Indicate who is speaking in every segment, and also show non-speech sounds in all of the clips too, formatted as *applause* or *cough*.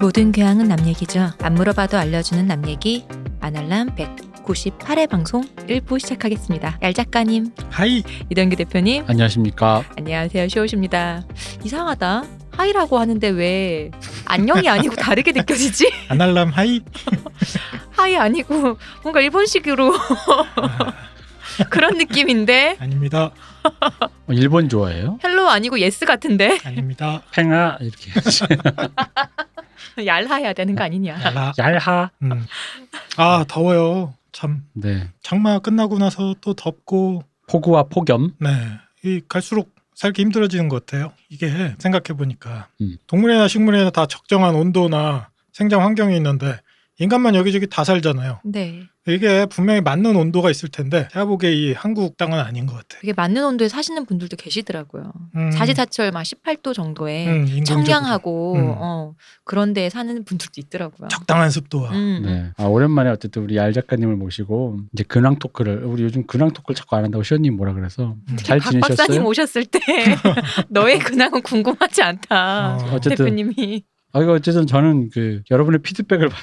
Speaker 1: 모든 교양은 남 얘기죠. 안 물어봐도 알려주는 남 얘기 아날람 198회 방송 1부 시작하겠습니다. 얄 작가님,
Speaker 2: 하이
Speaker 1: 이동규 대표님,
Speaker 2: 안녕하십니까
Speaker 1: 안녕하세요. 쇼우십니다. 이상하다. 하이라고 하는데 왜 안녕이 아니고 다르게 느껴지지? *laughs*
Speaker 2: 아날람 하이
Speaker 1: 하이 아니고 뭔가 일본식으로 *laughs*
Speaker 2: 아,
Speaker 1: 그런 느낌인데
Speaker 2: 아닙니다
Speaker 3: 어, 일본 좋아해요?
Speaker 1: 헬로 아니고 예스 같은데 *laughs*
Speaker 2: 아닙니다
Speaker 3: 팽아 *laughs* 이렇게 해야지.
Speaker 1: 얄하 해야 되는 거 아니냐?
Speaker 2: 알라
Speaker 3: 얄하
Speaker 2: 음. 아 더워요 참
Speaker 3: 네
Speaker 2: 장마 끝나고 나서 또 덥고
Speaker 3: 폭우와 폭염
Speaker 2: 네이 갈수록 살기 힘들어지는 것 같아요 이게 생각해 보니까
Speaker 3: 음.
Speaker 2: 동물이나 식물이나 다 적정한 온도나 생장 환경이 있는데 인간만 여기저기 다 살잖아요
Speaker 1: 네.
Speaker 2: 이게 분명히 맞는 온도가 있을 텐데 제가 보기에 이 한국 땅은 아닌 것 같아요
Speaker 1: 그게 맞는 온도에 사시는 분들도 계시더라고요.
Speaker 2: 음,
Speaker 1: 사시사철 막 18도 정도에
Speaker 2: 음, 인공적으로.
Speaker 1: 청량하고
Speaker 2: 음.
Speaker 1: 어, 그런 데 사는 분들도 있더라고요.
Speaker 2: 적당한 습도와
Speaker 1: 음.
Speaker 3: 네. 아, 오랜만에 어쨌든 우리 얄 작가님을 모시고 이제 근황 토크를 우리 요즘 근황 토크를 자꾸 안 한다고 시원님 뭐라 그래서
Speaker 2: 음.
Speaker 3: 잘
Speaker 1: 박 박사님
Speaker 3: 지내셨어요?
Speaker 1: 오셨을
Speaker 2: *laughs*
Speaker 1: 때 *laughs* 너의 근황은 궁금하지 않다.
Speaker 2: 어,
Speaker 3: 어쨌든
Speaker 1: 대표님이
Speaker 3: 아 이거 어쨌든 저는 그 여러분의 피드백을 받-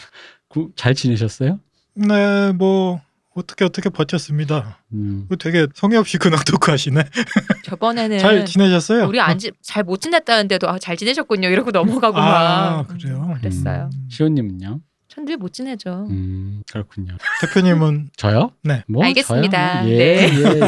Speaker 3: 구- 잘 지내셨어요?
Speaker 2: 네, 뭐 어떻게 어떻게 버텼습니다.
Speaker 3: 음.
Speaker 2: 되게 성의 없이 근황 토크 하시네.
Speaker 1: 저번에는
Speaker 2: 잘 지내셨어요?
Speaker 1: 우리 안잘못 지냈다는데도 아, 잘 지내셨군요 이러고 넘어가고
Speaker 2: 아,
Speaker 1: 막
Speaker 2: 그래요?
Speaker 1: 음, 그랬어요.
Speaker 2: 음,
Speaker 3: 시원님은요?
Speaker 1: 전 늘 못 지내죠.
Speaker 3: 음 그렇군요.
Speaker 2: 대표님은
Speaker 3: 저요?
Speaker 2: 네.
Speaker 3: 뭐
Speaker 1: 알겠습니다.
Speaker 3: 저요? 예,
Speaker 1: 네.
Speaker 3: 예, 예.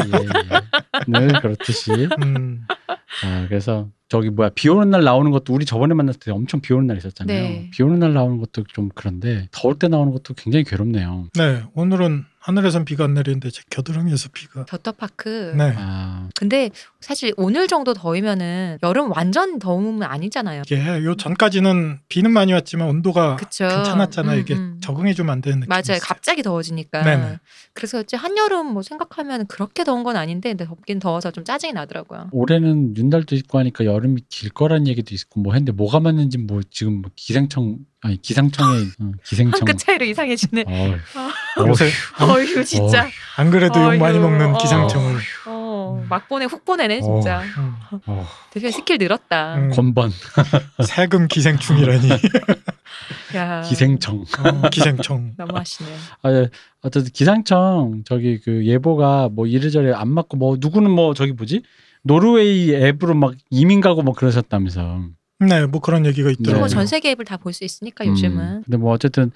Speaker 3: 늘 그렇듯이.
Speaker 2: 음,
Speaker 3: 아, 그래서 저기 뭐야 비 오는 날 나오는 것도 우리 저번에 만났을 때 엄청 비 오는 날 있었잖아요.
Speaker 1: 네.
Speaker 3: 비 오는 날 나오는 것도 좀 그런데 더울 때 나오는 것도 굉장히 괴롭네요.
Speaker 2: 네, 오늘은 하늘에선 비가 안 내리는데 제 겨드랑이에서 비가.
Speaker 1: 더터파크.
Speaker 2: 네,
Speaker 3: 아,
Speaker 1: 근데 사실 오늘 정도 더위면은 여름 완전 더움은 아니잖아요.
Speaker 2: 이게 요 전까지는 비는 많이 왔지만 온도가
Speaker 1: 그쵸.
Speaker 2: 괜찮았잖아요.
Speaker 1: 음,
Speaker 2: 이게
Speaker 1: 음.
Speaker 2: 적응이 좀 안 되는 느낌.
Speaker 1: 맞아요. 갑자기 더워지니까.
Speaker 2: 네네.
Speaker 1: 그래서 이제 한여름 뭐 생각하면 그렇게 더운 건 아닌데 근데 덥긴 더워서 좀 짜증이 나더라고요.
Speaker 3: 올해는 윤달도 있고 하니까 여름이 길 거란 얘기도 있고 뭐 했는데 뭐가 맞는지 뭐 지금 뭐 기생청 아니 기상청에
Speaker 1: *laughs*
Speaker 3: 어, 기생청
Speaker 1: 한 끗 차이로 이상해지네.
Speaker 3: *laughs* 어휴.
Speaker 2: 요새
Speaker 1: 어휴 진짜.
Speaker 2: 안 그래도 욕 많이
Speaker 1: 어휴,
Speaker 2: 먹는
Speaker 1: 어.
Speaker 2: 기상청을.
Speaker 1: 어, 막 보내 훅 보내네 진짜.
Speaker 2: 음,
Speaker 3: 어휴.
Speaker 1: 대표 스킬 늘었다.
Speaker 2: 음.
Speaker 3: 어, 건번
Speaker 2: 세금 기생충이라니.
Speaker 1: 야.
Speaker 3: 기생청
Speaker 2: 어, 기생청.
Speaker 1: 너무하시네.
Speaker 3: 아, 예. 어쨌든 기상청 저기 그 예보가 뭐 이래저래 안 맞고 뭐 누구는 뭐 저기 뭐지 노르웨이 앱으로 막 이민 가고 뭐 그러셨다면서
Speaker 2: 네, 뭐 그런 얘기가
Speaker 1: 그리고
Speaker 2: 있더라고요.
Speaker 3: 네.
Speaker 1: 전 세계 앱을 다 볼 수 있으니까
Speaker 3: 음,
Speaker 1: 요즘은.
Speaker 3: 근데 뭐 어쨌든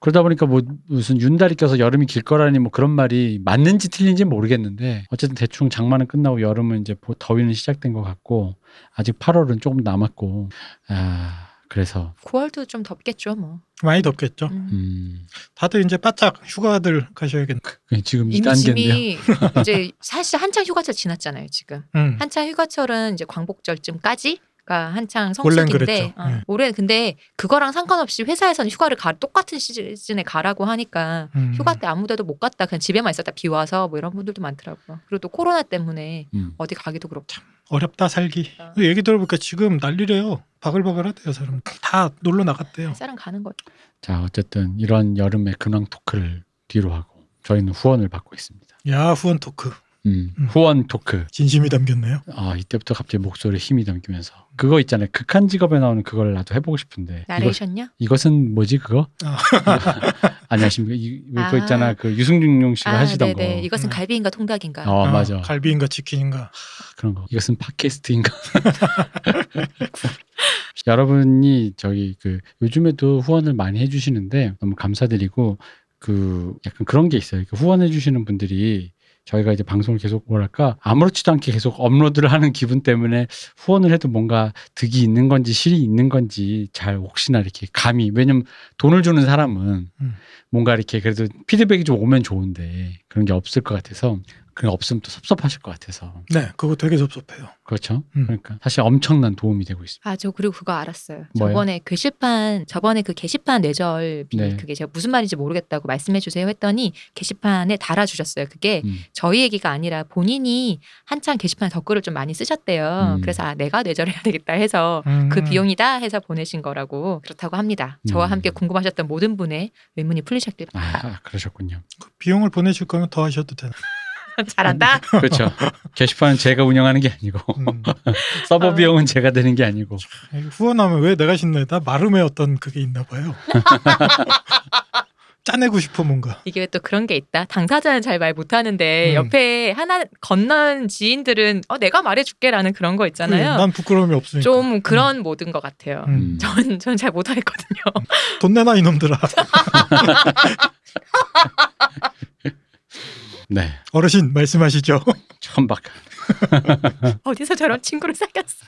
Speaker 3: 그러다 보니까 뭐 무슨 윤달이 껴서 여름이 길 거라니 뭐 그런 말이 맞는지 틀린지 는 모르겠는데 어쨌든 대충 장마는 끝나고 여름은 이제 보- 더위는 시작된 것 같고 아직 8월은 조금 남았고 아 그래서
Speaker 1: 9월도 좀 덥겠죠 뭐.
Speaker 2: 많이 덥겠죠.
Speaker 1: 음.
Speaker 3: 음
Speaker 2: 다들 이제 바짝 휴가들 가셔야겠네.
Speaker 3: 그 지금 이
Speaker 1: 이미
Speaker 3: 단계인데요.
Speaker 1: 짐이 이제 사실 한창 휴가철 지났잖아요 지금.
Speaker 2: 음.
Speaker 1: 한창 휴가철은 이제 광복절쯤까지. 가 한창
Speaker 2: 원래는
Speaker 1: 성수기인데
Speaker 2: 그랬죠.
Speaker 1: 어,
Speaker 3: 예.
Speaker 2: 네.
Speaker 1: 올해는 근데 그거랑 상관없이 회사에서는 휴가를 가 똑같은 시즌에 가라고 하니까
Speaker 2: 음.
Speaker 1: 휴가 때 아무데도 못 갔다 그냥 집에만 있었다 비 와서 뭐 이런 분들도 많더라고요. 그리고 또 코로나 때문에
Speaker 3: 음.
Speaker 1: 어디 가기도 그렇고
Speaker 2: 어렵다 살기.
Speaker 1: 아.
Speaker 2: 그 얘기 들어보니까 지금 난리래요. 바글바글하대요 사람. 다 놀러 나갔대요.
Speaker 1: 사람 가는 거죠.
Speaker 3: 자 어쨌든 이런 여름의 근황 토크를 뒤로 하고 저희는 후원을 받고 있습니다.
Speaker 2: 야 후원 토크
Speaker 3: 음,
Speaker 2: 음.
Speaker 3: 후원 토크.
Speaker 2: 진심이 담겼네요.
Speaker 3: 아 이때부터 갑자기 목소리에 힘이 담기면서 그거 있잖아요. 극한 직업에 나오는 그걸 나도 해보고 싶은데 이거
Speaker 1: 나레이션요?
Speaker 3: 이것은 뭐지 그거?
Speaker 2: 아.
Speaker 3: *laughs* 안녕하십니까? 이- 그거
Speaker 1: 아.
Speaker 3: 있잖아 그 유승준 씨가 하시던
Speaker 1: 네네.
Speaker 3: 거.
Speaker 1: 이것은
Speaker 2: 음.
Speaker 1: 갈비인가 통닭인가.
Speaker 3: 어, 맞아
Speaker 2: 갈비인가 치킨인가.
Speaker 3: 그런 거. 이것은 팟캐스트인가? *laughs* 여러분이 저기 그 요즘에도 후원을 많이 해주시는데 너무 감사드리고 그 약간 그런 게 있어요. 그 후원해주시는 분들이 저희가 이제 방송을 계속 뭐랄까 아무렇지도 않게 계속 업로드를 하는 기분 때문에 후원을 해도 뭔가 득이 있는 건지 실이 있는 건지 잘 혹시나 이렇게 감이 왜냐면 돈을 주는 사람은
Speaker 2: 음.
Speaker 3: 뭔가 이렇게 그래도 피드백이 좀 오면 좋은데 그런 게 없을 것 같아서 그런 게 없으면 또 섭섭하실 것 같아서
Speaker 2: 네, 그거 되게 섭섭해요.
Speaker 3: 그렇죠
Speaker 2: 음.
Speaker 3: 그러니까 사실 엄청난 도움이 되고 있습니다
Speaker 1: 아, 저 그리고 그거 알았어요.
Speaker 3: 뭐요?
Speaker 1: 저번에 게시판, 저번에 그 게시판 뇌절 비
Speaker 3: 네.
Speaker 1: 그게 제가 무슨 말인지 모르겠다고 말씀해 주세요 했더니 게시판에 달아 주셨어요. 그게
Speaker 3: 음.
Speaker 1: 저희 얘기가 아니라 본인이 한창 게시판에 댓글을 좀 많이 쓰셨대요.
Speaker 3: 음.
Speaker 1: 그래서 아, 내가 뇌절해야 되겠다 해서
Speaker 2: 음.
Speaker 1: 그 비용이다 해서 보내신 거라고 그렇다고 합니다. 저와
Speaker 3: 음.
Speaker 1: 함께 궁금하셨던 모든 분의 의문이 풀리셨길 바랍니다. *laughs*
Speaker 3: 아 그러셨군요
Speaker 2: 그 비용을 보내실 거면 더 하셔도 되나.
Speaker 1: 잘한다.
Speaker 3: 그렇죠. *laughs* 게시판은 제가 운영하는 게 아니고 *laughs*
Speaker 2: 음. *laughs*
Speaker 3: 서버
Speaker 1: 아.
Speaker 3: 비용은 제가 되는 게 아니고
Speaker 2: 후원하면 왜 내가 신내다 마름의 어떤 그게 있나 봐요. *laughs* 짜내고 싶어 뭔가.
Speaker 1: 이게 또 그런 게 있다. 당사자는 잘 말 못하는데
Speaker 2: 음.
Speaker 1: 옆에 하나 건넌 지인들은 어 내가 말해줄게라는 그런 거 있잖아요.
Speaker 2: 음, 난 부끄러움이 없으니까.
Speaker 1: 좀 그런 모든 것 같아요.
Speaker 2: 음.
Speaker 3: 음.
Speaker 1: 전, 전 잘 못하겠거든요.
Speaker 2: 돈 내놔 이놈들아. *laughs*
Speaker 3: 네
Speaker 2: 어르신 말씀하시죠. *laughs*
Speaker 3: 천박한
Speaker 2: 음.
Speaker 1: 어디서 저런 친구를 사귀었어?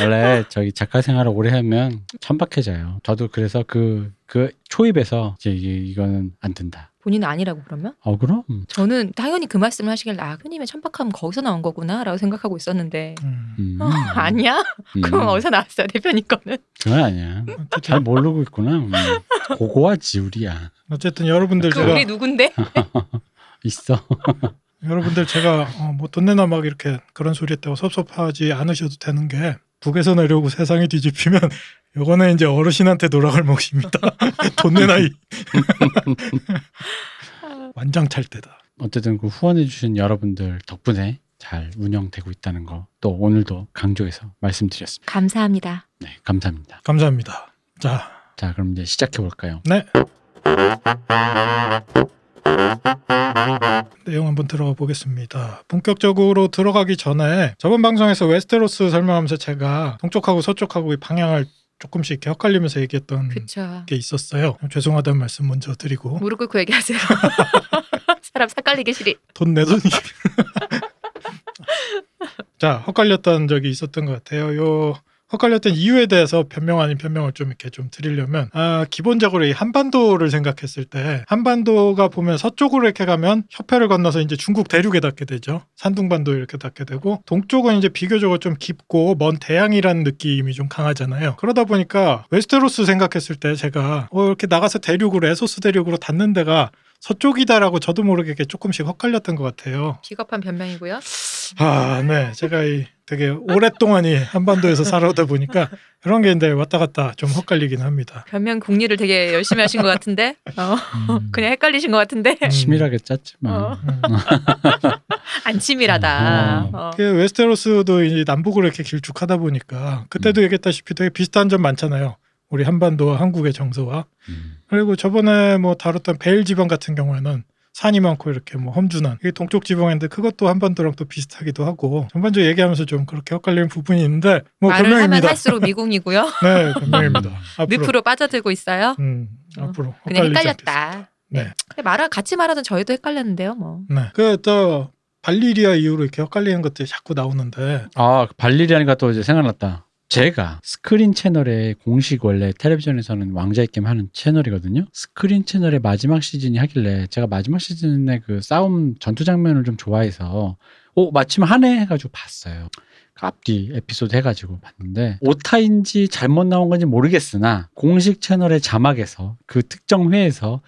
Speaker 3: 원래 저기 작가 생활을 오래 하면 천박해져요. 저도 그래서 그, 그 초입에서 이제 이- 이거는 안 된다.
Speaker 1: 본인은 아니라고 그러면?
Speaker 3: 어, 그럼? 음.
Speaker 1: 저는 당연히 그 말씀을 하시길래 아, 형님의 천박함 거기서 나온 거구나라고 생각하고 있었는데
Speaker 2: 음.
Speaker 3: 음.
Speaker 1: 어, 아니야?
Speaker 3: 음.
Speaker 1: 그건 어디서 음. 나왔어요? 대표님 거는?
Speaker 3: 그건 아니야. 잘 모르고 있구나. 음. 고고하지, 우리야.
Speaker 2: 어쨌든 여러분들
Speaker 1: 그
Speaker 2: 제가 음.
Speaker 1: 우리 누군데?
Speaker 3: 있어.
Speaker 2: 여러분들 제가 어, 뭐돈 내나 막 이렇게 그런 소리 했다고 섭섭하지 않으셔도 되는 게 북에서 내려오고 세상이 뒤집히면 *laughs* 요거는 이제 어르신한테 돌아갈 몫입니다. *laughs* 돈 내나 이 *laughs* 완장 찰 때다.
Speaker 3: 어쨌든 그 후원해주신 여러분들 덕분에 잘 운영되고 있다는 거 또 오늘도 강조해서 말씀드렸습니다.
Speaker 1: 감사합니다.
Speaker 3: 네, 감사합니다.
Speaker 2: 감사합니다. 자,
Speaker 3: 자, 그럼 이제 시작해볼까요?
Speaker 2: 네. 내용 한번 들어가 보겠습니다. 본격적으로 들어가기 전에 저번 방송에서 웨스테로스 설명하면서 제가 동쪽하고 서쪽하고 이 방향을 조금씩 이렇게 헷갈리면서 얘기했던
Speaker 1: 그쵸.
Speaker 2: 게 있었어요. 죄송하다는 말씀 먼저 드리고
Speaker 1: 무릎 꿇고 얘기하세요. *laughs* 사람 삭갈리기 싫이.
Speaker 2: 돈 내돈이. *laughs* 자, 헛갈렸던 적이 있었던 것 같아요. 요 헛갈렸던 이유에 대해서 변명 아닌 변명을 좀 이렇게 좀 드리려면 아, 기본적으로 이 한반도를 생각했을 때 한반도가 보면 서쪽으로 이렇게 가면 협회를 건너서 이제 중국 대륙에 닿게 되죠. 산둥반도 이렇게 닿게 되고 동쪽은 이제 비교적으로 좀 깊고 먼 대양이라는 느낌이 좀 강하잖아요. 그러다 보니까 웨스테로스 생각했을 때 제가 어, 이렇게 나가서 대륙으로 에소스 대륙으로 닿는 데가 서쪽이다라고 저도 모르게 이렇게 조금씩 헛갈렸던 것 같아요.
Speaker 1: 비겁한 변명이고요.
Speaker 2: 아, 네. 제가 이 되게 오랫동안이 한반도에서 살아오다 보니까 그런 게 이제 왔다 갔다 좀 헛갈리긴 합니다.
Speaker 1: 변명 공리를 되게 열심히 하신 것 같은데 어,
Speaker 2: *laughs*
Speaker 3: 음,
Speaker 1: 그냥 헷갈리신 것 같은데
Speaker 2: 음.
Speaker 3: 치밀하게 짰지만
Speaker 1: 어.
Speaker 2: 음.
Speaker 1: 안 치밀하다.
Speaker 3: 어.
Speaker 1: 어.
Speaker 2: 그 웨스테로스도 이제 남북으로 이렇게 길쭉하다 보니까 그때도 얘기했다시피 되게 비슷한 점 많잖아요. 우리 한반도와 한국의 정서와
Speaker 3: 음.
Speaker 2: 그리고 저번에 뭐 다뤘던 베일 지방 같은 경우에는 산이 많고 이렇게 뭐 험준한 이게 동쪽 지방인데 그것도 한반도랑 또 비슷하기도 하고 전반적으로 얘기하면서 좀 그렇게 헷갈리는 부분이 있는데 뭐
Speaker 1: 말을 하면
Speaker 2: 변명입니다.
Speaker 1: 할수록 미궁이고요.
Speaker 2: 네,
Speaker 1: *laughs*
Speaker 2: 변명입니다. 앞으로
Speaker 1: 늪으로 빠져들고 있어요.
Speaker 2: 음,
Speaker 1: 어,
Speaker 2: 앞으로
Speaker 1: 그냥
Speaker 2: 헷갈리지
Speaker 1: 헷갈렸다.
Speaker 2: 네.
Speaker 1: 근데 말하 같이 말하던 저희도 헷갈렸는데요. 뭐
Speaker 2: 않겠습니다. 네. 그또 발리리아 이후로 이렇게 헷갈리는 것들이 자꾸 나오는데
Speaker 3: 아, 발리리아니까 또 이제 생각났다. 제가 스크린 채널의 공식 원래 텔레비전에서는 왕자의 게임 하는 채널이거든요. 스크린 채널의 마지막 시즌이 하길래 제가 마지막 시즌의 그 싸움 전투 장면을 좀 좋아해서 오 마침 하네 해가지고 봤어요. 그 앞뒤 에피소드 해가지고 봤는데 오타인지 잘못 나온 건지 모르겠으나 공식 채널의 자막에서 그 특정 회에서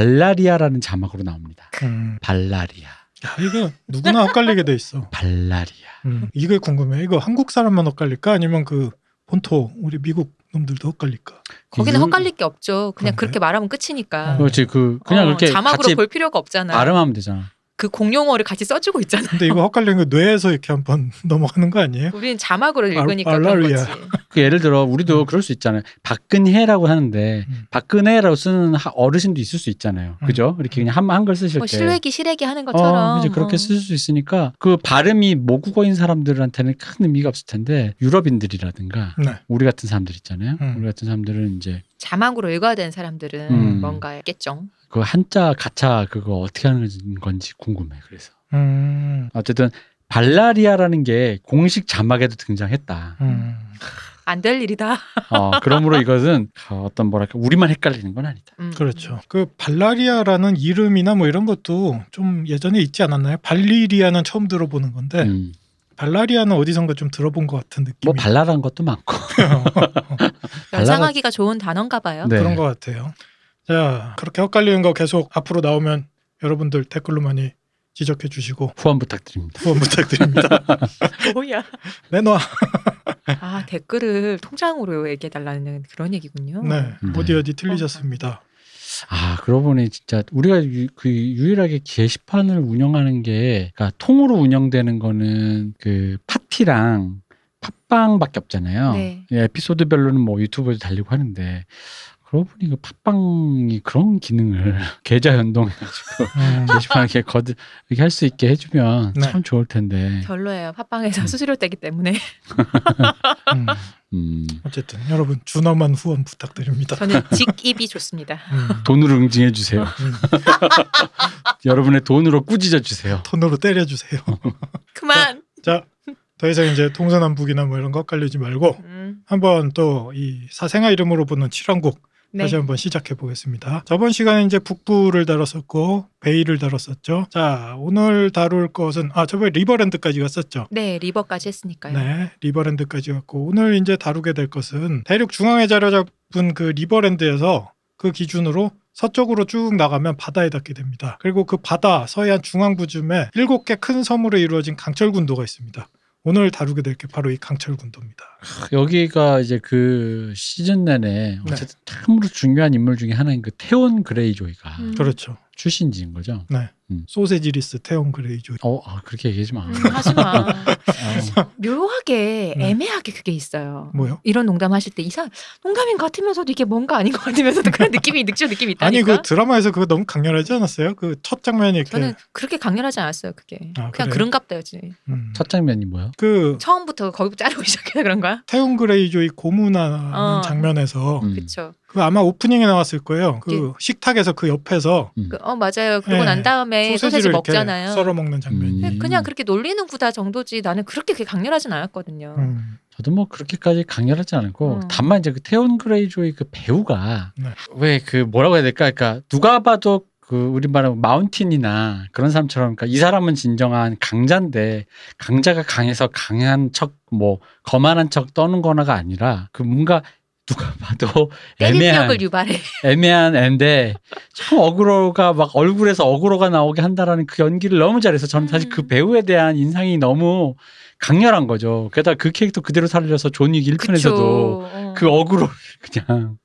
Speaker 3: 발라리아라는 자막으로 나옵니다.
Speaker 2: 음,
Speaker 3: 발라리아,
Speaker 2: 야, 이거 누구나 헷갈리게 돼 있어.
Speaker 3: 발라리아.
Speaker 2: 음, 이게 궁금해. 이거 한국 사람만 헷갈릴까 아니면 그 본토 우리 미국 놈들도 헷갈릴까?
Speaker 1: 거기는
Speaker 3: 유-
Speaker 1: 헷갈릴 게 없죠. 그냥
Speaker 2: 그런가요?
Speaker 1: 그렇게 말하면 끝이니까.
Speaker 2: 어,
Speaker 3: 그렇지 그 그냥
Speaker 1: 어,
Speaker 3: 이렇게
Speaker 1: 자막으로
Speaker 3: 같이
Speaker 1: 볼 필요가
Speaker 2: 네.
Speaker 1: 없잖아요.
Speaker 3: 발음하면 되잖아.
Speaker 1: 그 공용어를 같이 써주고 있잖아요.
Speaker 2: *laughs* 근데 이거 헷갈리는 거 뇌에서 이렇게 한번 *laughs* 넘어가는 거 아니에요?
Speaker 1: 우리는 자막으로 읽으니까
Speaker 2: 알-
Speaker 1: 그런
Speaker 2: 알라리아.
Speaker 1: 거지. 뭐
Speaker 3: 그 예를 들어 우리도
Speaker 2: 음.
Speaker 3: 그럴 수 있잖아요. 박근혜라고 하는데
Speaker 2: 음.
Speaker 3: 박근혜라고 쓰는 하- 어르신도 있을 수 있잖아요.
Speaker 2: 음.
Speaker 3: 그죠? 이렇게 그냥 한, 한글 쓰실
Speaker 1: 뭐
Speaker 3: 때.
Speaker 1: 실외기 실외기 하는 것처럼.
Speaker 3: 어, 이제 그렇게
Speaker 1: 어.
Speaker 3: 쓸 수 있으니까 그 발음이 모국어인 사람들한테는 큰 의미가 없을 텐데 유럽인들이라든가
Speaker 2: 네.
Speaker 3: 우리 같은 사람들 있잖아요.
Speaker 2: 음.
Speaker 3: 우리 같은 사람들은 이제
Speaker 1: 자막으로 읽어야 되는 사람들은
Speaker 3: 음.
Speaker 1: 뭔가 있겠죠.
Speaker 3: 그 한자 가차 그거 어떻게 하는 건지 궁금해. 그래서
Speaker 2: 음,
Speaker 3: 어쨌든 발라리아라는 게 공식 자막에도 등장했다.
Speaker 2: 음.
Speaker 1: 안 될 일이다.
Speaker 3: 어, 그러므로 이것은 어떤 뭐랄까 우리만 헷갈리는 건 아니다.
Speaker 1: 음.
Speaker 2: 그렇죠. 그 발라리아라는 이름이나 뭐 이런 것도 좀 예전에 있지 않았나요? 발리리아는 처음 들어보는 건데
Speaker 3: 음.
Speaker 2: 발라리아는 어디선가 좀 들어본 것 같은 느낌이
Speaker 3: 뭐 발랄한 것도 많고 *laughs*
Speaker 2: *laughs*
Speaker 1: 연상하기가 좋은 단어인가 봐요.
Speaker 3: 네.
Speaker 2: 그런 것 같아요. 자, 그렇게 헷갈리는 거 계속 앞으로 나오면 여러분들 댓글로 많이 지적해 주시고
Speaker 3: 후원 부탁드립니다. *laughs*
Speaker 2: 후원 부탁드립니다.
Speaker 1: *laughs*
Speaker 2: 네,
Speaker 1: 뭐야.
Speaker 2: 내놔.
Speaker 1: 아 댓글을 통장으로 얘기해달라는 그런 얘기군요.
Speaker 3: 네.
Speaker 2: 네, 어디 어디 틀리셨습니다.
Speaker 3: 아, 그러고 보니 진짜 우리가 유, 그 유일하게 게시판을 운영하는 게 그러니까 통으로 운영되는 거는 그 파티랑 팟빵밖에 없잖아요.
Speaker 1: 네.
Speaker 3: 예, 에피소드별로는 뭐 유튜브에 달리고 하는데 그러고 보니 그 팟빵이 그런 기능을 *laughs* 계좌 연동해가지고
Speaker 2: 음,
Speaker 3: 게시판 이렇게 *laughs* 거드 이렇게 할 수 있게 해주면
Speaker 2: 네.
Speaker 3: 참 좋을 텐데.
Speaker 1: 별로예요. 팟빵에서 수수료 떼기 때문에
Speaker 2: 음.
Speaker 3: 음,
Speaker 2: 어쨌든 여러분 준엄한 후원 부탁드립니다.
Speaker 1: 저는 직입이 좋습니다.
Speaker 2: 음,
Speaker 3: 돈으로 응징해 주세요.
Speaker 2: 음,
Speaker 3: *laughs* 여러분의 돈으로 꾸짖어 주세요.
Speaker 2: 돈으로 때려주세요. *laughs*
Speaker 1: 그만.
Speaker 2: 자, 더 이상 이제 동서남북이나 뭐 이런 거 엇갈리지 말고
Speaker 1: 음,
Speaker 2: 한번 또 이 사생아 이름으로 보는 칠원국
Speaker 1: 네.
Speaker 2: 다시 한번 시작해 보겠습니다. 저번 시간에 이제 북부를 다뤘었고 베이를 다뤘었죠. 자, 오늘 다룰 것은 아 저번에 리버랜드까지 갔었죠.
Speaker 1: 네, 리버까지 했으니까요.
Speaker 2: 네, 리버랜드까지 갔고 오늘 이제 다루게 될 것은 대륙 중앙에 자리 잡은 그 리버랜드에서 그 기준으로 서쪽으로 쭉 나가면 바다에 닿게 됩니다. 그리고 그 바다 서해안 중앙부쯤에 일곱 개 큰 섬으로 이루어진 강철군도가 있습니다. 오늘 다루게 될 게 바로 이 강철군도입니다.
Speaker 3: 여기가 이제 그 시즌 내내
Speaker 2: 네.
Speaker 3: 어쨌든 참으로 중요한 인물 중에 하나인 그 태온 그레이조이가
Speaker 1: 음.
Speaker 2: 그렇죠.
Speaker 3: 출신지인 거죠.
Speaker 2: 소세지리스 태온 그레이조.
Speaker 3: 어, 아, 그렇게 얘기하지 마.
Speaker 1: 음, 하지
Speaker 2: *laughs*
Speaker 1: 마.
Speaker 3: 아,
Speaker 1: 묘하게
Speaker 2: 네.
Speaker 1: 애매하게 그게 있어요.
Speaker 2: 뭐요?
Speaker 1: 이런 농담 하실 때 이상 농담인 것 같으면서도 이게 뭔가 아닌 것 같으면서도 그런 느낌이 늑죠 느낌이 있다니까.
Speaker 2: 아니 그 드라마에서 그거 너무 강렬하지 않았어요? 그 첫 장면이 이렇게
Speaker 1: 저는 그렇게 강렬하지 않았어요 그게.
Speaker 2: 네. 아,
Speaker 1: 그냥
Speaker 2: 그래요?
Speaker 1: 그런갑다요 지금.
Speaker 2: 음,
Speaker 3: 첫 장면이 뭐야?
Speaker 2: 그
Speaker 1: 처음부터 거기부터 *laughs* 자르고 시작해서 그런가?
Speaker 2: 태온 그레이조의 고문하는
Speaker 1: 어.
Speaker 2: 장면에서
Speaker 3: 음.
Speaker 1: 그렇죠.
Speaker 2: 그 아마 오프닝에 나왔을 거예요. 그 식탁에서 그 옆에서
Speaker 1: 그, 어 맞아요. 그러고
Speaker 2: 네.
Speaker 1: 난 다음에 소세지
Speaker 2: 소세지를 이렇게
Speaker 1: 먹잖아요.
Speaker 2: 썰어 먹는 장면이.
Speaker 1: 근데
Speaker 3: 음.
Speaker 1: 그냥 그렇게 놀리는 구다 정도지 나는 그렇게 그게 강렬하진 않았거든요.
Speaker 2: 음.
Speaker 3: 저도 뭐 그렇게까지 강렬하지 않고
Speaker 1: 음.
Speaker 3: 다만 이제 그 태온 그레이조의 그 배우가
Speaker 2: 네.
Speaker 3: 왜 그 뭐라고 해야 될까? 그러니까 누가 봐도 그 우리 말하는 마운틴이나 그런 사람처럼 그러니까 이 사람은 진정한 강자인데 강자가 강해서 강한 척 뭐 거만한 척 떠는 거나가 아니라 그 뭔가 누가 봐도 애매한
Speaker 1: 때리력을 유발해.
Speaker 3: 애매한 앤데 참 어그로가 막 얼굴에서 어그로가 나오게 한다라는 그 연기를 너무 잘해서 저는 사실
Speaker 1: 음.
Speaker 3: 그 배우에 대한 인상이 너무 강렬한 거죠. 게다가 그 캐릭터 그대로 살려서 존윅 1편에서도
Speaker 1: 그쵸. 어.
Speaker 3: 그 어그로를 *laughs* 그냥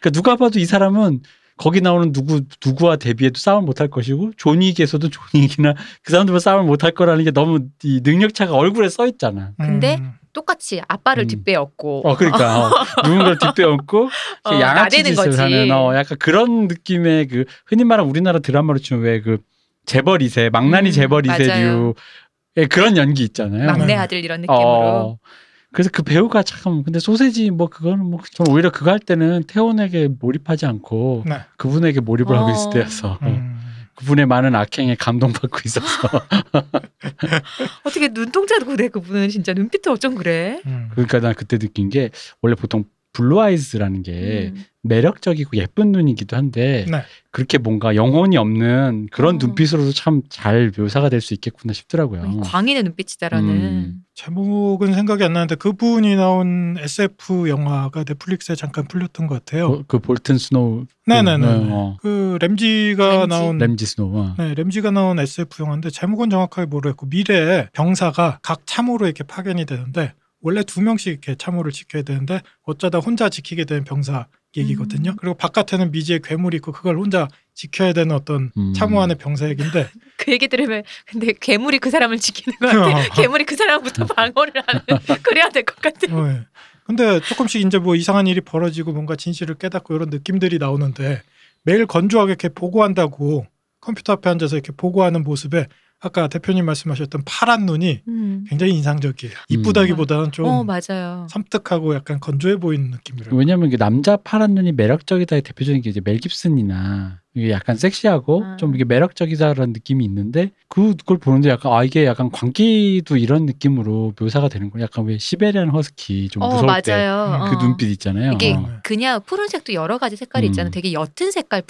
Speaker 3: 그러니까 누가 봐도 이 사람은 거기 나오는 누구 누구와 대비해도 싸움을 못 할 것이고 존윅에서도 존윅이나 그 사람들과 싸움을 못 할 거라는 게 너무 이 능력차가 얼굴에 써 있잖아.
Speaker 1: 근데
Speaker 2: 음.
Speaker 1: 똑같이 아빠를
Speaker 3: 음.
Speaker 1: 뒷배에 업고
Speaker 3: 어, 그러니까.
Speaker 1: *laughs*
Speaker 3: 어. 누군가를 뒷배얹고,
Speaker 1: 어,
Speaker 3: 양아치
Speaker 1: 나대는
Speaker 3: 짓을
Speaker 1: 거지.
Speaker 3: 하는, 어, 약간 그런 느낌의 그, 흔히 말하는 우리나라 드라마로 치면 왜 그, 재벌 이세 망나니
Speaker 1: 음,
Speaker 3: 재벌 이세
Speaker 1: 맞아요.
Speaker 3: 류 그런 연기 있잖아요.
Speaker 1: 막내
Speaker 2: 네.
Speaker 1: 아들 이런 느낌으로.
Speaker 3: 어. 그래서 그 배우가 참, 근데 소세지 뭐 그거는 뭐, 저는 오히려 그거 할 때는 태원에게 몰입하지 않고,
Speaker 2: 네.
Speaker 3: 그분에게 몰입을 하고
Speaker 1: 어.
Speaker 3: 있을 때여서, 어,
Speaker 2: 음.
Speaker 3: 그분의 많은 악행에 감동받고 있어서. *laughs*
Speaker 1: 어떻게 눈동자도 그래 그분은 진짜 눈빛도 어쩜 그래?
Speaker 2: 음.
Speaker 3: 그러니까 난 그때 느낀 게, 원래 보통 블루아이즈라는 게,
Speaker 1: 음.
Speaker 3: 매력적이고 예쁜 눈이기도 한데
Speaker 2: 네.
Speaker 3: 그렇게 뭔가 영혼이 없는 그런
Speaker 1: 어.
Speaker 3: 눈빛으로도 참 잘 묘사가 될 수 있겠구나 싶더라고요.
Speaker 2: 음,
Speaker 1: 아니, 광인의 눈빛이다라는.
Speaker 3: 음.
Speaker 2: 제목은 생각이 안 나는데 그분이 나온 SF 영화가 넷플릭스에 잠깐 풀렸던 것 같아요.
Speaker 3: 그, 그 볼튼 스노우
Speaker 2: 네네네.
Speaker 3: 어.
Speaker 2: 그 램지가
Speaker 1: 램지.
Speaker 2: 나온
Speaker 3: 램지 스노우. 어.
Speaker 2: 음. 네, 램지가 나온 SF 영화인데 제목은 정확하게 모르겠고 미래에 병사가 각 참호로 이렇게 파견이 되는데 원래 두 명씩 이렇게 참호를 지켜야 되는데 어쩌다 혼자 지키게 된 병사 얘기거든요.
Speaker 1: 음.
Speaker 2: 그리고 바깥에는 미지의 괴물이 있고 그걸 혼자 지켜야 되는 어떤
Speaker 3: 음.
Speaker 2: 참호 안의 병사 얘기인데
Speaker 1: 그 얘기 들으면 근데 괴물이 그 사람을 지키는 것 *laughs* 같아. 괴물이 그 사람부터
Speaker 3: *laughs*
Speaker 1: 방어를 하는 *laughs* 그래야 될 것
Speaker 2: *laughs*
Speaker 1: 같아.
Speaker 3: 어,
Speaker 2: 네. 근데 조금씩 이제 뭐 이상한 일이 벌어지고 뭔가 진실을 깨닫고 이런 느낌들이 나오는데 매일 건조하게 이렇게 보고한다고 컴퓨터 앞에 앉아서 이렇게 보고하는 모습에 아까 대표님 말씀하셨던 파란 눈이
Speaker 1: 음.
Speaker 2: 굉장히 인상적이에요. 이쁘다기보다는 좀
Speaker 1: 어 맞아요.
Speaker 2: 섬뜩하고 약간 건조해 보이는 느낌이라고.
Speaker 3: 왜냐하면 남자 파란 눈이 매력적이다의 대표적인 게 이제 멜 깁슨이나 이게 약간 섹시하고
Speaker 1: 아.
Speaker 3: 좀 이게 매력적이다라는 느낌이 있는데 그걸 보는데 약간 아 이게 약간 광기도 이런 느낌으로 묘사가 되는 거예요. 약간 왜 시베리안 허스키 좀
Speaker 1: 어
Speaker 3: 무서울 때 그
Speaker 1: 맞아요.
Speaker 2: 그
Speaker 1: 어.
Speaker 3: 눈빛 있잖아요.
Speaker 1: 이게
Speaker 3: 어.
Speaker 1: 그냥 푸른색도 여러 가지 색깔이
Speaker 3: 음.
Speaker 1: 있잖아요. 되게 옅은 색깔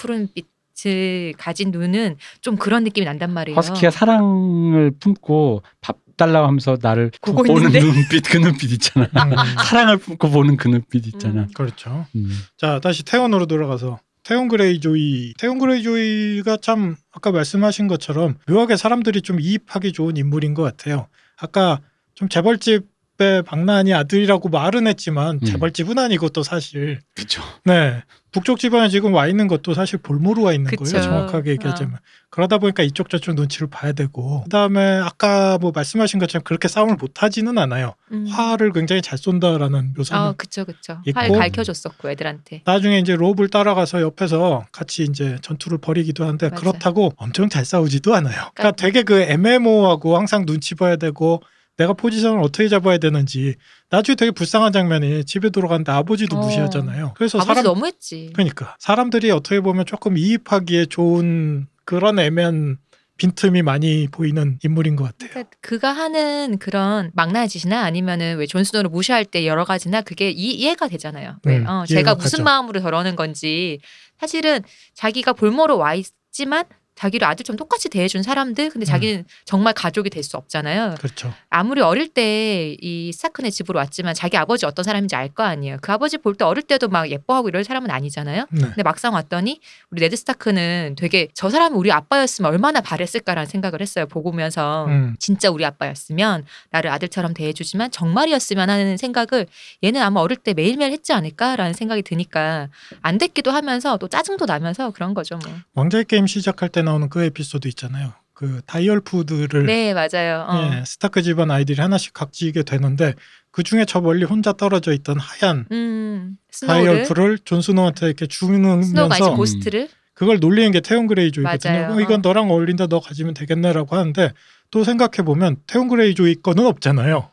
Speaker 1: 푸른빛을 가진 눈은 좀 그런 느낌이 난단 말이에요.
Speaker 3: 허스키가 사랑을 품고 밥 달라고 하면서 나를
Speaker 1: 보고
Speaker 3: 보는
Speaker 1: 있는데?
Speaker 3: 눈빛 그 눈빛 있잖아
Speaker 2: 음,
Speaker 3: 사랑을 품고 보는 그 눈빛 있잖아
Speaker 1: 음.
Speaker 2: 그렇죠.
Speaker 3: 음.
Speaker 2: 자 다시 태연으로 돌아가서 태연 그레이조이 태연 그레이조이가 참 아까 말씀하신 것처럼 묘하게 사람들이 좀 이입하기 좋은 인물인 것 같아요 아까 좀 재벌집 박배 박나니 아들이라고 말은 했지만
Speaker 3: 음.
Speaker 2: 재벌 집은 아니고 또 사실
Speaker 3: 그렇죠.
Speaker 2: 네 북쪽 집안에 지금 와 있는 것도 사실 볼모로 와 있는
Speaker 1: 그쵸. 아.
Speaker 2: 거예요 정확하게 얘기하자면 그러다 보니까 이쪽 저쪽 눈치를 봐야 되고 그다음에 아까 뭐 말씀하신 것처럼 그렇게 싸움을 못 하지는 않아요
Speaker 1: 음.
Speaker 2: 화를 굉장히 잘 쏜다라는 묘사는
Speaker 1: 아, 그쵸, 그쵸.
Speaker 2: 있고.
Speaker 1: 화를 가르쳐줬었고 애들한테.
Speaker 2: 나중에 이제 롭을 따라가서 옆에서 같이 이제 전투를 벌이기도 하는데
Speaker 1: 맞아요.
Speaker 2: 그렇다고 엄청 잘 싸우지도 않아요. 그러니까
Speaker 1: 그러니까
Speaker 2: 되게 그 애매모호하고 항상 눈치 봐야 되고 내가 포지션을 어떻게 잡아야 되는지 나중에 되게 불쌍한 장면이 집에 돌아가는데 아버지도
Speaker 1: 어.
Speaker 2: 무시하잖아요. 그래서
Speaker 1: 아버지
Speaker 2: 사람
Speaker 1: 너무했지.
Speaker 2: 그러니까 사람들이 어떻게 보면 조금 이입하기에 좋은 그런 애매한 빈틈이 많이 보이는 인물인 것 같아요.
Speaker 1: 그러니까 그가 하는 그런 망나니 짓이나 아니면은 왜 존스노를 무시할 때 여러 가지나 그게 이, 이해가 되잖아요. 왜?
Speaker 2: 음,
Speaker 1: 어,
Speaker 2: 이해가
Speaker 1: 제가 무슨
Speaker 2: 가죠.
Speaker 1: 마음으로 저러는 건지 사실은 자기가 볼모로 와 있지만 자기를 아들처럼 똑같이 대해준 사람들
Speaker 2: 음.
Speaker 1: 근데 자기는 정말 가족이 될 수 없잖아요.
Speaker 2: 그렇죠.
Speaker 1: 아무리 어릴 때 이 스타크네 집으로 왔지만 자기 아버지 어떤 사람인지 알 거 아니에요. 그 아버지 볼 때 어릴 때도 막 예뻐하고 이럴 사람은 아니잖아요.
Speaker 2: 네.
Speaker 1: 근데 막상 왔더니 우리 레드 스타크는 되게 저 사람이 우리 아빠였으면 얼마나 바랬을까라는 생각을 했어요. 보고 오면서
Speaker 2: 음.
Speaker 1: 진짜 우리 아빠였으면 나를 아들처럼 대해주지만 정말이었으면 하는 생각을 얘는 아마 어릴 때 매일매일 했지 않을까라는 생각이 드니까 안 됐기도 하면서 또 짜증도 나면서 그런 거죠 뭐.
Speaker 2: 왕자의 게임 시작할 때 나오는 그 에피소드 있잖아요. 그 다이얼 푸드를
Speaker 1: 네 맞아요. 어.
Speaker 2: 예, 스타크 집안 아이들이 하나씩 각지게 되는데 그 중에 저 멀리 혼자 떨어져 있던 하얀
Speaker 1: 음 스노우를
Speaker 2: 다이얼프를 존 스노우한테 이렇게
Speaker 1: 스노우가 이제
Speaker 2: 주면서
Speaker 3: 고-
Speaker 1: 고스트를
Speaker 2: 그걸 놀리는 게 태용 그레이조이거든요.
Speaker 1: 맞아요.
Speaker 2: 어, 이건 너랑 어울린다, 너 가지면 되겠네라고 하는데 또 생각해 보면 태용 그레이조이 거는 없잖아요.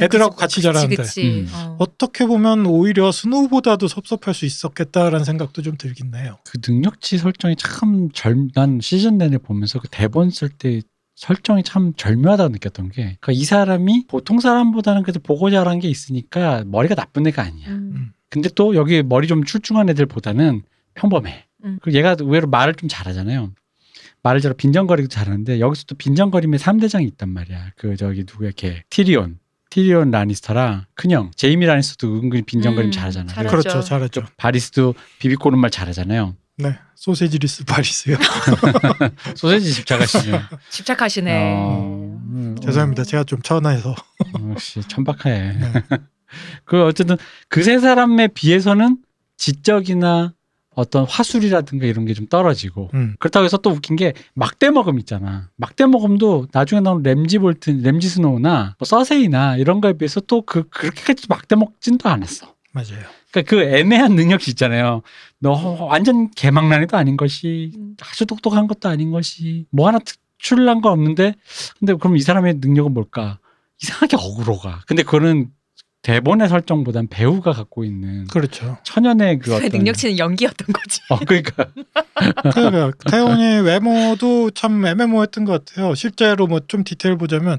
Speaker 2: 애들하고 같이 자라는데.
Speaker 1: 그치,
Speaker 3: 음.
Speaker 1: 어.
Speaker 2: 어떻게 보면 오히려 스노우보다도 섭섭할 수 있었겠다라는 생각도 좀 들긴 해요.
Speaker 3: 그 능력치 설정이 참 젊, 난 시즌 내내 보면서 그 대본 쓸 때 설정이 참 절묘하다고 느꼈던 게, 그니까 이 사람이 보통 사람보다는 그래도 보고 자란 게 있으니까 머리가 나쁜 애가 아니야.
Speaker 1: 음.
Speaker 3: 근데 또 여기 머리 좀 출중한 애들보다는 평범해.
Speaker 1: 음.
Speaker 3: 그리고 얘가 의외로 말을 좀 잘하잖아요. 말을 잘 빈정거리도 잘하는데 여기서 또 빈정거림의 3대장이 있단 말이야. 그 저기 누구야 걔 티리온. 티리온 라니스터랑 큰형 제이미 라니스터도 은근히 빈정거림
Speaker 1: 음,
Speaker 3: 잘하잖아.
Speaker 1: 잘하-
Speaker 3: 그리고
Speaker 1: 그렇죠.
Speaker 2: 그렇죠, 잘하죠.
Speaker 3: 바리스도 비비꼬는 말 잘하잖아요.
Speaker 2: 네, 소세지
Speaker 1: *laughs*
Speaker 2: 리스 바리스요.
Speaker 1: 음.
Speaker 3: 소세지 집착하시죠.
Speaker 1: 집착하시네.
Speaker 3: 어, 음,
Speaker 2: 죄송합니다, 제가 좀 천하해서.
Speaker 3: 어, 역시 천박해.
Speaker 2: 네.
Speaker 3: *laughs* 그 어쨌든 그 세 사람에 비해서는 지적이나 어떤 화술이라든가 이런 게 좀 떨어지고
Speaker 2: 음.
Speaker 3: 그렇다고 해서 또 웃긴 게 막대 먹음 있잖아. 막대 먹음도 나중에 나온 램지 볼튼, 램지 스노우나 뭐 서세이나 이런 거에 비해서 또 그 그렇게까지 막대 먹진도 않았어.
Speaker 2: 맞아요.
Speaker 3: 그러니까 그 애매한 능력이 있잖아요. 너 완전 개망난이도 아닌 것이
Speaker 1: 음.
Speaker 3: 아주 똑똑한 것도 아닌 것이 뭐 하나 특출난 건 없는데 근데 그럼 이 사람의 능력은 뭘까? 이상하게 어그로가. 근데 그거는 대본의 설정보단 배우가 갖고 있는
Speaker 2: 그렇죠.
Speaker 3: 천연의 그
Speaker 1: 그
Speaker 3: 어떤
Speaker 1: 능력치는 연기였던 거지.
Speaker 3: 어 그러니까
Speaker 1: *laughs*
Speaker 2: 그러니까 태훈이 외모도 참 애매모호했던 것 같아요. 실제로 뭐 좀 디테일 보자면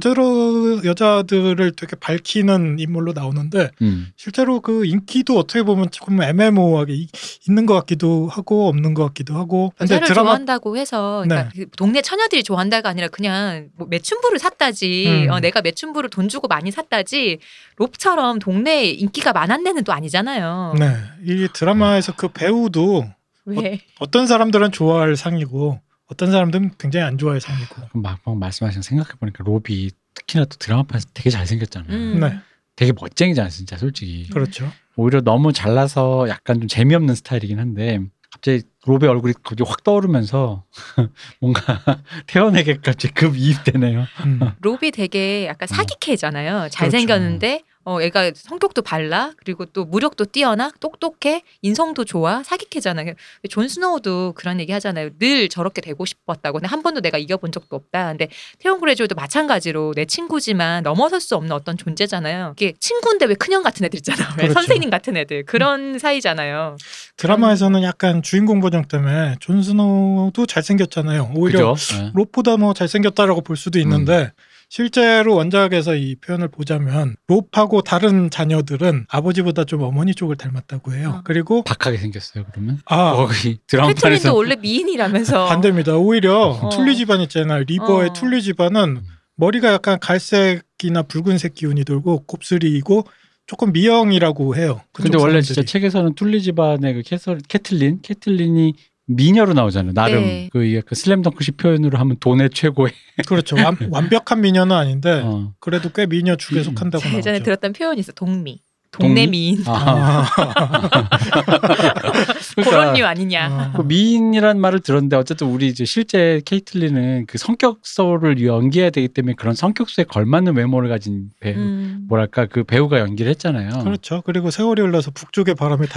Speaker 2: 여자로 여자들을 되게 밝히는 인물로 나오는데
Speaker 3: 음.
Speaker 2: 실제로 그 인기도 어떻게 보면 조금 애매모호하게 이- 있는 것 같기도 하고 없는 것 같기도 하고.
Speaker 1: 여자를 좋아한다고 해서 그러니까 그 동네 처녀들이 좋아한다가 아니라 그냥 뭐 매춘부를 샀다지
Speaker 2: 음.
Speaker 1: 어, 내가 매춘부를 돈 주고 많이 샀다지 롭처럼 동네에 인기가 많았네는 또 아니잖아요.
Speaker 2: 네, 이 드라마에서 그 배우도
Speaker 1: 왜?
Speaker 2: 어떤 사람들은 좋아할 상이고 어떤 사람들은 굉장히 안 좋아할 상이고.
Speaker 3: 그럼 막방 말씀하신 생각해 보니까 로비 특히나 또 드라마판에서 되게 잘생겼잖아.
Speaker 1: 음.
Speaker 2: 네,
Speaker 3: 되게 멋쟁이잖아 진짜 솔직히.
Speaker 2: 그렇죠.
Speaker 3: 오히려 너무 잘나서 약간 좀 재미없는 스타일이긴 한데 갑자기 로베 얼굴이 갑자기 확 떠오르면서 *laughs* 뭔가 태연에게 갑자기 급 이입되네요.
Speaker 2: 음.
Speaker 1: 로비 되게 약간 사기캐잖아요. 잘생겼는데 어 얘가 성격도 발라 그리고 또 무력도 뛰어나 똑똑해 인성도 좋아 사기캐잖아요. 존 스노우도 그런 얘기 하잖아요. 늘 저렇게 되고 싶었다고 근데 한 번도 내가 이겨본 적도 없다. 근데 태용 그레이조도 마찬가지로 내 친구지만 넘어설 수 없는 어떤 존재잖아요. 이게 친구인데 왜 큰형 같은 애들 있잖아. 왜
Speaker 2: 그렇죠.
Speaker 1: 선생님 같은 애들 그런 사이잖아요.
Speaker 2: 드라마에서는 약간 주인공 버정 때문에 존 스노우도 잘생겼잖아요. 오히려
Speaker 3: 그죠? 네. 음.
Speaker 2: 롭보다 뭐 잘생겼다라고 볼 수도 있는데 실제로 원작에서 이 표현을 보자면 롭하고 다른 자녀들은 아버지보다 좀 어머니 쪽을 닮았다고 해요.
Speaker 1: 어.
Speaker 2: 그리고
Speaker 3: 박하게 생겼어요 그러면.
Speaker 2: 아
Speaker 3: 아. 어, 그
Speaker 1: 캐트린도
Speaker 3: 드라마판에서
Speaker 1: 원래 미인이라면서
Speaker 2: *laughs* 반대입니다. 오히려
Speaker 1: 어.
Speaker 2: 툴리 집안 있잖아요. 리버의
Speaker 1: 어.
Speaker 2: 툴리 집안은 머리가 약간 갈색이나 붉은색 기운이 돌고 곱슬이고 조금 미형이라고 해요. 그쪽
Speaker 3: 근데 원래
Speaker 2: 사람들이.
Speaker 3: 진짜 책에서는 툴리 집안의 그 캐서, 캐틀린, 캐틀린이 미녀로 나오잖아요. 나름
Speaker 1: 네.
Speaker 3: 그 약간 슬램덩크식 표현으로 하면 돈의 최고의
Speaker 2: 그렇죠.
Speaker 3: *laughs*
Speaker 2: 완, 완벽한 미녀는 아닌데
Speaker 3: 어.
Speaker 2: 그래도 꽤 미녀 축에
Speaker 3: 음.
Speaker 2: 속한다고
Speaker 1: 제가 예전에
Speaker 2: 나오죠.
Speaker 1: 들었던 표현이 있어 동미
Speaker 3: 동미?
Speaker 1: 동네 미인
Speaker 3: 아,
Speaker 1: *laughs*
Speaker 2: 아,
Speaker 1: 그런 류
Speaker 3: 그러니까
Speaker 1: 아니냐
Speaker 2: 아.
Speaker 3: 그 미인이란 말을 들었는데 어쨌든 우리 이제 실제 케이틀린은 그 성격서를 연기해야 되기 때문에 그런 성격서에 걸맞는 외모를 가진 배우
Speaker 1: 음.
Speaker 3: 뭐랄까 그 배우가 연기를 했잖아요.
Speaker 2: 그렇죠. 그리고 세월이 흘러서 북쪽의 바람에
Speaker 1: 그치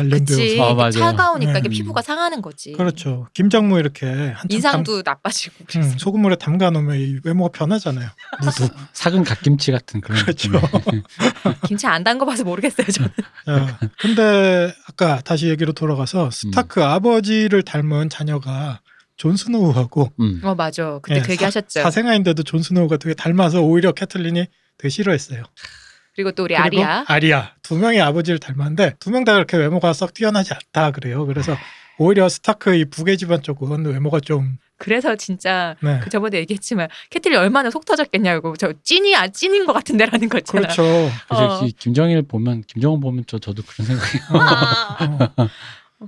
Speaker 2: 단련되어서
Speaker 3: 아, 맞아요.
Speaker 1: 차가우니까 이게
Speaker 3: 음.
Speaker 1: 피부가 상하는 거지
Speaker 2: 네. 그렇죠. 김장무 이렇게 한참
Speaker 1: 인상도 나빠지고
Speaker 2: 담,
Speaker 1: 그래서 *laughs*
Speaker 2: 음, 소금물에 담가 놓으면 이 외모가 변하잖아요.
Speaker 3: 무슨 사근 갓김치 같은 그런
Speaker 2: 그렇죠.
Speaker 3: 느낌의.
Speaker 1: 김치 안 담궈 봐서 모르겠어요 저는
Speaker 2: 자, 근데 아까 다시 얘기로 돌아가서 스타크 아버지를 닮은 자녀가 존 스노우하고
Speaker 1: *laughs*
Speaker 3: 음.
Speaker 1: 어 맞아 그때
Speaker 2: 예,
Speaker 1: 그 얘기
Speaker 2: 사-
Speaker 1: 하셨죠
Speaker 2: 사생아인데도 존 스노우가 되게 닮아서 오히려 캐틀린이 되게 싫어했어요.
Speaker 1: 그리고 또 우리
Speaker 2: 그리고
Speaker 1: 아리아
Speaker 2: 아리아 두 명의 아버지를 닮았는데 두 명 다 그렇게 외모가 썩 뛰어나지 않다 그래요.
Speaker 1: 아.
Speaker 2: 그래서 오히려 스타크 이 북의 집안 쪽은 외모가 좀
Speaker 1: 그래서 진짜
Speaker 2: 네.
Speaker 1: 그 저번에 얘기했지만 캐틀이 얼마나 속 터졌겠냐고 저 찐이 안 찐인 것 같은데라는 거 있잖아 *laughs*
Speaker 2: 그렇죠.
Speaker 3: 그래서
Speaker 1: 어.
Speaker 3: 이 김정일 보면 김정은 보면 저 저도 그런 생각이
Speaker 1: 아.
Speaker 2: 어,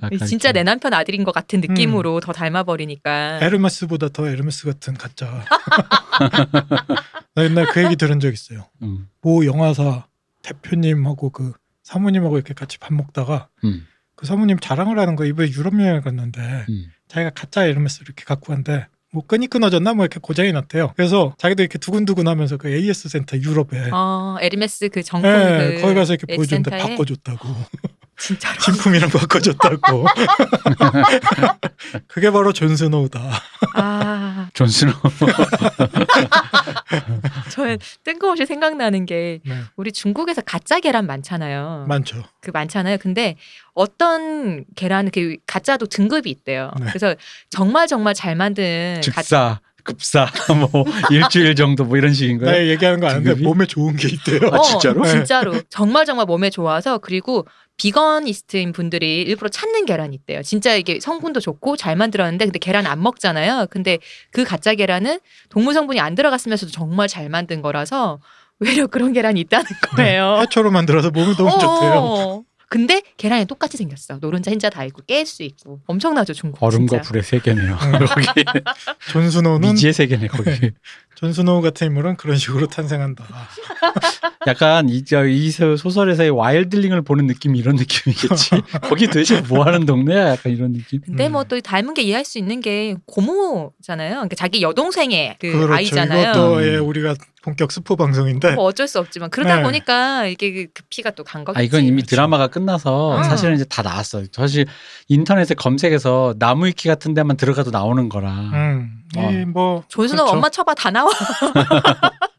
Speaker 3: 약간
Speaker 1: 진짜
Speaker 3: 이렇게.
Speaker 1: 내 남편 아들인 것 같은 느낌으로 더 닮아버리니까
Speaker 2: 음. 에르메스보다 더 에르메스 같은 가짜.
Speaker 1: *laughs*
Speaker 2: 나 옛날 그 얘기 들은 적 있어요.
Speaker 3: 음.
Speaker 2: 모 영화사 대표님하고 그 사모님하고 이렇게 같이 밥 먹다가
Speaker 3: 음.
Speaker 2: 그 사모님 자랑을 하는 거야. 이번에 유럽 여행을 갔는데
Speaker 3: 음.
Speaker 2: 자기가 가짜 에르메스 이렇게 갖고 왔는데 뭐 끈이 끊어졌나 뭐 이렇게 고장이 났대요. 그래서 자기도 이렇게 두근두근 하면서 그 AS 센터 유럽에
Speaker 1: 어 에르메스 그 정품
Speaker 2: 예,
Speaker 1: 그
Speaker 2: 거기 가서 이렇게
Speaker 1: 에이스
Speaker 2: 보여줬는데
Speaker 1: 센터에?
Speaker 2: 바꿔줬다고 *laughs*
Speaker 1: 진짜로
Speaker 2: 진품이랑 바꿔줬다고 *laughs* 그게 바로 존스노우다
Speaker 1: 아
Speaker 3: 존스노
Speaker 1: 저는 뜬금없이 생각나는 게
Speaker 2: 네.
Speaker 1: 우리 중국에서 가짜 계란 많잖아요.
Speaker 2: 많죠
Speaker 1: 그 많잖아요. 근데 어떤 계란 그 가짜도 등급이 있대요.
Speaker 2: 네.
Speaker 1: 그래서 정말 정말 잘 만든 가-
Speaker 3: 즉사 급사 *laughs* 뭐 일주일 정도 뭐 이런 식인 거예요.
Speaker 2: 나 얘기하는 거 아는데
Speaker 3: 등급이?
Speaker 2: 몸에 좋은 게 있대요
Speaker 3: 아, 진짜로?
Speaker 1: 어,
Speaker 2: 네.
Speaker 1: 진짜로 정말 정말 몸에 좋아서 그리고 비건이스트인 분들이 일부러 찾는 계란이 있대요. 진짜 이게 성분도 좋고 잘 만들었는데 근데 계란 안 먹잖아요. 근데 그 가짜 계란은 동물 성분이 안 들어갔으면서도 정말 잘 만든 거라서 외려 그런 계란이 있다는
Speaker 3: 네.
Speaker 1: 거예요.
Speaker 3: 아,
Speaker 2: 화초로 만들어서 몸이 너무 좋대요
Speaker 1: 어어. 근데 계란이 똑같이 생겼어. 노른자 흰자 다 있고 깰 수 있고 엄청나죠 중국.
Speaker 3: 얼음과
Speaker 1: 진짜.
Speaker 3: 불의 세계네요. 거기
Speaker 2: 어. 존스노우는
Speaker 3: 미지의 세계네 거기.
Speaker 2: 존스노우 같은 인물은 그런 식으로 탄생한다 아,
Speaker 3: 약간 이이 소설에서의 와일드링을 보는 느낌 이런 느낌이겠지. *laughs* 거기 도대체 뭐 하는 동네야? 약간 이런 느낌.
Speaker 1: 근데
Speaker 2: 음.
Speaker 1: 뭐 또 닮은 게 이해할 수 있는 게 고모잖아요. 그러니까 자기 여동생의 그
Speaker 2: 그렇죠
Speaker 1: 아이잖아요.
Speaker 2: 이것도 예, 우리가 본격 스포 방송인데
Speaker 1: 뭐 어쩔 수 없지만 그러다
Speaker 2: 네.
Speaker 1: 보니까 이게 그 피가 또 간 거겠지.
Speaker 3: 아 이건 이미
Speaker 2: 그렇죠.
Speaker 3: 드라마가 끝나서
Speaker 1: 음.
Speaker 3: 사실은 이제 다 나왔어. 요 사실 인터넷에 검색해서 나무위키 같은 데만 들어가도 나오는 거라.
Speaker 2: 음,
Speaker 3: 어.
Speaker 2: 이뭐
Speaker 1: 존스노
Speaker 2: 그렇죠.
Speaker 1: 엄마 쳐봐 다 나와.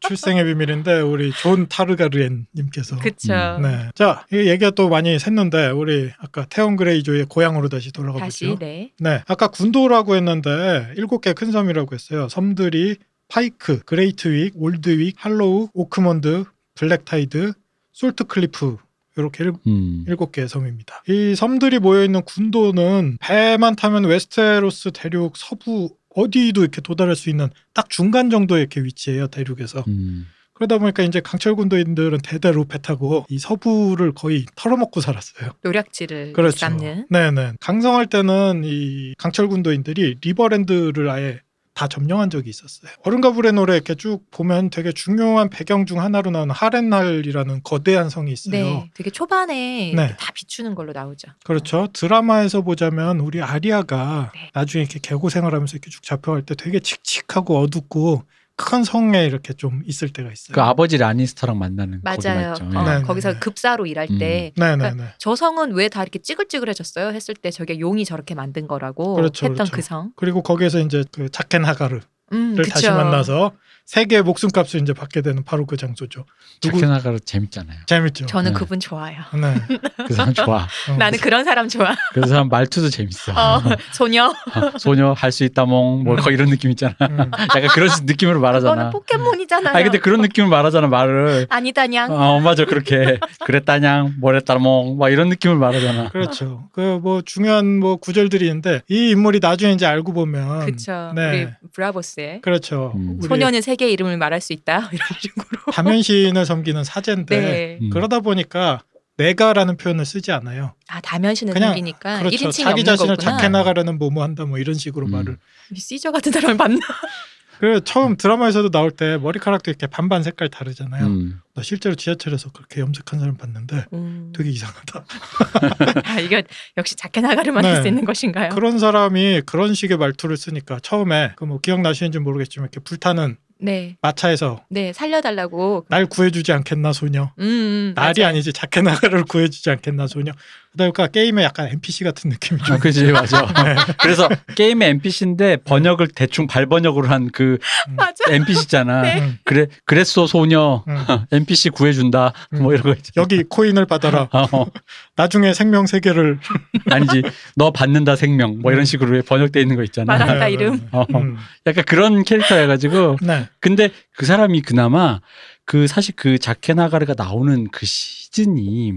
Speaker 2: 출생의 비밀인데 우리 존 타르가르엔 님께서
Speaker 1: 그쵸.
Speaker 3: 음,
Speaker 2: 네. 자, 이 얘기가 또 많이 샜는데 우리 아까 태원 그레이조의 고향으로 다시 돌아가
Speaker 1: 다시
Speaker 2: 보죠.
Speaker 1: 네.
Speaker 2: 네. 아까 군도라고 했는데 일곱 개 큰 섬이라고 했어요. 섬들이 파이크, 그레이트 윅, 올드 윅, 할로우, 오크먼드, 블랙타이드, 솔트 클리프 이렇게 일-
Speaker 3: 음.
Speaker 2: 일곱 개의 섬입니다. 이 섬들이 모여 있는 군도는 배만 타면 웨스테로스 대륙 서부 어디도 이렇게 도달할 수 있는 딱 중간 정도의 이렇게 위치예요 대륙에서.
Speaker 3: 음.
Speaker 2: 그러다 보니까 이제 강철 군도인들은 대대로 배 타고 이 서부를 거의 털어먹고 살았어요.
Speaker 1: 음, 노략질을
Speaker 2: 그렇죠.
Speaker 1: 삼는.
Speaker 2: 네네. 강성할 때는 이 강철 군도인들이 리버랜드를 아예 다 점령한 적이 있었어요. 어른과 불의 노래 이렇게 쭉 보면 되게 중요한 배경 중 하나로 나오는 하렌날이라는 거대한 성이 있어요.
Speaker 1: 네. 되게 초반에
Speaker 2: 네.
Speaker 1: 다 비추는 걸로 나오죠.
Speaker 2: 그렇죠. 드라마에서 보자면 우리 아리아가
Speaker 1: 네.
Speaker 2: 나중에 이렇게 계고 생활하면서 이렇게 쭉 잡혀갈 때 되게 칙칙하고 어둡고 큰 성에 이렇게 좀 있을 때가 있어요.
Speaker 3: 그 아버지 라니스터랑 만나는 거기
Speaker 1: 맞아요.
Speaker 3: 맞죠.
Speaker 1: 어,
Speaker 3: 예.
Speaker 2: 네, 네.
Speaker 1: 거기서 급사로 일할
Speaker 3: 음.
Speaker 1: 때
Speaker 2: 네네네.
Speaker 1: 저 성은 왜 다 이렇게 찌글찌글해졌어요? 했을 때 저게 용이 저렇게 만든 거라고
Speaker 2: 그렇죠,
Speaker 1: 했던
Speaker 2: 그렇죠.
Speaker 1: 그 성.
Speaker 2: 그리고 거기에서 이제 그 자켄 하가르
Speaker 1: 음,
Speaker 2: 를 다시
Speaker 1: 그쵸.
Speaker 2: 만나서 세계의 목숨값을 이제 받게 되는 바로 그 장소죠. 누구
Speaker 3: 자켓나가로 재밌잖아요.
Speaker 2: 재밌죠.
Speaker 1: 저는
Speaker 3: 네.
Speaker 1: 그분 좋아요. *laughs*
Speaker 2: 네.
Speaker 3: 그
Speaker 2: *laughs*
Speaker 3: 사람 좋아.
Speaker 2: 어.
Speaker 1: 나는 그런 사람 좋아.
Speaker 3: 그 사람 말투도 재밌어.
Speaker 1: 어, 소녀.
Speaker 3: 소녀 할 수 있다몽 뭐 거의 이런 느낌 있잖아.
Speaker 2: 음.
Speaker 3: 약간
Speaker 1: *laughs*
Speaker 3: 그런
Speaker 1: *laughs* 그거는
Speaker 3: 느낌으로
Speaker 1: 어.
Speaker 3: 말하잖아.
Speaker 1: 포켓몬이잖아요.
Speaker 3: 아 근데 그런 느낌으로 말하잖아 말을.
Speaker 1: 아니다냥.
Speaker 3: 어 맞아 그렇게 그랬다냥 뭐랬다몽 막 이런 느낌으로 말하잖아.
Speaker 2: 그렇죠. 그 뭐 중요한 뭐 구절들이 있는데 이 인물이 나중에 이제 알고 보면
Speaker 1: 그렇죠.
Speaker 2: 네.
Speaker 1: 우리 브라보스의
Speaker 2: 그렇죠.
Speaker 3: 음.
Speaker 2: 우리
Speaker 1: 소녀는 세계 *laughs* 이름을 말할 수 있다. 이런 식으로.
Speaker 2: 밤현신을 섬기는 사제인데
Speaker 1: 네.
Speaker 3: 음.
Speaker 2: 그러다 보니까 내가라는 표현을 쓰지 않아요.
Speaker 1: 아 다면시는
Speaker 2: 그냥,
Speaker 1: 아, 속이니까 일
Speaker 2: 그렇죠.
Speaker 1: 1인칭이
Speaker 2: 자기
Speaker 1: 없는
Speaker 2: 자신을
Speaker 1: 거구나.
Speaker 2: 착해 나가려는 모모한다 뭐 이런 식으로
Speaker 3: 음.
Speaker 2: 말을.
Speaker 1: 시저 같은 사람을 만나.
Speaker 2: 그 처음 드라마에서도 나올 때 머리카락도 이렇게 반반 색깔 다르잖아요.
Speaker 3: 음.
Speaker 2: 나 실제로 지하철에서 그렇게 염색한 사람 봤는데
Speaker 1: 음.
Speaker 2: 되게 이상하다.
Speaker 1: 아 이거 역시 작게 나가려만 할 수
Speaker 2: 네.
Speaker 1: 있는 것인가요?
Speaker 2: 그런 사람이 그런 식의 말투를 쓰니까 처음에 그 뭐 기억나시는지 모르겠지만 이렇게 불타는
Speaker 1: 네,
Speaker 2: 마차에서
Speaker 1: 네 살려달라고.
Speaker 2: 날 구해주지 않겠나 소녀.
Speaker 1: 음, 음
Speaker 2: 날이
Speaker 1: 맞아요.
Speaker 2: 아니지 자케나가를 구해주지 않겠나 소녀. 그러다 보니까 게임에 약간 NPC 같은 느낌이 좀.
Speaker 3: 아, 그지
Speaker 2: *laughs*
Speaker 3: 맞아.
Speaker 2: 네.
Speaker 3: 그래서 게임의 NPC인데 번역을 대충 발번역으로 한 그
Speaker 1: 맞아.
Speaker 3: NPC잖아.
Speaker 1: 네.
Speaker 2: 음,
Speaker 3: 그래 그랬어 소녀
Speaker 2: 음.
Speaker 3: NPC 구해준다
Speaker 2: 음.
Speaker 3: 뭐 이런 거 있지.
Speaker 2: 여기 코인을 받아라.
Speaker 3: 어,
Speaker 2: 나중에 생명 세계를
Speaker 3: 아니지 너 받는다 생명 뭐 이런
Speaker 2: 음.
Speaker 3: 식으로 번역돼 있는 거 있잖아.
Speaker 1: 말한다,
Speaker 2: 네,
Speaker 1: 이름.
Speaker 2: 네,
Speaker 3: 어,
Speaker 2: 네. 음,
Speaker 3: 약간 그런 캐릭터여가지고
Speaker 2: 네.
Speaker 3: 근데 그 사람이 그나마 그 사실 그 자케나가르가 나오는 그 시즌이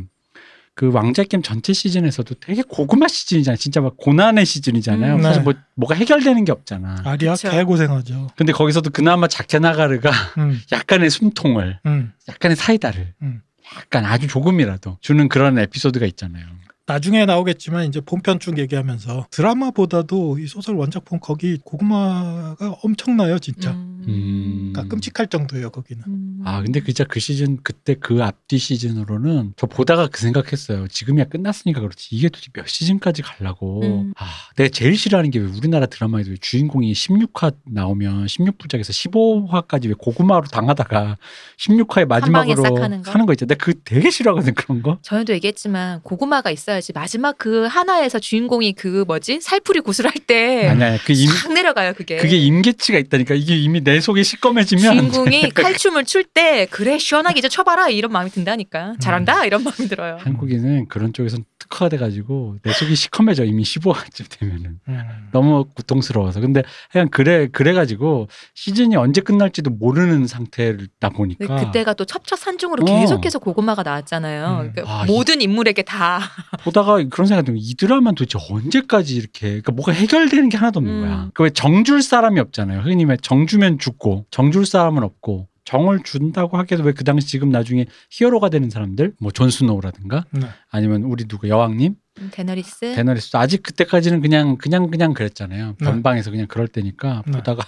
Speaker 3: 그 왕자 게임 전체 시즌에서도 되게 고구마 시즌이잖아. 요 진짜 막 고난의 시즌이잖아요.
Speaker 1: 음.
Speaker 3: 사실
Speaker 2: 네.
Speaker 3: 뭐 뭐가 해결되는 게 없잖아.
Speaker 2: 아리아
Speaker 1: 그쵸.
Speaker 2: 개고생하죠.
Speaker 3: 근데 거기서도 그나마 자케나가르가 *laughs*
Speaker 2: 음,
Speaker 3: 약간의 숨통을,
Speaker 2: 음.
Speaker 3: 약간의 사이다를,
Speaker 2: 음.
Speaker 3: 약간 아주 조금이라도 주는 그런 에피소드가 있잖아요.
Speaker 2: 나중에 나오겠지만 이제 본편 쭉 얘기하면서 드라마보다도 이 소설 원작품 거기 고구마가 엄청나요 진짜.
Speaker 3: 음.
Speaker 2: 그렇죠. 그러니까 끔찍할 정도예요 거기는.
Speaker 1: 음.
Speaker 3: 아 근데 그 진짜 그 시즌 그때 그 앞뒤 시즌으로는 저 보다가 그 생각했어요. 지금이야 끝났으니까 그렇지 이게 도대체 몇 시즌까지 가려고?
Speaker 1: 음.
Speaker 3: 아 내가 제일 싫어하는 게 왜 우리나라 드라마에도 왜 주인공이 16화 나오면 16부작에서 15화까지 왜 고구마로 당하다가 16화의
Speaker 1: 방에
Speaker 3: 마지막으로
Speaker 1: 싹 하는
Speaker 3: 하는
Speaker 1: 거?
Speaker 3: 거, 있잖아. 내가 그 되게 싫어하거든 그런 거.
Speaker 1: 전에도 얘기했지만 고구마가 있어야지 마지막 그 하나에서 주인공이 그 뭐지 살풀이 구슬할 때확
Speaker 3: 아니야 그 임,
Speaker 1: 내려가요 그게.
Speaker 3: 그게 임계치가 있다니까 이게 이미 내 속이 시꺼매지면
Speaker 1: 네. 주인공이 칼춤을 출 때 그래 시원하게 이제 쳐봐라 이런 마음이 든다니까 잘한다 이런 마음이 들어요.
Speaker 3: 한국인은 그런 쪽에선 특화가 돼가지고 내 속이 시커매져 이미 15화쯤 되면은.
Speaker 2: 음.
Speaker 3: 너무 고통스러워서 근데 그냥 그래 그래가지고 시즌이 언제 끝날지도 모르는 상태다
Speaker 1: 근데
Speaker 3: 보니까
Speaker 1: 네, 그때가 또 첩첩산중으로
Speaker 3: 어.
Speaker 1: 계속해서 고구마가 나왔잖아요.
Speaker 2: 음.
Speaker 1: 그러니까
Speaker 3: 아,
Speaker 1: 모든 인물에게 다.
Speaker 3: 보다가 그런 생각이 들면 이 드라마는 도대체 언제까지 이렇게 그러니까 뭐가 해결되는 게 하나도 없는
Speaker 1: 음.
Speaker 3: 거야 그 왜 정줄 사람이 없잖아요 흔히 말 정주면 죽고 정줄 사람은 없고 정을 준다고 하기에도 왜 그 당시 지금 나중에 히어로가 되는 사람들 뭐 존스노우라든가
Speaker 2: 네.
Speaker 3: 아니면 우리 누구 여왕님
Speaker 1: 음, 데너리스.
Speaker 3: 데너리스 아직 그때까지는 그냥 그냥 그냥 그랬잖아요.
Speaker 2: 네.
Speaker 3: 변방에서 그냥 그럴 때니까
Speaker 2: 네.
Speaker 3: 보다가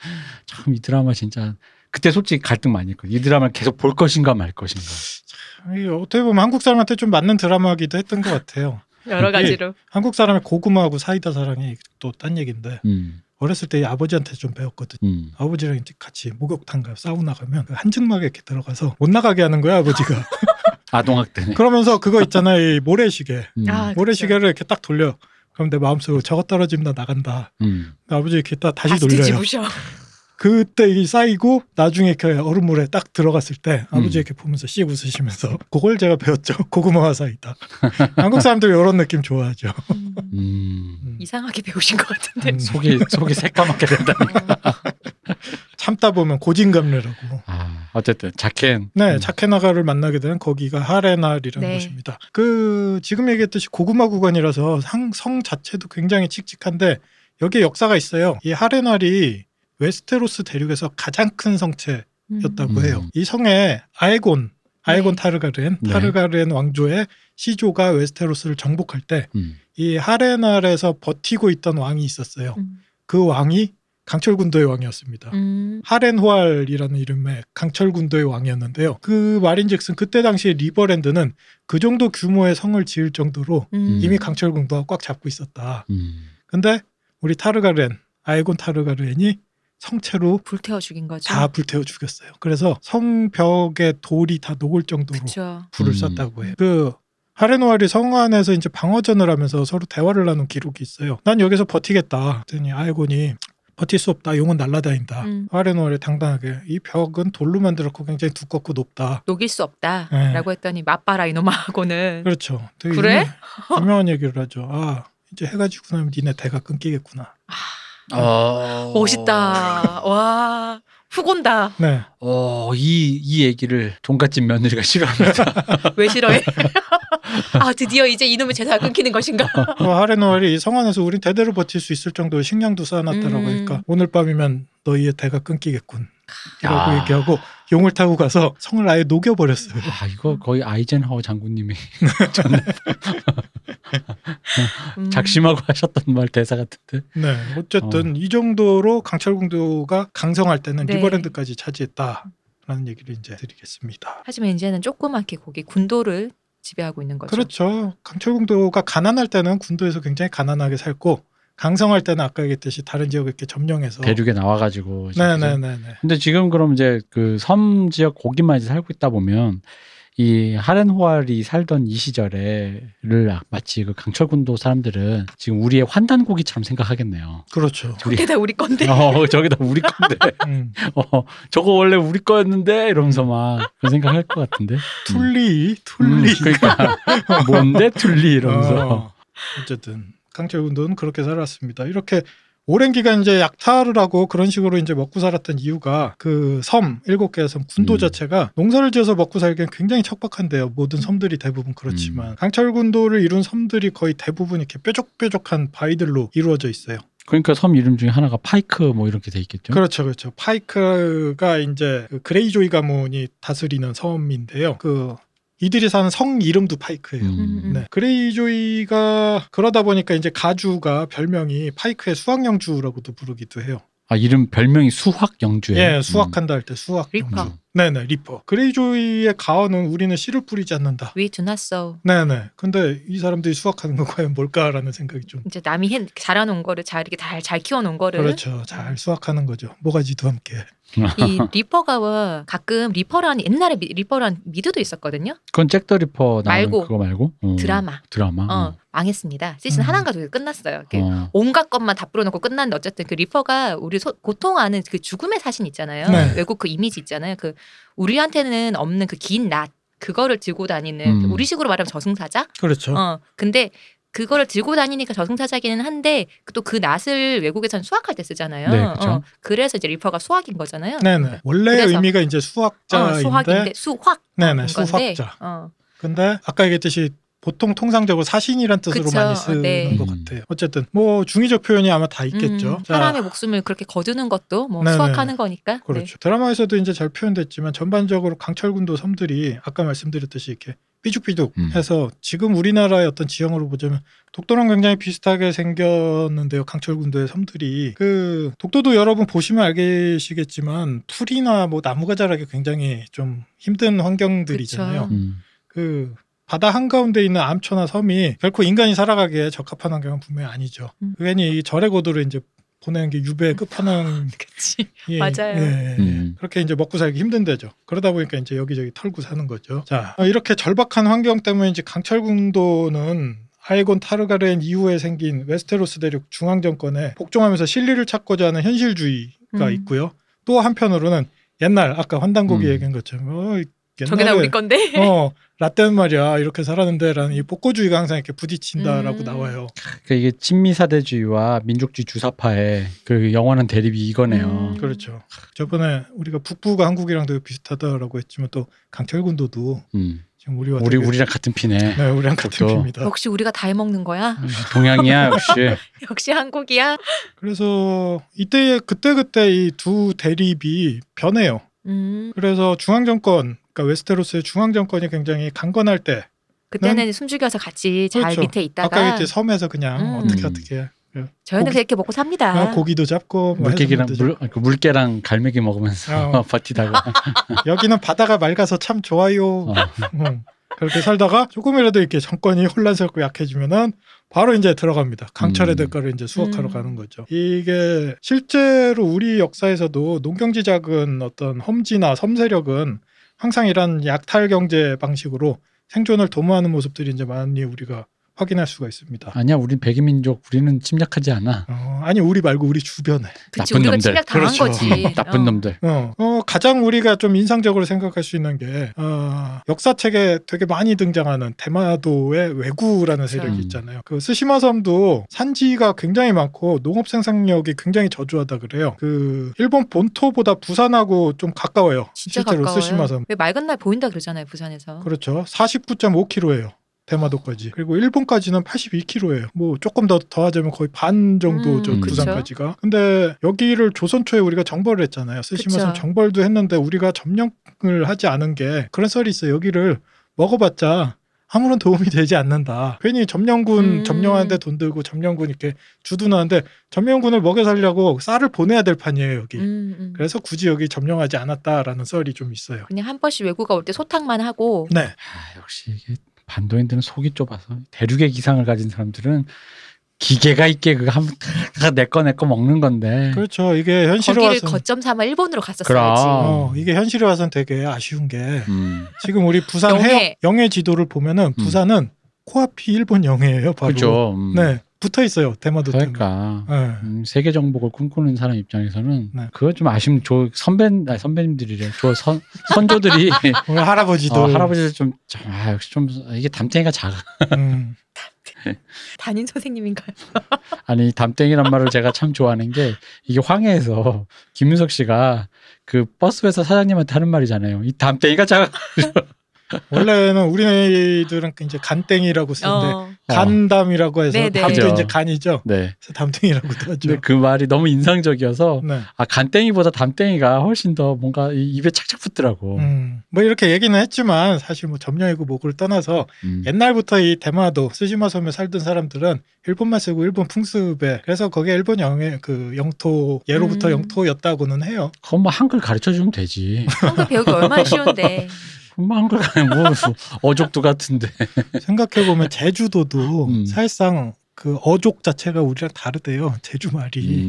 Speaker 3: *laughs* 참 이 드라마 진짜 그때 솔직히 갈등 많이 했거든. 이 드라마를 계속 볼 것인가 말 것인가.
Speaker 2: 이게 어떻게 보면 한국 사람한테 좀 맞는 드라마기도 했던 것 같아요.
Speaker 1: 여러 가지로.
Speaker 2: 한국 사람의 고구마하고 사이다 사랑이 또 딴 얘기인데
Speaker 3: 음,
Speaker 2: 어렸을 때 아버지한테 좀 배웠거든.
Speaker 3: 음.
Speaker 2: 아버지랑 이제 같이 목욕탕 가 사우나 가면 그 한증막에 이렇게 들어가서 못 나가게 하는 거야
Speaker 1: *laughs*
Speaker 2: 아버지가.
Speaker 3: 아동학대네.
Speaker 2: 그러면서 그거 있잖아요 이 모래시계.
Speaker 3: 음,
Speaker 1: 아, 그쵸.
Speaker 2: 모래시계를 이렇게 딱 돌려. 그럼 내 마음속으로 저거 떨어지면 나 나간다.
Speaker 3: 음.
Speaker 2: 아버지 이렇게 딱 다시
Speaker 1: 다시
Speaker 2: 돌려요.
Speaker 1: 뒤집으셔.
Speaker 2: 그때 이게 쌓이고 나중에 그 얼음물에 딱 들어갔을 때
Speaker 3: 음.
Speaker 2: 아버지 이렇게 보면서 씩 웃으시면서 *laughs* 그걸 제가 배웠죠. 고구마와 사이다. 한국 사람들 이런 느낌 좋아하죠.
Speaker 1: 음,
Speaker 3: 음.
Speaker 2: 음.
Speaker 1: 이상하게 배우신 것 같은데.
Speaker 2: 음,
Speaker 3: 속이 속이 새까맣게 된다.
Speaker 1: 어,
Speaker 2: 참다 보면 고진감래라고.
Speaker 3: 아, 어쨌든 자켄.
Speaker 2: 네,
Speaker 3: 음.
Speaker 2: 자케나가를 만나게 된 거기가 하레날이라는
Speaker 1: 네.
Speaker 2: 곳입니다. 그 지금 얘기했듯이 고구마 구간이라서 상, 성 자체도 굉장히 칙칙한데 여기에 역사가 있어요. 이 하레날이 웨스테로스 대륙에서 가장 큰 성체
Speaker 1: 음.
Speaker 2: 였다고
Speaker 3: 음.
Speaker 2: 해요. 이 성에 아에곤, 아에곤
Speaker 1: 네.
Speaker 2: 타르가렌,
Speaker 3: 네.
Speaker 2: 타르가렌 왕조의 시조가 웨스테로스를 정복할
Speaker 3: 음.
Speaker 2: 때 이 하레날에서 버티고 있던 왕이 있었어요.
Speaker 1: 음.
Speaker 2: 그 왕이 강철군도의 왕이었습니다.
Speaker 1: 음.
Speaker 2: 하렌호알이라는 이름의 강철군도의 왕이었는데요. 그 말인즉슨 그때 당시에 리버랜드는 그 정도 규모의 성을 지을 정도로
Speaker 1: 음.
Speaker 2: 이미 강철군도가 꽉 잡고 있었다.
Speaker 3: 음.
Speaker 2: 근데 우리 타르가렌, 아에곤 타르가렌이 성체로
Speaker 1: 불태워 죽인 거죠.
Speaker 2: 다 불태워 죽였어요. 그래서 성벽에 돌이 다 녹을 정도로
Speaker 1: 그렇죠.
Speaker 2: 불을
Speaker 3: 음.
Speaker 2: 쐈다고 해요. 그 하레노알이 성 안에서 이제 방어전을 하면서 서로 대화를 나눈 기록이 있어요. 난 여기서 버티겠다. 그랬더니 아이곤이 버틸 수 없다. 용은 날아다닌다.
Speaker 1: 음.
Speaker 2: 하레노알이 당당하게 이 벽은 돌로 만들었고 굉장히 두껍고 높다.
Speaker 1: 녹일 수
Speaker 2: 네.
Speaker 1: 없다라고 했더니 맞바라 이놈아 하고는
Speaker 2: 그렇죠. 되게
Speaker 1: 그래?
Speaker 2: 유명, 유명한 얘기를 하죠. 아 이제 해가 지고 나면 니네 대가 끊기겠구나.
Speaker 3: 어.
Speaker 1: 아, 멋있다 와 후곤다
Speaker 2: 네.
Speaker 3: 어, 이, 이 얘기를 돈까스 며느리가 *laughs* 싫어합니다.
Speaker 1: 왜 싫어해 *laughs* 아 드디어 이제 이놈의 제사가 끊기는 *laughs* 것인가
Speaker 2: 그 하레노알이 이 성안에서 우린 대대로 버틸 수 있을 정도로 식량도 쌓아놨다라고
Speaker 1: 음.
Speaker 2: 하니까 오늘 밤이면 너희의 대가 끊기겠군. 이라고
Speaker 3: 아.
Speaker 2: 얘기하고 용을 타고 가서 성을 아예 녹여버렸어요.
Speaker 3: 아 이거 거의 아이젠하워 장군님이
Speaker 1: 음.
Speaker 3: 작심하고 하셨던 말 대사 같은데.
Speaker 2: 네, 어쨌든 이 정도로 강철공도가 강성할 때는
Speaker 1: 네.
Speaker 2: 리버랜드까지 차지했다라는 얘기를 이제 드리겠습니다.
Speaker 1: 하지만 이제는 조그맣게 거기 군도를 지배하고 있는 거죠.
Speaker 2: 그렇죠. 강철공도가 가난할 때는 군도에서 굉장히 가난하게 살고 강성할 때는 아까 얘기했듯이 다른 지역을 이렇게 점령해서
Speaker 3: 대륙에 나와가지고. 이제 그죠?
Speaker 2: 어. 네네네네.
Speaker 3: 근데 지금 그럼 이제 그 섬 지역 고기만 이제 살고 있다 보면 이 하렌호알이 살던 이 시절에를 아- 마치 그 강철군도 사람들은 지금 우리의 환단 고기처럼 생각하겠네요.
Speaker 2: 그렇죠.
Speaker 1: 그게 다 우리 건데.
Speaker 3: 어, *laughs* 저기다 우리 건데.
Speaker 2: 음.
Speaker 3: 어, 저거 원래 우리 거였는데 이러면서 막 그런 생각할 것 같은데. 음.
Speaker 2: 툴리,
Speaker 3: 음,
Speaker 2: 툴리.
Speaker 3: 그러니까 *laughs* 뭔데 툴리 이러면서.
Speaker 2: 어, 어쨌든 강철군도는 그렇게 살았습니다. 이렇게 오랜 기간 이제 약탈을 하고 그런 식으로 이제 먹고 살았던 이유가 그 섬 일곱 개의 섬 군도
Speaker 3: 음.
Speaker 2: 자체가 농사를 지어서 먹고 살기엔 굉장히 척박한데요. 모든 섬들이 대부분
Speaker 3: 음.
Speaker 2: 그렇지만 강철군도를 이룬 섬들이 거의 대부분 이렇게 뾰족뾰족한 바위들로 이루어져 있어요.
Speaker 3: 그러니까 섬 이름 중에 하나가 파이크 뭐 이렇게 돼 있겠죠.
Speaker 2: 그렇죠, 그렇죠. 파이크가 이제 그 그레이조이 가문이 다스리는 섬인데요. 그 이들이 사는 성 이름도 파이크예요.
Speaker 1: 음, 음.
Speaker 2: 네. 그레이조이가 그러다 보니까 이제 가주가 별명이 파이크의 수학영주라고도 부르기도 해요.
Speaker 3: 아 이름 별명이 수학 영주예요. 음.
Speaker 2: 예, 수학한다 할 때 수학.
Speaker 1: 리퍼.
Speaker 3: 영주.
Speaker 2: 네네, 리퍼. 그레이조이의 가언은 우리는 씨를 뿌리지 않는다.
Speaker 1: We do not sow.
Speaker 2: 네네. 근데 이 사람들이 수학하는 건 *laughs* 과연 뭘까라는 생각이 좀.
Speaker 1: 이제 남이 해- 잘해놓은 거를 잘 이렇게 잘, 잘 키워놓은 거를
Speaker 2: 그렇죠. 잘 수학하는 거죠. 모가지도 함께.
Speaker 1: 이 리퍼가 가끔 리퍼라는 옛날에 미- 리퍼라는 미드도 있었거든요.
Speaker 3: 그건 잭 더 리퍼 나오는
Speaker 1: 말고.
Speaker 3: 그거 말고 어,
Speaker 1: 드라마.
Speaker 3: 드라마.
Speaker 1: 어, 망했습니다. 시즌
Speaker 2: 음.
Speaker 1: 하나 가지고 끝났어요. 이렇게
Speaker 3: 어.
Speaker 1: 온갖 것만 다 뿌려놓고 끝났는데 어쨌든 그 리퍼가 우리 소- 고통하는 그 죽음의 사신 있잖아요.
Speaker 2: 네.
Speaker 1: 외국 그 이미지 있잖아요. 그 우리한테는 없는 그 긴 낫 그거를 들고 다니는
Speaker 3: 음.
Speaker 1: 우리식으로 말하면 저승사자.
Speaker 2: 그렇죠.
Speaker 1: 어 근데 그거를 들고 다니니까 저승사자기는 한데 또 그 낫을 외국에서는 수학할 때 쓰잖아요.
Speaker 3: 네, 그쵸.
Speaker 2: 그렇죠.
Speaker 1: 어, 그래서 이제 리퍼가 수학인 거잖아요.
Speaker 2: 네네. 원래의
Speaker 1: 그래서-
Speaker 2: 의미가 이제
Speaker 1: 어,
Speaker 2: 수학자인데.
Speaker 1: 수학인데 수확
Speaker 2: 네네.
Speaker 1: 건데.
Speaker 2: 수학자.
Speaker 1: 어.
Speaker 2: 근데 아까 얘기했듯이 보통 통상적으로 사신이란 뜻으로
Speaker 1: 그쵸.
Speaker 2: 많이 쓰는
Speaker 1: 네.
Speaker 2: 것
Speaker 3: 음.
Speaker 2: 같아요. 어쨌든 뭐 중의적 표현이 아마 다 있겠죠.
Speaker 1: 음,
Speaker 2: 자,
Speaker 1: 사람의 네. 목숨을 그렇게 거두는 것도 뭐
Speaker 2: 네네.
Speaker 1: 수확하는 거니까.
Speaker 2: 그렇죠. 드라마에서도 이제 잘 표현됐지만 전반적으로 강철군도 섬들이 아까 말씀드렸듯이 이렇게 삐죽삐죽해서 지금 우리나라의 어떤 지형으로 보자면 독도랑 굉장히 비슷하게 생겼는데요. 강철군도의 섬들이 그 독도도 여러분 보시면 알겠시겠지만 풀이나 뭐 나무가 자라기 굉장히 좀 힘든 환경들이잖아요.
Speaker 1: 그쵸.
Speaker 3: 음.
Speaker 2: 그 바다 한가운데 있는 암초나 섬이 결코 인간이 살아가기에 적합한 환경은 분명히 아니죠.
Speaker 1: 음.
Speaker 2: 괜히 이 절의 고도를 이제 보내는 게 유배의 끝판왕.
Speaker 1: 그렇지. *laughs*
Speaker 2: 예,
Speaker 1: 맞아요.
Speaker 2: 예, 예.
Speaker 3: 음.
Speaker 2: 그렇게 이제 먹고 살기 힘든 데죠. 그러다 보니까 이제 여기저기 털고 사는 거죠. 자, 어, 이렇게 절박한 환경 때문에 이제 강철군도는 하이곤 타르가렌 이후에 생긴 웨스테로스 대륙 중앙 정권에 복종하면서 실리를 찾고자 하는 현실주의가
Speaker 1: 음.
Speaker 2: 있고요. 또 한편으로는 옛날 아까 환단고기
Speaker 3: 음.
Speaker 2: 얘기한 것처럼 어,
Speaker 1: *laughs* 저게 다
Speaker 2: 옛날에
Speaker 1: 우리 건데.
Speaker 2: 어, 라떼는 말이야 이렇게 살았는데라는 이 복고주의가 항상 이렇게 부딪힌다라고
Speaker 1: 음.
Speaker 2: 나와요.
Speaker 3: 그러니까 이게 친미사대주의와 민족주의 주사파의 그 영원한 대립이 이거네요.
Speaker 1: 음.
Speaker 2: 그렇죠. 저번에 우리가 북부가 한국이랑 되게 비슷하다라고 했지만 또 강철군도도
Speaker 3: 음.
Speaker 2: 지금 우리와
Speaker 3: 우리
Speaker 2: 되게-
Speaker 3: 우리랑 같은 피네.
Speaker 2: *laughs* 네, 우리랑 같은
Speaker 3: 독도.
Speaker 1: *laughs*
Speaker 2: 팀입니다.
Speaker 1: 역시 우리가 다 해먹는
Speaker 2: 음.
Speaker 1: 거야.
Speaker 3: 역시
Speaker 2: *laughs*
Speaker 3: 동양이야 역시.
Speaker 1: *laughs* 역시 한국이야.
Speaker 2: 그래서 이때 그때 그때 이 두 대립이 변해요.
Speaker 1: 음.
Speaker 2: 그래서 중앙 정권, 그러니까 웨스테로스의 중앙 정권이 굉장히 강건할 때
Speaker 1: 그때는 숨죽여서 같이 잘
Speaker 2: 그렇죠.
Speaker 1: 밑에
Speaker 2: 아까
Speaker 1: 있다가
Speaker 2: 이제 섬에서 그냥
Speaker 1: 음.
Speaker 2: 어떻게 어떻게
Speaker 1: 저희는
Speaker 2: 고기- 아,
Speaker 1: 그렇게 먹고 삽니다.
Speaker 2: 그냥 고기도 잡고 뭐
Speaker 3: 물개기랑
Speaker 2: 해산물도
Speaker 3: 물, 그 물개랑 갈매기 먹으면서
Speaker 2: 어.
Speaker 3: *laughs* 버티다가
Speaker 2: 잡고. 여기는 바다가 맑아서 참 좋아요.
Speaker 3: 어.
Speaker 2: 음. 그렇게 살다가 조금이라도 이렇게 정권이 혼란스럽고 약해지면은 바로 이제 들어갑니다. 강철의
Speaker 3: 음.
Speaker 2: 대가를 이제 수확하러
Speaker 1: 음.
Speaker 2: 가는 거죠. 이게 실제로 우리 역사에서도 농경지 작은 어떤 험지나 섬세력은 항상 이런 약탈 경제 방식으로 생존을 도모하는 모습들이 이제 많이 우리가 확인할 수가 있습니다.
Speaker 3: 아니야 우린 백이민족 우리는 침략하지 않아.
Speaker 2: 어, 아니 우리 말고 우리 주변에
Speaker 1: 그치,
Speaker 3: 나쁜
Speaker 1: 우리가
Speaker 3: 놈들.
Speaker 1: 침략 당한
Speaker 2: 그렇죠.
Speaker 1: 거지.
Speaker 3: *laughs* 나쁜
Speaker 1: 어.
Speaker 3: 놈들.
Speaker 2: 어, 어, 가장 우리가 좀 인상적으로 생각할 수 있는 게 어, 역사책에 되게 많이 등장하는 대마도의
Speaker 1: 그렇죠.
Speaker 2: 왜구라는 세력이
Speaker 3: 음.
Speaker 2: 있잖아요. 그 스시마 섬도 산지가 굉장히 많고 농업 생산력이 굉장히 저조하다 그래요. 그 일본 본토보다 부산하고 좀 가까워요.
Speaker 1: 진짜
Speaker 2: 실제로
Speaker 1: 가까워요.
Speaker 2: 스시마 섬.
Speaker 1: 어? 왜 맑은 날 보인다 그러잖아요 부산에서.
Speaker 2: 그렇죠. 49.5km예요. 대마도까지 그리고 일본까지는 82km예요. 뭐 조금 더 더하자면 거의 반 정도
Speaker 1: 음,
Speaker 2: 저
Speaker 3: 그쵸.
Speaker 2: 부산까지가. 근데 여기를 조선 초에 우리가 정벌을 했잖아요. 쓰시면서
Speaker 1: 그쵸.
Speaker 2: 정벌도 했는데 우리가 점령을 하지 않은 게 그런 썰이 있어. 요 여기를 먹어봤자 아무런 도움이 *laughs* 되지 않는다. 괜히 점령군
Speaker 1: 음.
Speaker 2: 점령하는데 돈 들고 점령군 이렇게 주둔하는데 점령군을 먹여 살려고 쌀을 보내야 될 판이에요 여기.
Speaker 1: 음, 음.
Speaker 2: 그래서 굳이 여기 점령하지 않았다라는 썰이 좀 있어요.
Speaker 1: 그냥 한 번씩 외국어 올 때 소탕만 하고
Speaker 2: 네,
Speaker 3: 아, 역시 이게 반도인들은 속이 좁아서 대륙의 기상을 가진 사람들은 기계가 있게 그거 한번 내꺼 내꺼 먹는 건데
Speaker 2: 그렇죠. 이게 현실에
Speaker 1: 거기를
Speaker 2: 와서
Speaker 1: 거점 삼아 일본으로 갔었어야지.
Speaker 3: 그럼.
Speaker 2: 어, 이게 현실에 와서는 되게 아쉬운 게
Speaker 3: 음.
Speaker 2: 지금 우리 부산
Speaker 1: 영해.
Speaker 2: 해역 영해 지도를 보면은 부산은 코앞이 일본 영해예요, 바로.
Speaker 3: 그렇죠. 음.
Speaker 2: 네, 붙어 있어요 대마도
Speaker 3: 그러니까
Speaker 2: 때문에. 네.
Speaker 3: 음, 세계 정복을 꿈꾸는 사람 입장에서는
Speaker 2: 네.
Speaker 3: 그거 좀 아쉬운 저 선배 아 선배님들이래 저선 *laughs* 선조들이
Speaker 2: 우리 *laughs* 할아버지도
Speaker 3: 어, 할아버지들 좀, 참, 아, 역시 좀 이게 담땡이가 작아
Speaker 2: 음,
Speaker 1: 담임 선생님인가요?
Speaker 3: 아니 담땡이란 말을 제가 참 좋아하는 게 이게 황해에서 김윤석 씨가 그 버스 회사 사장님한테 하는 말이잖아요 이 담땡이가 작아
Speaker 2: 원래는 우리네들은 이제 간땡이라고 쓰는데
Speaker 1: 어.
Speaker 2: 간담이라고 해서
Speaker 1: 네, 네.
Speaker 2: 담도
Speaker 3: 그죠.
Speaker 2: 이제 간이죠.
Speaker 3: 네
Speaker 2: 그래서 담땡이라고도 하죠.
Speaker 3: 근데 그 말이 너무 인상적이어서
Speaker 2: 네.
Speaker 3: 아 간땡이보다 담땡이가 훨씬 더 뭔가 이- 입에 착착 붙더라고
Speaker 2: 음, 뭐 이렇게 얘기는 했지만 사실 뭐 점령이고 뭐고를 떠나서
Speaker 3: 음.
Speaker 2: 옛날부터 이 대마도 쓰시마 섬에 살던 사람들은 일본만 쓰고 일본 풍습에 그래서 거기에 일본 영해 그 영토 예로부터
Speaker 1: 음.
Speaker 2: 영토였다고는 해요.
Speaker 3: 그건 뭐 한글 가르쳐 주면 되지
Speaker 1: 한글 배우기 얼마나
Speaker 2: *laughs*
Speaker 1: 쉬운데.
Speaker 3: 그건 뭐 한글 가르쳐 뭐 어족도 같은데
Speaker 2: 생각해
Speaker 3: *laughs*
Speaker 2: 보면 제주도도
Speaker 3: 음.
Speaker 2: 사실상 그 어족 자체가 우리랑 다르대요. 제주 말이
Speaker 3: 음,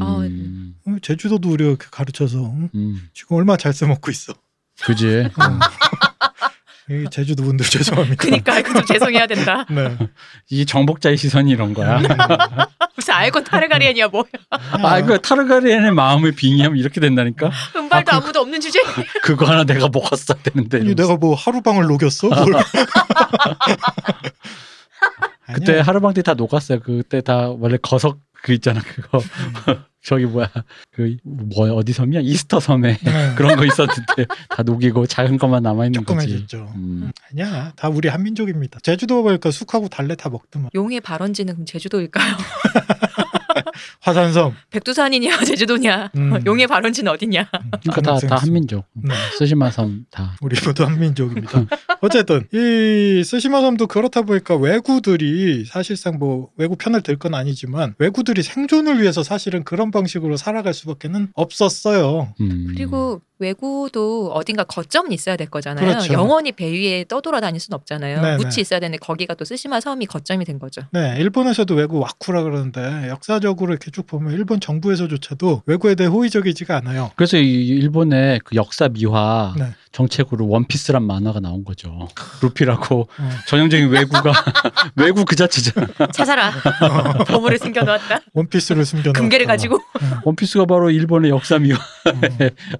Speaker 1: 어.
Speaker 2: 어, 제주도도 우리가 이렇게 가르쳐서 응?
Speaker 3: 음,
Speaker 2: 지금 얼마 나잘 써먹고 있어.
Speaker 3: 그지
Speaker 2: 음.
Speaker 3: 음.
Speaker 2: 어. 이 제주도 분들 *laughs* 그러니까 죄송합니다.
Speaker 1: 그니까 그좀 죄송해야 된다.
Speaker 3: *laughs*
Speaker 2: 네.
Speaker 3: 이게 정복자의 시선이 이런
Speaker 2: 음.
Speaker 3: 거야
Speaker 1: *laughs* 무슨 아이콘 타르가리엔이야 뭐야.
Speaker 3: 아 이거 타르가리엔의 마음의 빙의하면 이렇게 된다니까
Speaker 1: 은발도
Speaker 2: 그
Speaker 3: 아,
Speaker 1: 아무도 없는 주제.
Speaker 3: 그거 하나 내가 먹었어야 되는데
Speaker 2: 아니,
Speaker 3: 이러면서.
Speaker 2: 내가 뭐 하루방을 녹였어? 뭘. 아니야.
Speaker 3: *laughs* 그때 하루방 때 다 녹았어요. 그때 다 원래 거석 그 있잖아 그거
Speaker 2: 음.
Speaker 3: *laughs* 저기 뭐야 그 뭐 어디 섬이야 이스터 섬에 *laughs*
Speaker 2: 네.
Speaker 3: 그런 거 있었는데 다 녹이고 작은 것만 남아 있는 거지.
Speaker 2: 조금해졌죠.
Speaker 3: 음.
Speaker 2: 아니야, 다 우리 한민족입니다. 제주도 가니까 숙하고 달래 다 먹더만.
Speaker 1: 용의 발원지는 그럼 제주도일까요?
Speaker 2: 화산섬.
Speaker 1: 백두산이냐 *laughs* 제주도냐?
Speaker 2: 음.
Speaker 1: 용의 발원지는 어디냐?
Speaker 2: 음,
Speaker 3: 그러니까 다, 다
Speaker 2: 가능성이
Speaker 3: 한민족
Speaker 2: 있습니다. 네.
Speaker 3: 쓰시마 섬 다.
Speaker 2: 우리 모두 한민족입니다. 어쨌든 이 쓰시마섬도 그렇다 보니까 외구들이 사실상 뭐 외구 편을 들 건 아니지만 외구들이 생존을 위해서 사실은 그런 방식으로 살아갈 수밖에는 없었어요.
Speaker 3: 음.
Speaker 1: 그리고 외구도 어딘가 거점이 있어야 될 거잖아요.
Speaker 2: 그렇죠.
Speaker 1: 영원히 배 위에 떠돌아다닐 순 없잖아요.
Speaker 2: 네,
Speaker 1: 묻이
Speaker 2: 네.
Speaker 1: 있어야 되는데 거기가 또 쓰시마 섬이 거점이 된
Speaker 2: *laughs*
Speaker 1: 거죠.
Speaker 2: 네, 일본에서도 외구 와쿠라 그러는데 역사적으로 이렇게 쭉 보면 일본 정부에서조차도 외구에 대해 호의적이지가 않아요.
Speaker 3: 그래서 이 일본의 그 역사 미화
Speaker 2: 네.
Speaker 3: 정책으로 원피스란 만화가 나온 거죠. 루피라고
Speaker 2: *laughs* 어.
Speaker 3: 전형적인 외구가 *laughs* 외구 그 자체잖아.
Speaker 2: *laughs*
Speaker 1: 찾아라. 보물을 숨겨놓았다.
Speaker 2: 원피스를 숨겨놓은
Speaker 1: 금괴를 가지고.
Speaker 3: 원피스가 바로 일본의 역사 미화
Speaker 2: 음.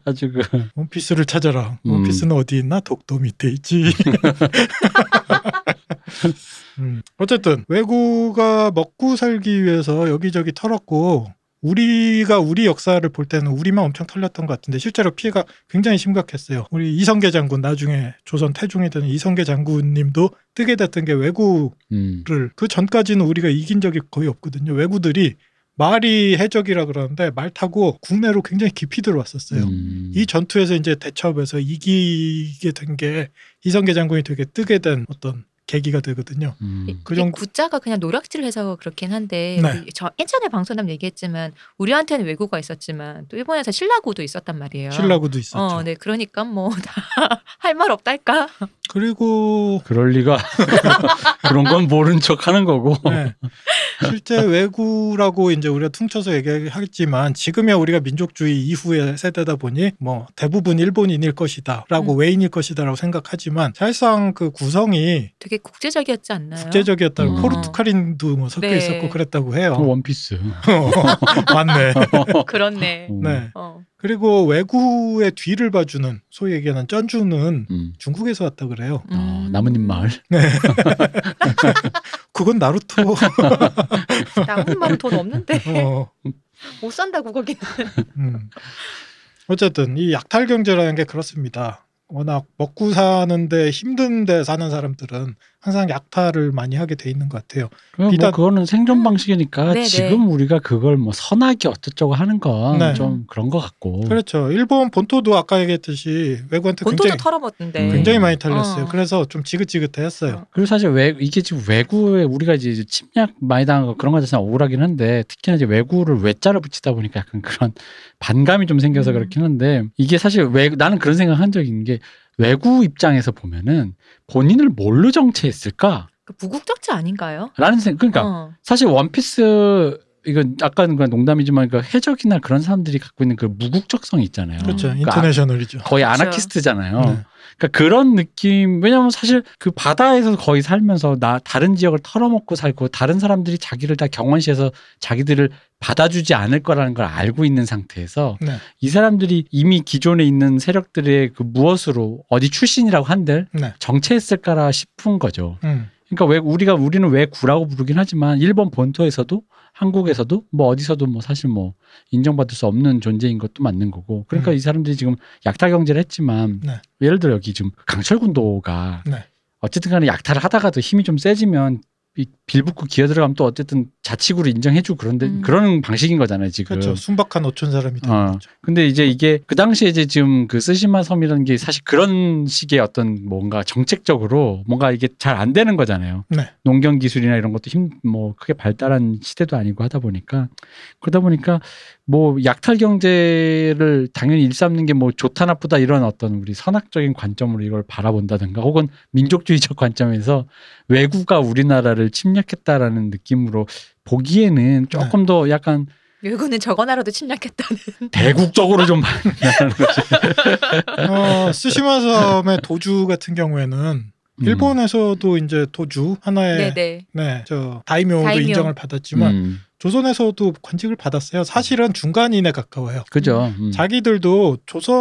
Speaker 3: 아주 그
Speaker 2: 원피스를 찾아라.
Speaker 3: 음.
Speaker 2: 원피스는 어디 있나? 독도 밑에
Speaker 3: *laughs*
Speaker 2: 있지. 음, 어쨌든 외구가 먹고 살기 위해서 여기저기 털었고 우리가 우리 역사를 볼 때는 우리만 엄청 털렸던 것 같은데 실제로 피해가 굉장히 심각했어요. 우리 이성계 장군 나중에 조선 태종이 되는 이성계 장군님도 뜨게 됐던 게 외구를
Speaker 3: 음.
Speaker 2: 그 전까지는 우리가 이긴 적이 거의 없거든요. 외구들이 말이 해적이라 그러는데 말 타고 국내로 굉장히 깊이 들어왔었어요.
Speaker 3: 음.
Speaker 2: 이 전투에서 이제 대첩에서 이기게 된 게 이성계 장군이 되게 뜨게 된 어떤 계기가 되거든요.
Speaker 3: 음.
Speaker 2: 그
Speaker 1: 이
Speaker 2: 정도-
Speaker 1: 구자가 그냥 노략질을 해서 그렇긴 한데
Speaker 2: 네.
Speaker 1: 우리 저 예전에 방송하면 얘기했지만 우리한테는 외구가 있었지만 또 일본에서 신라구도 있었단 말이에요.
Speaker 2: 신라구도 있었죠.
Speaker 1: 어, 네, 그러니까 뭐 *laughs* 다 할 말 없달까.
Speaker 2: 그리고
Speaker 3: 그럴 리가 *laughs* 그런 건 모른 척 하는 거고
Speaker 2: 네.
Speaker 1: *laughs*
Speaker 2: 실제 외구라고 이제 우리가 퉁쳐서 얘기하겠지만 지금의 우리가 민족주의 이후의 세대다 보니 뭐 대부분 일본인일 것이다라고
Speaker 1: 음.
Speaker 2: 외인일 것이다라고 생각하지만 사실상 그 구성이
Speaker 1: 되게 국제적이었지 않나요?
Speaker 2: 국제적이었다고
Speaker 3: 음.
Speaker 2: 포르투갈인도 뭐 섞여
Speaker 1: 네.
Speaker 2: 있었고 그랬다고 해요.
Speaker 3: 원피스
Speaker 2: *laughs* 맞네.
Speaker 1: 그렇네.
Speaker 2: 네.
Speaker 1: 어.
Speaker 2: 그리고 외구의 뒤를 봐주는 소위 얘기하는 쩐주는
Speaker 3: 음.
Speaker 2: 중국에서 왔다 그래요.
Speaker 1: 음.
Speaker 3: 어, 나뭇잎 마을
Speaker 1: *laughs*
Speaker 2: 그건 나루토.
Speaker 1: 나뭇잎 마을은 돈
Speaker 3: *laughs*
Speaker 1: 없는데
Speaker 2: 어,
Speaker 1: 못 산다고 거기는.
Speaker 2: 음. 어쨌든 이 약탈 경제라는 게 그렇습니다. 워낙 먹고 사는데 힘든데 사는 사람들은 항상 약탈을 많이 하게 돼 있는 것 같아요.
Speaker 3: 그럼
Speaker 2: 비단-
Speaker 3: 뭐 그거는 생존
Speaker 1: 음.
Speaker 3: 방식이니까
Speaker 1: 네, 네.
Speaker 3: 지금 우리가 그걸 뭐 선하게 어쩌고 하는 건
Speaker 2: 네.
Speaker 3: 좀 그런 것 같고.
Speaker 2: 그렇죠. 일본 본토도 아까 얘기했듯이 외국한테
Speaker 1: 본토도
Speaker 2: 굉장히
Speaker 1: 털어먹던데.
Speaker 2: 굉장히 많이 탈렸어요.
Speaker 1: 어.
Speaker 2: 그래서 좀 지긋지긋했어요.
Speaker 1: 어.
Speaker 3: 그리고 사실 외, 이게 지금 외구에 우리가 이제 침략 많이 당하고 그런 거 자체는 억울하긴 한데 특히나 이제 외구를 외자를 붙이다 보니까 약간 그런 *laughs* 반감이 좀 생겨서
Speaker 1: 음.
Speaker 3: 그렇긴 한데 이게 사실 외, 나는 그런 생각 한 적이 있는 게 외구 입장에서 보면은 본인을 뭘로 정체했을까?
Speaker 1: 그 부국적자 아닌가요?
Speaker 3: 라는 생각, 그러니까
Speaker 1: 어.
Speaker 3: 사실 원피스 이건 아까는 그냥 농담이지만 그 해적이나 그런 사람들이 갖고 있는 그 무국적성이 있잖아요.
Speaker 2: 그렇죠.
Speaker 1: 음.
Speaker 2: 인터내셔널이죠.
Speaker 3: 거의
Speaker 1: 그렇죠.
Speaker 3: 아나키스트잖아요.
Speaker 2: 네.
Speaker 3: 그러니까 그런 느낌 왜냐하면 사실 그 바다에서 거의 살면서 나 다른 지역을 털어먹고 살고 다른 사람들이 자기를 다 경원시에서 자기들을 받아주지 않을 거라는 걸 알고 있는 상태에서
Speaker 2: 네.
Speaker 3: 이 사람들이 이미 기존에 있는 세력들의 그 무엇으로 어디 출신이라고 한들
Speaker 2: 네.
Speaker 3: 정체했을까라 싶은 거죠.
Speaker 2: 음.
Speaker 3: 그러니까 왜 우리가 우리는 왜 구라고 부르긴 하지만 일본 본토에서도 한국에서도 뭐 어디서도 뭐 사실 뭐 인정받을 수 없는 존재인 것도 맞는 거고 그러니까
Speaker 2: 음.
Speaker 3: 이 사람들이 지금 약탈 경제를 했지만
Speaker 2: 네.
Speaker 3: 예를 들어 여기 지금 강철군도가
Speaker 2: 네.
Speaker 3: 어쨌든 간에 약탈을 하다가도 힘이 좀 세지면 이- 빌붙고 기어 들어가면 또 어쨌든 자치구로 인정해주고 그런데
Speaker 1: 음.
Speaker 3: 그런 방식인 거잖아요 지금
Speaker 2: 그렇죠. 순박한 어촌 사람이 되는
Speaker 3: 어.
Speaker 2: 거죠.
Speaker 3: 근데 이제 이게 그 당시에 이제 지금 그 쓰시마 섬이라는 게 사실 그런 식의 어떤 뭔가 정책적으로 뭔가 이게 잘 안 되는 거잖아요.
Speaker 2: 네.
Speaker 3: 농경 기술이나 이런 것도 힘 뭐 크게 발달한 시대도 아니고 하다 보니까 그러다 보니까 뭐 약탈 경제를 당연히 일삼는 게 뭐 좋다 나쁘다 이런 어떤 우리 선악적인 관점으로 이걸 바라본다든가 혹은 민족주의적 관점에서 외구가 우리나라를 침략했다라는 느낌으로 보기에는 조금 더 약간
Speaker 1: 외국은 저거 나라도 침략했다는.
Speaker 3: 대국적으로 좀 *laughs* 반응하는 거지.
Speaker 2: 어, 스시마 섬의 도주 같은 경우에는
Speaker 3: 음.
Speaker 2: 일본에서도 이제 도주 하나의
Speaker 1: 네,
Speaker 2: 네,
Speaker 1: 네.
Speaker 2: 저 다이묘도
Speaker 1: 다이묘.
Speaker 2: 인정을 받았지만
Speaker 3: 음,
Speaker 2: 조선에서도 관직을 받았어요. 사실은 중간인에 가까워요.
Speaker 3: 그죠. 음.
Speaker 2: 자기들도 조선에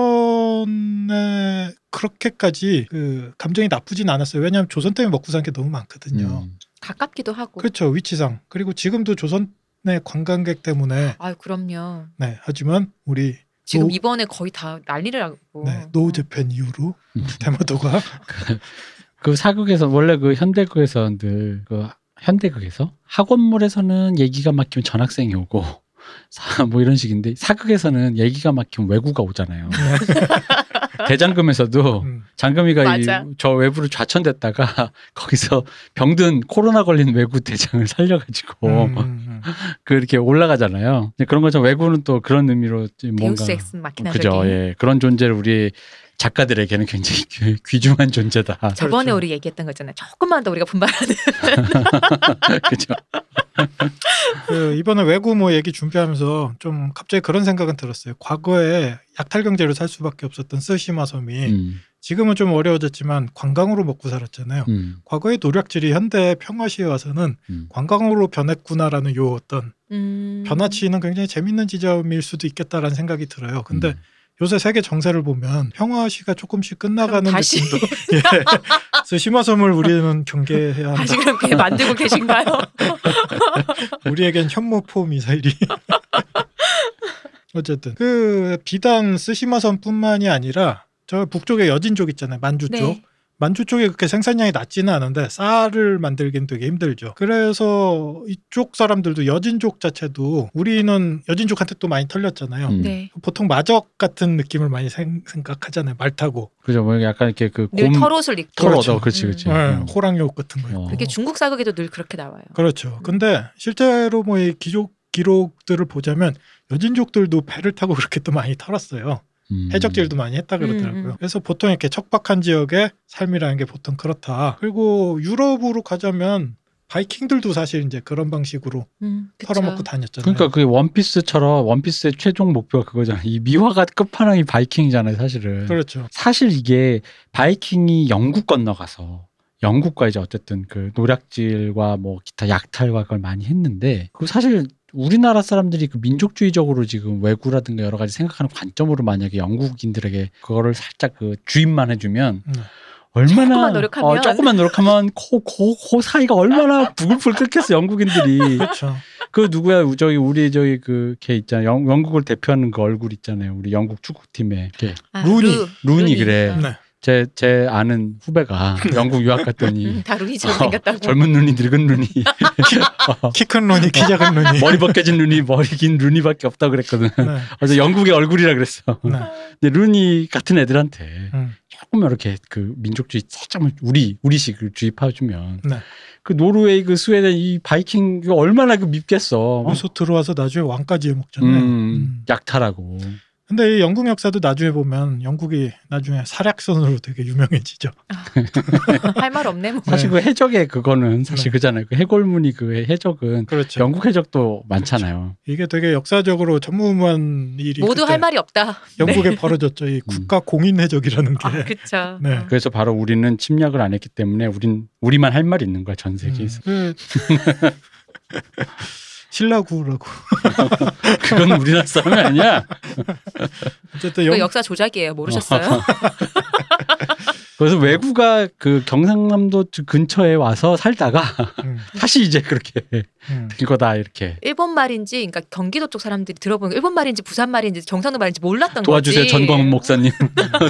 Speaker 2: 그렇게까지 그 감정이 나쁘진 않았어요. 왜냐하면 조선 때문에 먹고 산 게 너무 많거든요.
Speaker 3: 음.
Speaker 1: 가깝기도 하고.
Speaker 2: 그렇죠 위치상 그리고 지금도 조선의 관광객 때문에
Speaker 1: 아유 그럼요.
Speaker 2: 네 하지만 우리
Speaker 1: 지금
Speaker 2: 노-
Speaker 1: 이번에 거의 다 난리를 하고.
Speaker 2: 네, 노우 재팬 이후로
Speaker 3: 음.
Speaker 2: 대마도가
Speaker 3: 그 사극에서 원래 그 현대극에서 늘 그 현대극에서 학원물에서는 얘기가 막히면 전학생이 오고 *laughs* 사- 뭐 이런 식인데 사극에서는 얘기가 막히면
Speaker 1: *laughs*
Speaker 3: 외구가 오잖아요. 대장금에서도
Speaker 2: 음,
Speaker 3: 장금이가 이,
Speaker 1: 맞아.
Speaker 3: 저 외부로 좌천됐다가 *laughs* 거기서 병든 코로나 걸린 외구 대장을 살려가지고
Speaker 2: 음, 음, 음.
Speaker 3: *laughs* 그 이렇게 올라가잖아요. 근데 그런 것처럼 외구는 또 그런 의미로
Speaker 1: 음.
Speaker 3: 좀 뭔가
Speaker 1: 데우스 엑스 마키나
Speaker 3: 그죠.
Speaker 1: 저기.
Speaker 3: 예. 그런 존재를 우리 작가들에게는 굉장히 귀- 귀중한 존재다.
Speaker 1: *laughs* 저번에
Speaker 2: 그렇죠.
Speaker 1: 우리 얘기했던 거 있잖아요. 조금만 더 우리가 분발하는.
Speaker 3: 그죠.
Speaker 2: 그 이번에 외국 뭐 얘기 준비하면서 좀 갑자기 그런 생각은 들었어요. 과거에 약탈 경제로 살 수밖에 없었던 쓰시마 섬이
Speaker 3: 음,
Speaker 2: 지금은 좀 어려워졌지만 관광으로 먹고 살았잖아요.
Speaker 3: 음,
Speaker 2: 과거의 노력질이 현대 평화시에 와서는
Speaker 3: 음.
Speaker 2: 관광으로 변했구나라는 요 어떤
Speaker 1: 음.
Speaker 2: 변화치는 굉장히 재밌는 지점일 수도 있겠다라는 생각이 들어요. 근데
Speaker 3: 음.
Speaker 2: 요새 세계 정세를 보면 평화시가 조금씩
Speaker 1: 그럼
Speaker 2: 끝나가는
Speaker 1: 다시
Speaker 2: 느낌도 *laughs* 예. 쓰시마 섬을 우리는 경계해야 한다.
Speaker 1: 다시 아, 그럼
Speaker 2: *laughs*
Speaker 1: 그게 만들고 계신가요?
Speaker 2: 우리에겐 현모포 미사일이. *laughs* 어쨌든 그 비단 쓰시마섬뿐만이 아니라 저 북쪽에 여진족 있잖아요 만주 쪽
Speaker 1: 네.
Speaker 2: 만주 쪽에 그렇게 생산량이 낮지는 않은데 쌀을 만들긴 되게 힘들죠 그래서 이쪽 사람들도 여진족 자체도 우리는 여진족한테 또 많이 털렸잖아요
Speaker 3: 음.
Speaker 1: 네.
Speaker 2: 보통 마적 같은 느낌을 많이 생, 각하잖아요말 타고
Speaker 3: 그죠. 뭐 약간 이렇게
Speaker 1: 늘
Speaker 3: 그곰
Speaker 1: 털옷을 입고.
Speaker 3: 털
Speaker 2: 그렇죠.
Speaker 3: 얻어. 그렇지,
Speaker 1: 음.
Speaker 3: 그렇지.
Speaker 1: 네.
Speaker 2: 예,
Speaker 3: 음.
Speaker 2: 호랑이옷 같은 거
Speaker 3: 어.
Speaker 2: 입고
Speaker 1: 그게 중국 사극에도 늘 그렇게 나와요.
Speaker 2: 그렇죠. 근데 실제로 뭐 이 기록 기록들을 보자면 여진족들도 배를 타고 그렇게 또 많이 털었어요.
Speaker 3: 음.
Speaker 2: 해적질도 많이 했다
Speaker 1: 음,
Speaker 2: 그러더라고요.
Speaker 1: 음.
Speaker 2: 그래서 보통 이렇게 척박한 지역의 삶이라는 게 보통 그렇다. 그리고 유럽으로 가자면 바이킹들도 사실 이제 그런 방식으로
Speaker 1: 음, 그쵸.
Speaker 2: 털어먹고 다녔잖아요.
Speaker 3: 그러니까 그게 원피스처럼 원피스의 최종 목표가 그거잖아. 이 미화가 끝판왕이 바이킹이잖아요, 사실은.
Speaker 2: 렇죠
Speaker 3: 사실 이게 바이킹이 영국 건너가서 영국과 이제 어쨌든 그 노략질과 뭐 기타 약탈과 그걸 많이 했는데 그 사실 우리나라 사람들이 그 민족주의적으로 지금 외구라든가 여러 가지 생각하는 관점으로 만약에 영국인들에게 그거를 살짝 그 주입만 해주면
Speaker 2: 음.
Speaker 3: 얼마나
Speaker 1: 조금만 노력하면.
Speaker 3: 어, 조금만 노력하면 코, 코, 코 사이가 얼마나 부글부글 끓겠어 영국인들이
Speaker 2: 그렇죠.
Speaker 3: 그 누구야 저기 우리 저기 그 걔 있잖아 영, 영국을 대표하는 그 얼굴 있잖아요 우리 영국 축구팀에
Speaker 1: 아,
Speaker 2: 루니.
Speaker 1: 루.
Speaker 3: 루니 그래.
Speaker 1: 어.
Speaker 2: 네.
Speaker 3: 제, 제 아는 후배가 영국
Speaker 2: *laughs*
Speaker 3: 유학 갔더니
Speaker 1: 음, 다루기처럼
Speaker 3: 어,
Speaker 1: 생겼다고.
Speaker 3: 젊은 눈이 늙은 눈이
Speaker 2: 키 큰 눈이 키 작은 눈이.
Speaker 3: 어. *laughs* 머리 벗겨진 눈이 머리 긴 눈이밖에 없다 그랬거든.
Speaker 2: 네.
Speaker 3: 그래서 영국의 얼굴이라 그랬어.
Speaker 2: 네.
Speaker 3: 근데 루니 같은 애들한테
Speaker 2: 음.
Speaker 3: 조금 이렇게 그 민족주의 살짝만 우리 우리식을 주입해주면
Speaker 2: 네.
Speaker 3: 그 노르웨이 그 스웨덴 이 바이킹 이거 얼마나 그 밉겠어.
Speaker 2: 어서 들어와서 나중에 네. 왕까지 해먹잖아요.
Speaker 3: 음, 약탈하고.
Speaker 2: 근데 이 영국 역사도 나중에 보면 영국이 나중에 사략선으로 되게 유명해지죠.
Speaker 1: 할 말 없네 뭐.
Speaker 3: 사실 그 해적의 그거는 사실
Speaker 2: 네.
Speaker 3: 그잖아요. 그 해골무늬 그 해적은
Speaker 2: 그렇죠.
Speaker 3: 영국 해적도 많잖아요.
Speaker 2: 이게 되게 역사적으로 전무후무한 일이
Speaker 1: 모두
Speaker 2: 그때
Speaker 1: 할 말이 없다.
Speaker 2: 영국에 벌어졌죠.
Speaker 3: *laughs* 음.
Speaker 2: 이 국가 공인 해적이라는 게.
Speaker 1: 아, 그쵸.
Speaker 2: 네.
Speaker 1: 어.
Speaker 3: 그래서 바로 우리는 침략을 안 했기 때문에 우린 우리만 할 말이 있는 거야 전 세계에서.
Speaker 2: 음, 그- 신라구라고.
Speaker 1: 음.
Speaker 3: 그건 우리나라 사람이 아니야.
Speaker 2: 어쨌든
Speaker 1: 그거
Speaker 2: 영,
Speaker 1: 역사 조작이에요. *laughs*
Speaker 3: *laughs*
Speaker 1: 모르셨어요?
Speaker 3: 그래서 외구가 그 경상남도 근처에 와서 살다가 *laughs*
Speaker 2: 음,
Speaker 3: 다시 이제 그렇게 *laughs*
Speaker 2: 음.
Speaker 3: 될 거다 이렇게
Speaker 1: 일본 말인지, 그러니까 경기도 쪽 사람들이 들어보니까 일본 말인지 부산 말인지 정상도 말인지 몰랐던
Speaker 3: 도와주세요
Speaker 1: 거지. *laughs*
Speaker 3: 전광훈 목사님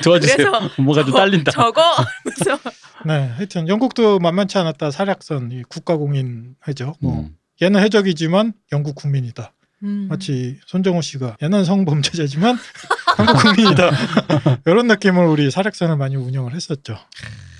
Speaker 3: 도와주세요. *laughs*
Speaker 1: 그래서
Speaker 3: 뭐가 좀 딸린다.
Speaker 1: 저거 그래서
Speaker 2: 네, 하여튼 영국도 만만치 않았다. 사략선, 이 국가 공인 해적. 뭐
Speaker 3: 음.
Speaker 2: 얘는 해적이지만 영국 국민이다.
Speaker 1: 음.
Speaker 2: 마치 손정호 씨가 얘는 성범죄자지만 *laughs* 한국 국민이다.
Speaker 3: *laughs*
Speaker 2: 이런 느낌을 우리 사략선을 많이 운영을 했었죠.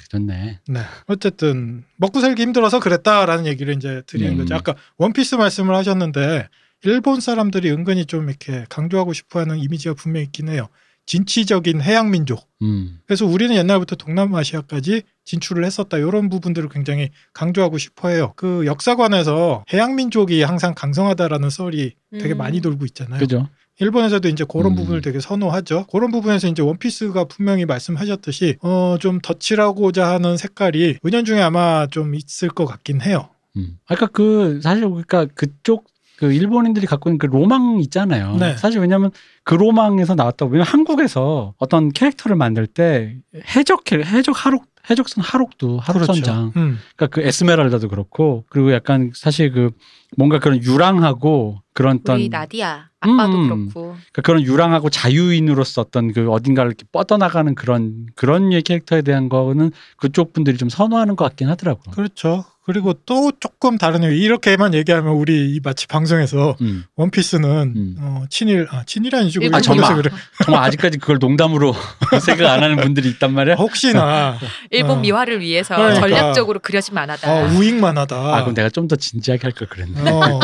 Speaker 3: 좋네.
Speaker 2: 네. 어쨌든 먹고 살기 힘들어서 그랬다라는 얘기를 이제 드리는
Speaker 3: 음.
Speaker 2: 거죠. 아까 원피스 말씀을 하셨는데 일본 사람들이 은근히 좀 이렇게 강조하고 싶어하는 이미지가 분명히 있긴 해요. 진취적인 해양 민족.
Speaker 3: 음.
Speaker 2: 그래서 우리는 옛날부터 동남아시아까지 진출을 했었다. 이런 부분들을 굉장히 강조하고 싶어해요. 그 역사관에서 해양 민족이 항상 강성하다라는 썰이 되게
Speaker 1: 음.
Speaker 2: 많이 돌고 있잖아요.
Speaker 3: 그죠.
Speaker 2: 일본에서도 이제 그런
Speaker 3: 음.
Speaker 2: 부분을 되게 선호하죠. 그런 부분에서 이제 원피스가 분명히 말씀하셨듯이 어 좀 덧칠하고자 하는 색깔이 은연중에 아마 좀 있을 것 같긴 해요.
Speaker 3: 음. 아까 그 사실 그러니까 그쪽 그 일본인들이 갖고 있는 그 로망 있잖아요.
Speaker 2: 네.
Speaker 3: 사실 왜냐하면 그 로망에서 나왔다고 왜냐면 한국에서 어떤 캐릭터를 만들 때 해적 해적 하록 해적선 하록도 하록선장
Speaker 2: 음.
Speaker 3: 그러니까 그 에스메랄다도 그렇고 그리고 약간 사실 그 뭔가 그런 유랑하고 그런 어떤
Speaker 1: 우리 나디아 아빠도
Speaker 3: 음.
Speaker 1: 그렇고
Speaker 3: 그러니까 그런 유랑하고 자유인으로서 어떤 그 어딘가를 이렇게 뻗어나가는 그런 그런 류의 캐릭터에 대한 거는 그쪽 분들이 좀 선호하는 것 같긴 하더라고요.
Speaker 2: 그렇죠. 그리고 또 조금 다른 의미. 이렇게만 얘기하면 우리 이 마치 방송에서
Speaker 3: 음.
Speaker 2: 원피스는
Speaker 3: 음.
Speaker 2: 어, 친일 아 친일 아니죠.
Speaker 1: 일본
Speaker 3: 아, 정말.
Speaker 2: 일본에서 그래.
Speaker 3: 정말 아직까지 그걸 농담으로 *laughs* 생각 안 하는 분들이 있단 말이야.
Speaker 2: 아, 혹시나
Speaker 1: 일본
Speaker 2: 어.
Speaker 1: 미화를 위해서
Speaker 2: 그러니까.
Speaker 1: 전략적으로 그려진 만하다.
Speaker 2: 아, 우익만하다.
Speaker 3: 아, 그럼 내가 좀 더 진지하게 할 걸 그랬네.
Speaker 2: 어,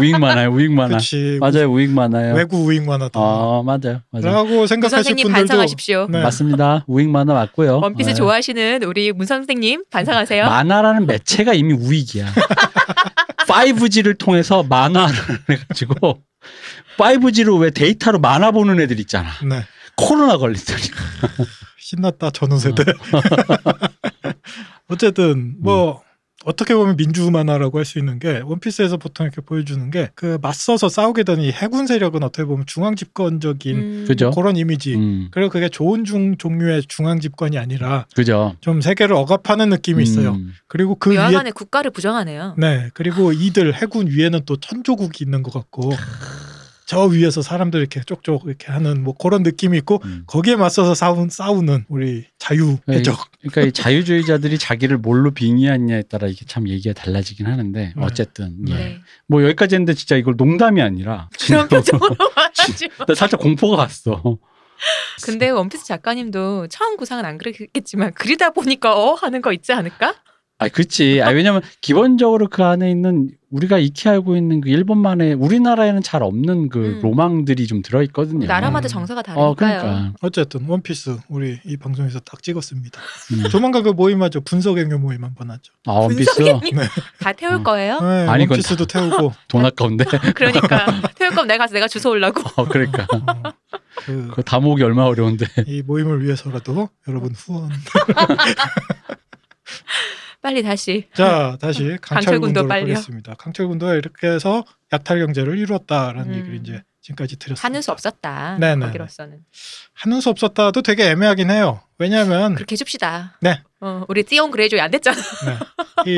Speaker 3: 우익 많아요, 우익 많아.
Speaker 2: 그렇지.
Speaker 3: 맞아요, 우익 많아요.
Speaker 2: 외국 우익만하다.
Speaker 3: 아, 맞아요, 맞아요.
Speaker 2: 라고
Speaker 1: 문
Speaker 2: 생각하실
Speaker 1: 그 선생님
Speaker 2: 분들도
Speaker 1: 반성하십시오.
Speaker 2: 네.
Speaker 3: 맞습니다. 우익 만화 맞고요.
Speaker 1: 원피스
Speaker 3: 네.
Speaker 1: 좋아하시는 우리 문 선생님 반성하세요.
Speaker 3: 만화라는 매체가 이미 우익이야.
Speaker 2: *laughs*
Speaker 3: 5G를 통해서 만화를 *laughs* 해가지고 5G로 왜 데이터로 만화 보는 애들 있잖아.
Speaker 2: 네.
Speaker 3: 코로나 걸리더니.
Speaker 2: 신났다 전후 세대.
Speaker 3: 어.
Speaker 2: *laughs* 어쨌든
Speaker 3: 음.
Speaker 2: 뭐 어떻게 보면 민주 만화라고 할 수 있는 게 원피스에서 보통 이렇게 보여주는 게 그 맞서서 싸우게 되는 이 해군 세력은 어떻게 보면 중앙 집권적인
Speaker 1: 음.
Speaker 3: 그죠?
Speaker 2: 그런 이미지.
Speaker 3: 음,
Speaker 2: 그리고 그게 좋은 중 종류의 중앙 집권이 아니라
Speaker 3: 그죠.
Speaker 2: 좀 세계를 억압하는 느낌이 있어요.
Speaker 3: 음,
Speaker 2: 그리고 그 위에
Speaker 1: 여하간에 국가를 부정하네요.
Speaker 2: 네 그리고 이들 해군 위에는 또 천조국이 있는 것 같고 저 위에서 사람들 이렇게 쪽쪽 이렇게 하는 뭐 그런 느낌이 있고
Speaker 3: 음.
Speaker 2: 거기에 맞서서 싸운 싸우는 우리 자유
Speaker 3: 네,
Speaker 2: 해적.
Speaker 3: 그러니까 이 자유주의자들이 자기를 뭘로 빙의하느냐에 따라 이게 참 얘기가 달라지긴 하는데
Speaker 2: 네.
Speaker 3: 어쨌든 예.
Speaker 2: 네.
Speaker 1: 네.
Speaker 3: 뭐 여기까지 했는데 진짜 이걸 농담이 아니라
Speaker 1: 그런
Speaker 2: *laughs*
Speaker 1: 표정으로 말하지 마.
Speaker 3: 나 살짝 공포가 갔어.
Speaker 1: 근데 원피스 작가님도 처음 구상은 안 그랬겠지만 그리다 보니까 어 하는 거 있지 않을까?
Speaker 3: 아, 그치. 아, 왜냐면 기본적으로 그 안에 있는 우리가 익히 알고 있는 그 일본만의 우리나라에는 잘 없는 그
Speaker 1: 음.
Speaker 3: 로망들이 좀
Speaker 2: 음.
Speaker 3: 들어있거든요.
Speaker 1: 나라마다 정서가 다르니까요.
Speaker 3: 어, 그러니까.
Speaker 2: 어쨌든 원피스 우리 이 방송에서 딱 찍었습니다.
Speaker 3: 음.
Speaker 2: 조만간 그 모임하죠. 분석 앵여 모임 한번 하죠.
Speaker 3: 아, 원피스 *laughs*
Speaker 1: 분석객님
Speaker 2: 네.
Speaker 1: 다 태울 거예요.
Speaker 2: 네,
Speaker 3: 아니, 그건
Speaker 2: 원피스도 태우고
Speaker 1: *laughs*
Speaker 3: 돈 아까운데.
Speaker 2: *laughs*
Speaker 1: 그러니까 태울 거면 내가 가서 내가 주워 올라고. *laughs*
Speaker 3: 어, 그러니까. *laughs*
Speaker 2: 어, 그,
Speaker 3: 그거 다 모으기 얼마나 어려운데.
Speaker 2: 이 모임을 위해서라도 여러분 후원.
Speaker 1: 빨리 다시.
Speaker 2: 자
Speaker 1: *laughs*
Speaker 2: 다시
Speaker 1: 강철군도
Speaker 2: 강철군도로
Speaker 1: 빨리요.
Speaker 2: 가겠습니다. 강철군도가 이렇게 해서 약탈 경제를 이루었다라는
Speaker 1: 음.
Speaker 2: 얘기를 이제 지금까지 드렸습니다.
Speaker 1: 하는 수 없었다.
Speaker 2: 네네.
Speaker 1: 거기로서는
Speaker 2: 하는 수 없었다도 되게 애매하긴 해요. 왜냐하면
Speaker 1: 그렇게 해줍시다.
Speaker 2: 네.
Speaker 1: 어, 우리 띠용 그레이조이 안
Speaker 2: *laughs*
Speaker 1: 됐잖아.
Speaker 2: 이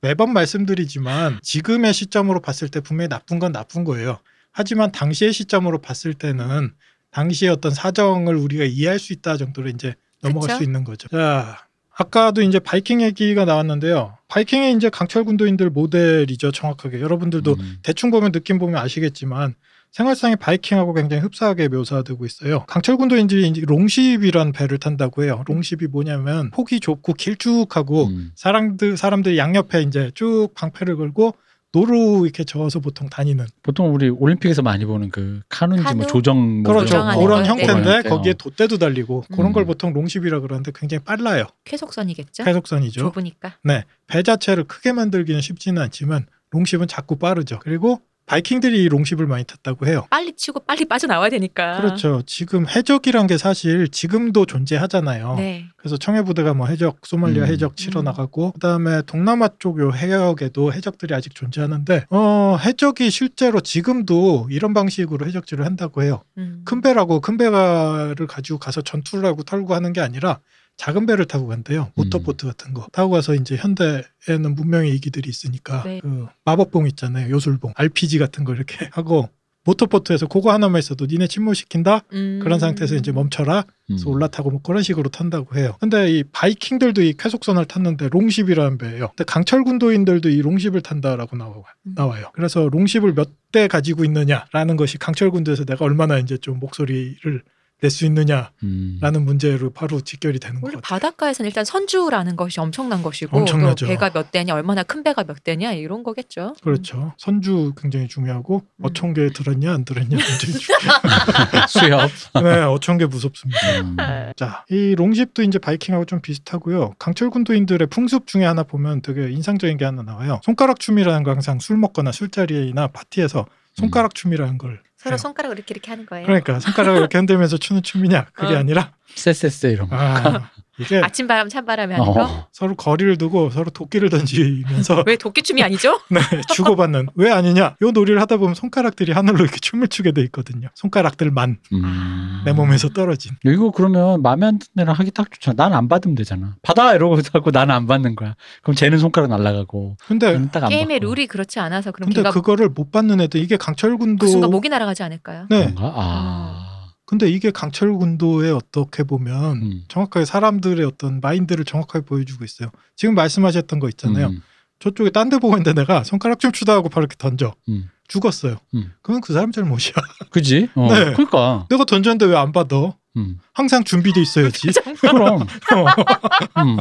Speaker 2: 매번 말씀드리지만 지금의 시점으로 봤을 때 분명히 나쁜 건 나쁜 거예요. 하지만 당시의 시점으로 봤을 때는 당시의 어떤 사정을 우리가 이해할 수 있다 정도로 이제 넘어갈
Speaker 1: 그쵸?
Speaker 2: 수 있는 거죠. 자, 아까도 이제 바이킹 얘기가 나왔는데요. 바이킹의 이제 강철 군도인들 모델이죠, 정확하게. 여러분들도
Speaker 3: 음.
Speaker 2: 대충 보면 느낌 보면 아시겠지만 생활상의 바이킹하고 굉장히 흡사하게 묘사되고 있어요. 강철 군도인들이 이제 롱십이란 배를 탄다고 해요. 롱십이 뭐냐면 폭이 좁고 길쭉하고
Speaker 3: 음.
Speaker 2: 사람들 사람들이 양옆에 이제 쭉 방패를 걸고 노루 이렇게 저어서 보통 다니는
Speaker 3: 보통 우리 올림픽에서 많이 보는 그 카누인지 뭐
Speaker 1: 카누?
Speaker 3: 조정 뭐
Speaker 2: 그렇죠
Speaker 1: 조정하는
Speaker 2: 그런
Speaker 1: 거.
Speaker 2: 형태인데
Speaker 3: 네.
Speaker 2: 거기에 돛대도 달리고 그런
Speaker 3: 음.
Speaker 2: 걸 보통 롱십이라 그러는데 굉장히 빨라요
Speaker 1: 쾌속선이겠죠.
Speaker 2: 해속선이죠
Speaker 1: 좁으니까.
Speaker 2: 네, 배 자체를 크게 만들기는 쉽지는 않지만 롱십은 자꾸 빠르죠 그리고 바이킹들이 이 롱십을 많이 탔다고 해요
Speaker 1: 빨리 치고 빨리 빠져나와야 되니까.
Speaker 2: 그렇죠 지금 해적이란 게 사실 지금도 존재하잖아요
Speaker 1: 네.
Speaker 2: 그래서 청해부대가 뭐 해적 소말리아
Speaker 3: 음.
Speaker 2: 해적 치러
Speaker 1: 음.
Speaker 2: 나가고 그다음에 동남아 쪽 요 해역에도 해적들이 아직 존재하는데 어 해적이 실제로 지금도 이런 방식으로 해적질을 한다고 해요.
Speaker 1: 음.
Speaker 2: 큰 배라고 큰 배가를 가지고 가서 전투를 하고 털고 하는 게 아니라 작은 배를 타고 간대요. 모터보트 같은 거 타고 가서 이제 현대에는 문명의 이기들이 있으니까
Speaker 1: 네.
Speaker 2: 그 마법봉 있잖아요. 요술봉, RPG 같은 거 이렇게 *laughs* 하고 모터보트에서 그거 하나만 있어도 니네 침몰시킨다.
Speaker 1: 음.
Speaker 2: 그런 상태에서 이제 멈춰라.
Speaker 3: 음.
Speaker 2: 그래서 올라타고 뭐 그런 식으로 탄다고 해요. 근데 이 바이킹들도 이 쾌속선을 탔는데 롱십이라는 배예요. 근데 강철 군도인들도 이 롱십을 탄다라고 나와,
Speaker 1: 음.
Speaker 2: 나와요. 그래서 롱십을 몇 대 가지고 있느냐라는 것이 강철 군도에서 내가 얼마나 이제 좀 목소리를 낼 수 있느냐라는
Speaker 3: 음.
Speaker 2: 문제로 바로 직결이 되는 것
Speaker 1: 원래
Speaker 2: 같아요.
Speaker 1: 바닷가에서는 일단 선주라는 것이 엄청난 것이고
Speaker 2: 엄청나죠.
Speaker 1: 또 배가 몇 대냐 얼마나 큰 배가 몇 대냐 이런 거겠죠.
Speaker 2: 그렇죠. 선주 굉장히 중요하고
Speaker 1: 음.
Speaker 2: 어청계 들었냐 안 들었냐 굉장히 중요해요.
Speaker 3: 수협.
Speaker 2: *laughs* 네, 어청계 무섭습니다.
Speaker 3: 음.
Speaker 2: 자, 이 롱십도 이제 바이킹하고 좀 비슷하고요. 강철 군도인들의 풍습 중에 하나 보면 되게 인상적인 게 하나 나와요. 손가락 춤이라는 거 항상 술 먹거나 술자리나 파티에서
Speaker 1: 음.
Speaker 2: 손가락 춤이라는 걸
Speaker 1: 서로
Speaker 2: 해요.
Speaker 1: 손가락을 이렇게 이렇게 하는 거예요.
Speaker 2: 네. 그러니까 손가락을 이렇게 흔들면서 추는 춤이냐 그게
Speaker 1: 네. 어.
Speaker 2: 아니라
Speaker 3: 쎄쎄쎄 이런 거.
Speaker 2: 아, 이게
Speaker 1: 아침 바람 찬 바람이 아닌 거?
Speaker 3: 어.
Speaker 2: 서로 거리를 두고 서로 도끼를
Speaker 1: *laughs*
Speaker 2: 던지면서
Speaker 1: 왜 도끼춤이
Speaker 2: *laughs*
Speaker 1: 아니죠?
Speaker 2: 네, 주고받는 왜 아니냐 요 놀이를 하다 보면 손가락들이 하늘로 이렇게 춤을 추게 돼 있거든요. 손가락들만
Speaker 3: 음.
Speaker 2: 내 몸에서 떨어진
Speaker 3: 이거 그러면 마음에 안 드는 애랑 하기 딱 좋잖아. 난 안 받으면 되잖아. 받아 이러고 자꾸 나는 안 받는 거야. 그럼 쟤는 손가락 날라가고
Speaker 2: 근데
Speaker 3: 얘는 딱안
Speaker 1: 게임의
Speaker 3: 받고.
Speaker 1: 룰이 그렇지 않아서 음. 그럼
Speaker 2: 뭐, 어. 근데
Speaker 1: 걔가 그
Speaker 2: 그거를 못 받는 애들 이게 강철 군도
Speaker 1: 순간 목이 날아가지 않을까요?
Speaker 2: 네
Speaker 3: 그런가? 아.
Speaker 2: 근데 이게 강철 군도에 어떻게 보면
Speaker 3: 음.
Speaker 2: 정확하게 사람들의 어떤 마인드를 정확하게 보여주고 있어요. 지금 말씀하셨던 거 있잖아요.
Speaker 3: 음.
Speaker 2: 저쪽에 딴 데 보고 있는데 내가 손가락 좀 추다 하고 바로 이렇게 던져.
Speaker 3: 음.
Speaker 2: 죽었어요.
Speaker 3: 음.
Speaker 2: 그건 그 사람 잘못이야. *laughs*
Speaker 3: 그지? 어.
Speaker 2: 네.
Speaker 3: 그러니까.
Speaker 2: 내가 던졌는데 왜 안 받아?
Speaker 3: 음.
Speaker 2: 항상 준비돼 있어야지. *laughs*
Speaker 3: 그럼.
Speaker 2: 어,
Speaker 3: 음.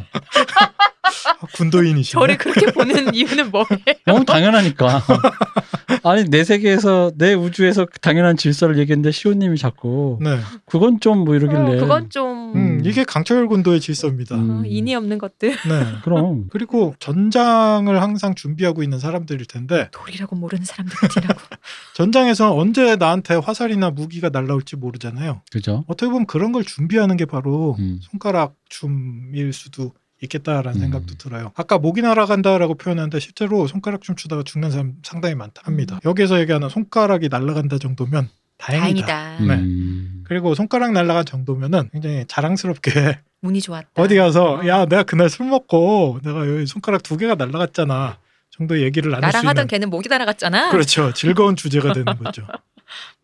Speaker 2: 아, 군도인이시네.
Speaker 1: 저를 그렇게 보는 *laughs* 이유는 뭐예요?
Speaker 3: 너무 어, 당연하니까. *laughs* 아니 내 세계에서 내 우주에서 당연한 질서를 얘기했는데 시호님이 자꾸
Speaker 2: 네.
Speaker 3: 그건 좀 뭐 이러길래.
Speaker 1: 어, 그건 좀
Speaker 2: 음, 이게 강철 군도의 질서입니다.
Speaker 3: 음.
Speaker 1: 어, 인이 없는 것들
Speaker 2: 네.
Speaker 3: 그럼.
Speaker 2: 그리고 전장을 항상 준비하고 있는 사람들일 텐데
Speaker 1: 돌이라고 모르는 사람들 같이라고
Speaker 2: 전장에서 언제 나한테 화살이나 무기가 날라올지 모르잖아요.
Speaker 3: 그죠?
Speaker 2: 어떻게 보면 그런 걸 준비하는 게 바로
Speaker 3: 음.
Speaker 2: 손가락 춤일 수도 있겠다라는
Speaker 3: 음.
Speaker 2: 생각도 들어요. 아까 목이 날아간다라고 표현하는데 실제로 손가락 춤 추다가 죽는 사람 상당히 많다 합니다. 여기서 얘기하는 손가락이 날아간다 정도면 *laughs* 음. 다행이다.
Speaker 1: 다행이다.
Speaker 2: 네.
Speaker 3: 음.
Speaker 2: 그리고 손가락 날아간 정도면은 굉장히 자랑스럽게
Speaker 1: 운이 좋았다.
Speaker 2: 네. *laughs* 어디 가서 야 내가 그날 술 먹고 내가 여기 손가락 두 개가 날아갔잖아 정도 얘기를 나눌 수
Speaker 1: 나랑
Speaker 2: 있는
Speaker 1: 하던 걔는 목이 날아갔잖아.
Speaker 2: 그렇죠 즐거운 주제가 되는 거죠.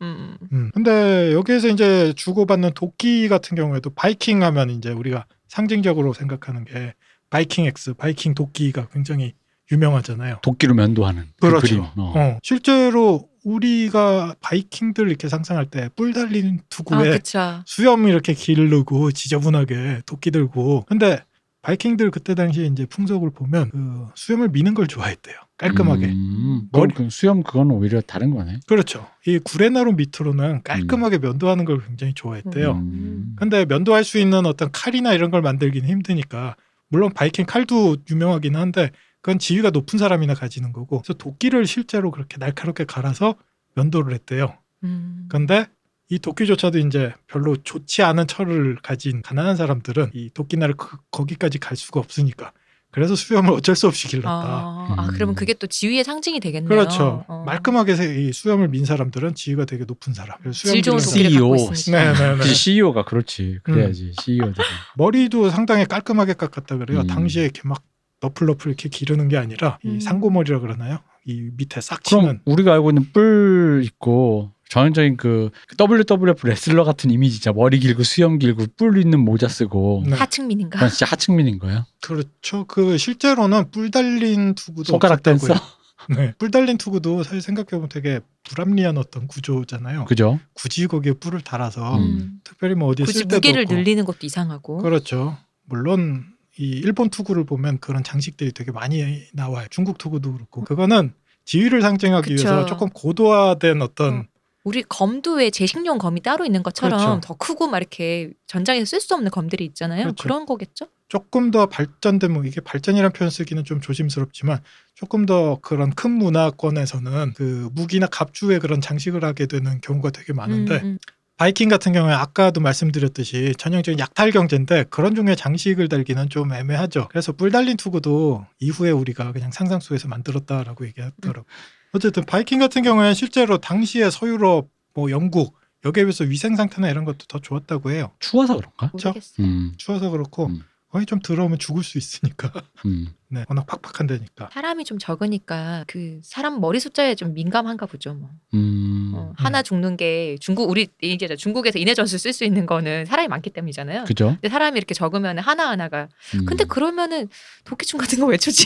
Speaker 1: 음.
Speaker 2: 음. 근데 여기에서 이제 주고받는 도끼 같은 경우에도 바이킹 하면 이제 우리가 상징적으로 생각하는 게 바이킹 엑스, 바이킹 도끼가 굉장히 유명하잖아요.
Speaker 3: 도끼로 면도하는 그
Speaker 2: 그렇죠.
Speaker 3: 그림. 어.
Speaker 2: 어. 실제로 우리가 바이킹들 이렇게 상상할 때 뿔 달린
Speaker 1: 아
Speaker 2: 투구에
Speaker 1: 그쵸.
Speaker 2: 수염 이렇게 기르고 지저분하게 도끼 들고 근데 바이킹들 그때 당시에 이제 풍속을 보면 그 수염을 미는 걸 좋아했대요. 깔끔하게.
Speaker 3: 음,
Speaker 2: 머리-
Speaker 3: 그건 그 수염 그건 오히려 다른 거네.
Speaker 2: 그렇죠. 이 구레나룻 밑으로는 깔끔하게 면도하는 걸 굉장히 좋아했대요.
Speaker 3: 음.
Speaker 2: 근데 면도할 수 있는 어떤 칼이나 이런 걸 만들기는 힘드니까 물론 바이킹 칼도 유명하긴 한데 그건 지위가 높은 사람이나 가지는 거고 그래서 도끼를 실제로 그렇게 날카롭게 갈아서 면도를 했대요.
Speaker 1: 음.
Speaker 2: 근데 이 도끼조차도 이제 별로 좋지 않은 철을 가진 가난한 사람들은 이 도끼날을 그- 거기까지 갈 수가 없으니까 그래서 수염을 어쩔 수 없이 길렀다.
Speaker 1: 아, 아, 그러면 그게 또 지위의 상징이 되겠네요.
Speaker 2: 그렇죠.
Speaker 1: 어.
Speaker 2: 말끔하게 세- 이 수염을 민 사람들은 지위가 되게 높은 사람. 그래서 수염
Speaker 1: 질 좋은
Speaker 2: 기른
Speaker 1: 도끼를 갖고
Speaker 3: CEO.
Speaker 1: 있으니까.
Speaker 2: 사람.
Speaker 3: *laughs*
Speaker 2: 네네네.
Speaker 3: 그치, CEO가 그렇지. 그래야지
Speaker 2: 음.
Speaker 3: E
Speaker 2: *laughs*
Speaker 3: CEO들.
Speaker 2: 머리도 상당히 깔끔하게 깎았다 그래요.
Speaker 3: 음.
Speaker 2: 당시에 이렇게 막 너플너플 이렇게 기르는 게 아니라 이
Speaker 1: 음.
Speaker 2: 상고머리라 그러나요? 이 밑에 싹
Speaker 3: 그럼
Speaker 2: 치는
Speaker 3: 우리가 알고 있는 뿔 있고 전형적인 그 WWF 레슬러 같은 이미지죠. 머리 길고 수염 길고 뿔 있는 모자 쓰고.
Speaker 2: 네.
Speaker 1: 하층민인가?
Speaker 3: 그건 진짜 하층민인 거예요.
Speaker 2: 그렇죠. 그 실제로는 뿔 달린 투구도
Speaker 3: 손가락 댄서.
Speaker 2: 없었다고요. 네. 뿔 달린 투구도 사실 생각해보면 되게 불합리한 어떤 구조잖아요.
Speaker 3: 그죠?
Speaker 2: 굳이 거기에 뿔을 달아서
Speaker 3: 음.
Speaker 2: 특별히 뭐 어디
Speaker 1: 굳이
Speaker 2: 쓸 때도
Speaker 1: 무게를
Speaker 2: 없고.
Speaker 1: 늘리는 것도 이상하고.
Speaker 2: 그렇죠. 물론 이 일본 투구를 보면 그런 장식들이 되게 많이 나와요. 중국 투구도 그렇고 그거는 지위를 상징하기
Speaker 1: 그쵸.
Speaker 2: 위해서 조금 고도화된 어떤
Speaker 1: 우리 검도 왜 제식용 검이 따로 있는 것처럼
Speaker 2: 그렇죠.
Speaker 1: 더 크고 막 이렇게 전장에서 쓸 수 없는 검들이 있잖아요.
Speaker 2: 그렇죠.
Speaker 1: 그런 거겠죠?
Speaker 2: 조금 더 발전된 뭐 이게 발전이라는 표현 쓰기는 좀 조심스럽지만 조금 더 그런 큰 문화권에서는 그 무기나 갑주에 그런 장식을 하게 되는 경우가 되게 많은데
Speaker 1: 음, 음.
Speaker 2: 바이킹 같은 경우에 아까도 말씀드렸듯이 전형적인 약탈 경제인데 그런 종류의 장식을 달기는 좀 애매하죠. 그래서 뿔 달린 투구도 이후에 우리가 그냥 상상 속에서 만들었다라고 얘기하더라고. 요
Speaker 1: 음.
Speaker 2: 어쨌든 바이킹 같은 경우에는 실제로 당시에 서유럽, 뭐 영국 여기에 비해서 위생 상태나 이런 것도 더 좋았다고 해요.
Speaker 3: 추워서 그런가?
Speaker 2: 그렇죠.
Speaker 1: 모르겠어요.
Speaker 3: 음,
Speaker 2: 추워서 그렇고
Speaker 3: 음.
Speaker 2: 거의 좀 들어오면 죽을 수 있으니까.
Speaker 3: 음.
Speaker 2: 네, 워낙 팍팍한 데니까.
Speaker 1: 사람이 좀 적으니까 그 사람 머리 숫자에 좀 민감한가 보죠. 뭐.
Speaker 3: 음.
Speaker 1: 어, 하나 죽는 게 중국 우리 이제 중국에서 인해전술 쓸 수 있는 거는 사람이 많기 때문이잖아요.
Speaker 3: 그죠?
Speaker 1: 근데 사람이 이렇게 적으면 하나 하나가.
Speaker 3: 음.
Speaker 1: 근데 그러면은 도끼춤 같은 거 왜 추지?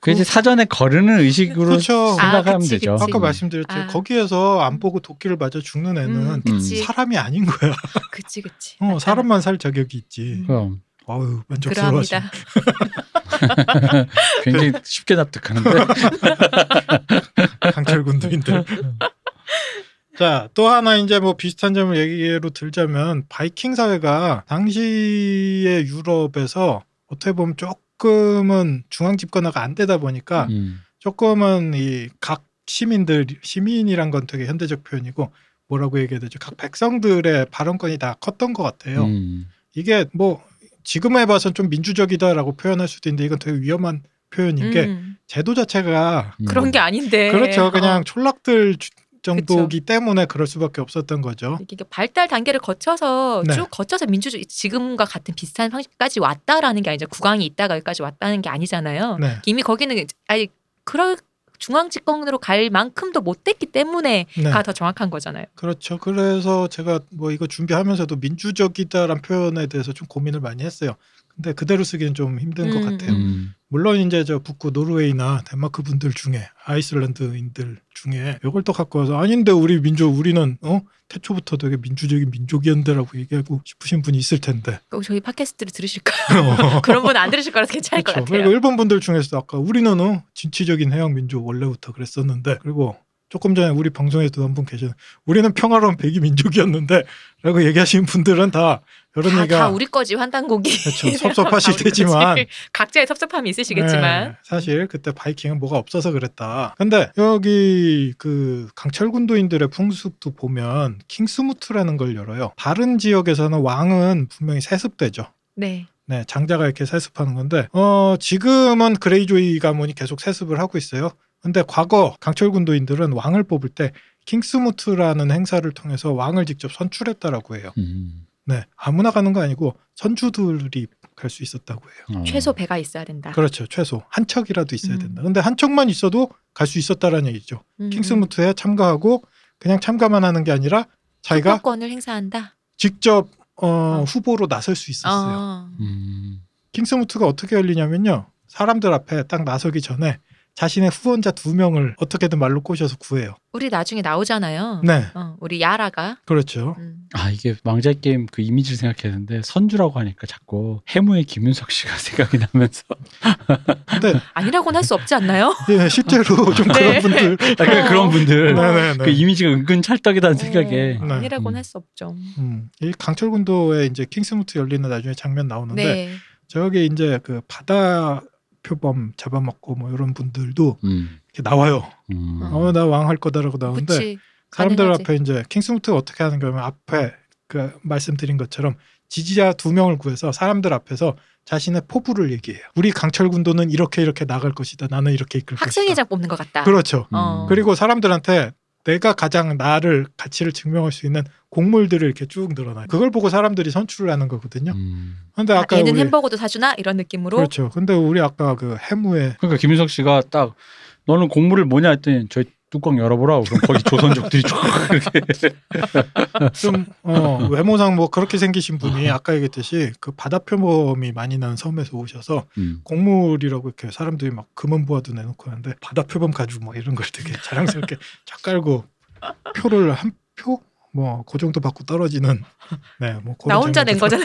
Speaker 3: 그 이제 사전에 거르는 의식으로
Speaker 2: 그렇죠.
Speaker 3: 생각하면
Speaker 1: 아, 그치,
Speaker 3: 되죠.
Speaker 1: 그치.
Speaker 2: 아까 말씀드렸죠.
Speaker 1: 아.
Speaker 2: 거기에서 안 보고 도끼를 맞아 죽는
Speaker 1: 음,
Speaker 2: 애는
Speaker 1: 그치,
Speaker 2: 사람이 아닌
Speaker 1: *laughs*
Speaker 2: 거야.
Speaker 1: 그치, 그치.
Speaker 2: 어, 사람만 살 자격이 있지.
Speaker 1: 음.
Speaker 3: 그럼
Speaker 2: 어우, 만족스러워하시
Speaker 1: 그러합니다.
Speaker 3: 굉장히
Speaker 2: 네. *laughs*
Speaker 3: 쉽게 납득하는데.
Speaker 1: *laughs*
Speaker 2: 강철 군도인들. 자, 또 하나 이제 뭐 비슷한 점을 얘기로 들자면 바이킹 사회가 당시의 유럽에서 어떻게 보면 조금은 중앙 집권화가 안 되다 보니까
Speaker 3: 음.
Speaker 2: 조금은 이 각 시민들 시민이란 건 되게 현대적 표현이고 뭐라고 얘기해야 되죠? 각 백성들의 발언권이 다 컸던 것 같아요.
Speaker 3: 음.
Speaker 2: 이게 뭐 지금 해봐선 좀 민주적이다라고 표현할 수도 있는데 이건 되게 위험한 표현인 게
Speaker 1: 음,
Speaker 2: 제도 자체가
Speaker 3: 음.
Speaker 1: 그런 게 아닌데.
Speaker 2: 그렇죠.
Speaker 1: 어,
Speaker 2: 그냥 촌락들 주- 정도기 때문에 그럴 수밖에 없었던 거죠.
Speaker 1: 이게 이게 발달 단계를 거쳐서
Speaker 2: 네.
Speaker 1: 쭉 거쳐서 민주주의 지금과 같은 비슷한 방식까지 왔다라는 게 아니죠. 국왕이 있다가 여기까지 왔다는 게 아니잖아요.
Speaker 2: 네.
Speaker 1: 이미 거기는 아니 그럴 중앙 집권으로 갈 만큼도 못 됐기 때문에
Speaker 2: 네.
Speaker 1: 가 더 정확한 거잖아요.
Speaker 2: 그렇죠. 그래서 제가 뭐 이거 준비하면서도 민주적이다란 표현에 대해서 좀 고민을 많이 했어요. 근데 그대로 쓰기는 좀 힘든
Speaker 1: 음,
Speaker 2: 것 같아요.
Speaker 3: 음.
Speaker 2: 물론 이제 저 북구 노르웨이나 덴마크 분들 중에 아이슬란드인들 중에 이걸 또 갖고 와서 아닌데 우리 민족 우리는 어 태초부터 되게 민주적인 민족이었는데라고 얘기하고 싶으신 분이 있을 텐데 *laughs* 어.
Speaker 1: 꼭 저희 팟캐스트를 들으실까요? *laughs* 그런 분 안 들으실 거라서 괜찮을
Speaker 2: 그렇죠.
Speaker 1: 것
Speaker 2: 그리고
Speaker 1: 같아요.
Speaker 2: 일본 분들 중에서도 아까 우리는 어, 진취적인 해양 민족 원래부터 그랬었는데 그리고 조금 전에 우리 방송에서도 한 분 계시는 우리는 평화로운 백이 민족이었는데라고 얘기하시는 분들은 다 이런
Speaker 1: 다,
Speaker 2: 얘기가
Speaker 1: 다 우리 거지 환단고기.
Speaker 2: 그렇죠. 섭섭하시겠지만.
Speaker 1: *laughs* 다 우리 거지. 각자의 섭섭함이 있으시겠지만
Speaker 2: 네, 사실 그때 바이킹은 뭐가 없어서 그랬다. 근데 여기 그 강철 군도인들의 풍습도 보면 킹스무트라는 걸 열어요. 다른 지역에서는 왕은 분명히 세습되죠.
Speaker 1: 네.
Speaker 2: 네, 장자가 이렇게 세습하는 건데, 어, 지금은 그레이조이 가문이 계속 세습을 하고 있어요. 근데 과거 강철 군도인들은 왕을 뽑을 때 킹스무트라는 행사를 통해서 왕을 직접 선출했다라고 해요.
Speaker 3: 음.
Speaker 2: 네, 아무나 가는 거 아니고 선주들이 갈 수 있었다고 해요.
Speaker 3: 어.
Speaker 1: 최소 배가 있어야 된다.
Speaker 2: 그렇죠, 최소 한 척이라도 있어야
Speaker 1: 음.
Speaker 2: 된다. 근데 한 척만 있어도 갈 수 있었다라는 얘기죠.
Speaker 1: 음,
Speaker 2: 킹스무트에 참가하고 그냥 참가만 하는 게 아니라 자기가
Speaker 1: 선거권을 행사한다.
Speaker 2: 직접 어,
Speaker 1: 어.
Speaker 2: 후보로 나설 수 있었어요.
Speaker 1: 어.
Speaker 3: 음.
Speaker 2: 킹스무트가 어떻게 열리냐면요. 사람들 앞에 딱 나서기 전에 자신의 후원자 두 명을 어떻게든 말로 꼬셔서 구해요.
Speaker 1: 우리 나중에 나오잖아요.
Speaker 2: 네,
Speaker 1: 어, 우리 야라가
Speaker 2: 그렇죠.
Speaker 1: 음.
Speaker 3: 아 이게 왕자의 게임 그 이미지를 생각했는데 선주라고 하니까 자꾸 해무의 김윤석 씨가 *laughs* 생각이 나면서
Speaker 2: 근데
Speaker 1: 아니라고는 할 수 없지 *laughs* 않나요?
Speaker 2: 예, 실제로 좀 그런
Speaker 1: 네.
Speaker 2: 분들,
Speaker 3: 약간 그런 분들
Speaker 1: 네.
Speaker 2: 네네네.
Speaker 3: 그 이미지가 은근 찰떡이다는 생각에
Speaker 1: 어,
Speaker 2: 네.
Speaker 1: 아니라고는
Speaker 3: 음.
Speaker 1: 할 수 없죠.
Speaker 2: 음, 이 강철군도에 이제 킹스무트 열리는 나중에 장면 나오는데
Speaker 1: 네.
Speaker 2: 저기 이제 그 바다 표범 잡아먹고 뭐 이런 분들도
Speaker 3: 음.
Speaker 2: 이렇게 나와요.
Speaker 3: 음.
Speaker 2: 어 나 왕 할 거다라고 나오는데
Speaker 1: 그치.
Speaker 2: 사람들
Speaker 1: 가능하지.
Speaker 2: 앞에 이제 킹스무트가 어떻게 하는 거면 앞에 그 말씀드린 것처럼 지지자 두 명을 구해서 사람들 앞에서 자신의 포부를 얘기해요. 우리 강철 군도는 이렇게 이렇게 나갈 것이다. 나는 이렇게 이끌 것이다.
Speaker 1: 학생회장 뽑는 것 같다.
Speaker 2: 그렇죠.
Speaker 1: 어.
Speaker 2: 그리고 사람들한테 내가 가장 나를 가치를 증명할 수 있는 곡물들을 이렇게 쭉 늘어나요. 그걸 보고 사람들이 선출을 하는 거거든요.
Speaker 3: 음.
Speaker 2: 근데
Speaker 1: 아,
Speaker 2: 아까
Speaker 1: 얘는
Speaker 2: 우리
Speaker 1: 햄버거도 사주나 이런 느낌으로
Speaker 2: 그렇죠. 근데 우리 아까 그 해무의
Speaker 3: 그러니까 김윤석 씨가 딱 너는 공부를 뭐냐 했더니 저 뚜껑 열어보라. 그럼 거기 조선족들이 쭉 이렇게
Speaker 1: *laughs*
Speaker 2: 좀 어, *laughs* 외모상 뭐 그렇게 생기신 분이
Speaker 1: 어.
Speaker 2: 아까 얘기했듯이 그 바다 표범이 많이 나는 섬에서 오셔서
Speaker 3: 음.
Speaker 2: 곡물이라고 이렇게 사람들이 막 금은 보화도 내놓고 하는데 바다 표범 가죽 뭐 이런 걸 되게
Speaker 1: *laughs*
Speaker 2: 자랑스럽게 쫙 깔고 표를 한 표? 뭐 그 정도 받고 떨어지는 네뭐
Speaker 1: 나 혼자 낸 거잖아.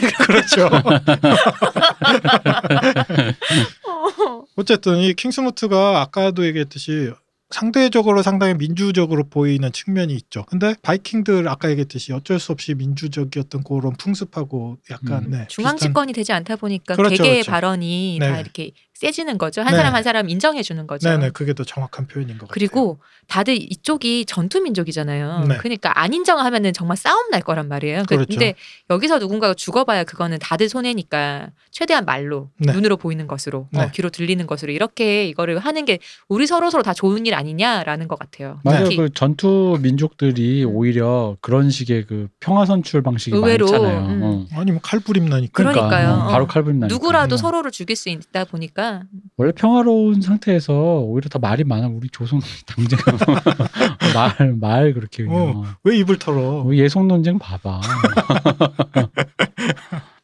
Speaker 1: *laughs*
Speaker 2: 그렇죠.
Speaker 1: 어.
Speaker 2: 어쨌든 이 킹스무트가 아까도 얘기했듯이 상대적으로 상당히 민주적으로 보이는 측면이 있죠. 근데 바이킹들 아까 얘기했듯이 어쩔 수 없이 민주적이었던 그런 풍습하고 약간
Speaker 3: 음.
Speaker 2: 네,
Speaker 1: 중앙집권이 되지 않다 보니까
Speaker 2: 그렇죠,
Speaker 1: 개개의
Speaker 2: 그렇죠.
Speaker 1: 발언이 다
Speaker 2: 네.
Speaker 1: 이렇게 세지는 거죠. 한
Speaker 2: 네.
Speaker 1: 사람 한 사람 인정해 주는 거죠.
Speaker 2: 비슷한, 네네 그게 더 정확한 표현인 것 같아요.
Speaker 1: 그리고 다들 이쪽이 전투 민족이잖아요.
Speaker 2: 네.
Speaker 1: 그러니까 안 인정하면은 정말 싸움 날 거란 말이에요. 그-
Speaker 2: 그렇죠.
Speaker 1: 근데 여기서 누군가가 죽어봐야 그거는 다들 손해니까 최대한 말로
Speaker 2: 네.
Speaker 1: 눈으로 보이는 것으로 어,
Speaker 2: 네.
Speaker 1: 귀로 들리는 것으로 이렇게 이거를 하는 게 우리 서로 서로 다 좋은 일 아니냐라는 것 같아요.
Speaker 3: 맞아요.
Speaker 1: 특히
Speaker 3: 그 전투 민족들이
Speaker 1: 음.
Speaker 3: 오히려 그런 식의 그 평화 선출 방식이
Speaker 1: 의외로,
Speaker 3: 많잖아요.
Speaker 1: 음.
Speaker 3: 어.
Speaker 2: 아니면 뭐 칼부림 나니까
Speaker 1: 그러니까요.
Speaker 3: 어, 바로 칼부림 나니까.
Speaker 1: 누구라도
Speaker 2: 음.
Speaker 1: 서로를 죽일 수 있다 보니까
Speaker 3: 원래 평화로운 상태에서 오히려 더 말이 많아 우리 조선 당장 *laughs* 말 말 그렇게 그냥
Speaker 2: 왜 입을 어, 털어?
Speaker 1: 뭐
Speaker 3: 어, 예속 논쟁
Speaker 2: *laughs*
Speaker 3: 봐봐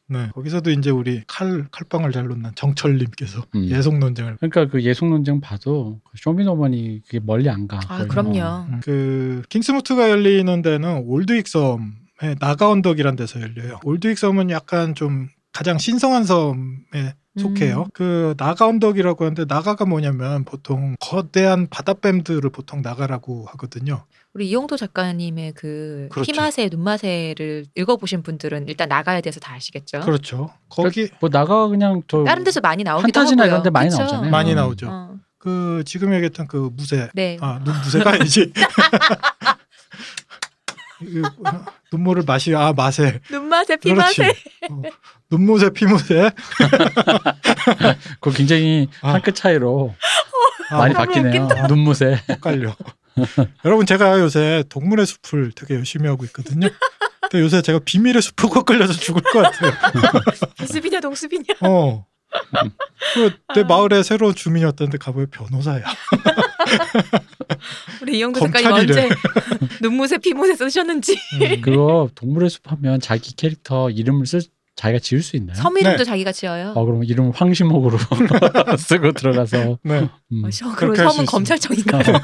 Speaker 2: 네 거기서도 이제 우리 칼 칼빵을 잘 놓는 정철님께서
Speaker 3: 음.
Speaker 2: 예속 논쟁을
Speaker 3: 그러니까 그 예속 논쟁 봐도 그 쇼미더머니 그게 멀리 안가 어.
Speaker 1: 아 그럼요.
Speaker 2: 음, 그 킹스무트가 열리는 데는 올드윅 섬의 나가 언덕이란 데서 열려요. 올드윅 섬은 약간 좀 가장 신성한 섬에 속해요.
Speaker 1: 음.
Speaker 2: 그 나가 언덕이라고 하는데 나가가 뭐냐면 보통 거대한 바다뱀들을 보통 나가라고 하거든요.
Speaker 1: 우리 이용도 작가님의 그
Speaker 2: 그렇죠.
Speaker 1: 피맛의 눈맛의를 읽어보신 분들은 일단 나가야 돼서 다 아시겠죠.
Speaker 2: 그렇죠. 거기
Speaker 3: 뭐 나가 그냥 저
Speaker 1: 다른 데서 많이 나오기도
Speaker 3: 판타지나
Speaker 1: 하고요.
Speaker 3: 이런 데 많이
Speaker 1: 그쵸?
Speaker 3: 나오잖아요.
Speaker 2: 많이 나오죠.
Speaker 1: 어,
Speaker 2: 그 지금 얘기했던 그 무쇠
Speaker 1: 네.
Speaker 2: 아, 눈 무쇠가 아니지. 이거 *laughs* 눈물을 마시 아 맛에
Speaker 1: 눈맛에
Speaker 2: 그렇지.
Speaker 1: 피맛에
Speaker 2: 어, 눈무새 피무새
Speaker 3: 그 굉장히
Speaker 2: 아.
Speaker 3: 한 끗 차이로
Speaker 2: 아,
Speaker 3: 많이
Speaker 1: 너무
Speaker 3: 바뀌네요
Speaker 1: 웃긴다.
Speaker 3: 눈무새
Speaker 2: 헷갈려. 여러분 제가 요새 동물의 숲을 되게 열심히 하고 있거든요. 근데 요새 제가 비밀의 숲으로 꺾을려서 죽을 것 같아요.
Speaker 1: 비수비냐 동수비냐.
Speaker 2: 어. 그내 마을에 새로운 주민이었던데 가보면 변호사야.
Speaker 1: 우리 이용도 작가님
Speaker 2: 검찰이래.
Speaker 1: 언제 *laughs* 눈무새 피무새 쓰셨는지
Speaker 2: 음.
Speaker 3: 그거 동물의 숲 하면 자기 캐릭터 이름을 쓸 자기가 지을 수 있나요?
Speaker 1: 섬 이름도
Speaker 2: 네.
Speaker 1: 자기가 지어요.
Speaker 3: 어 그럼 이름 황시목으로 *laughs* 쓰고 들어가서
Speaker 2: 네.
Speaker 3: 음.
Speaker 1: 어, 저 그런
Speaker 2: 그렇게
Speaker 1: 섬은
Speaker 2: 할수 있습니다.
Speaker 1: 검찰청인가요?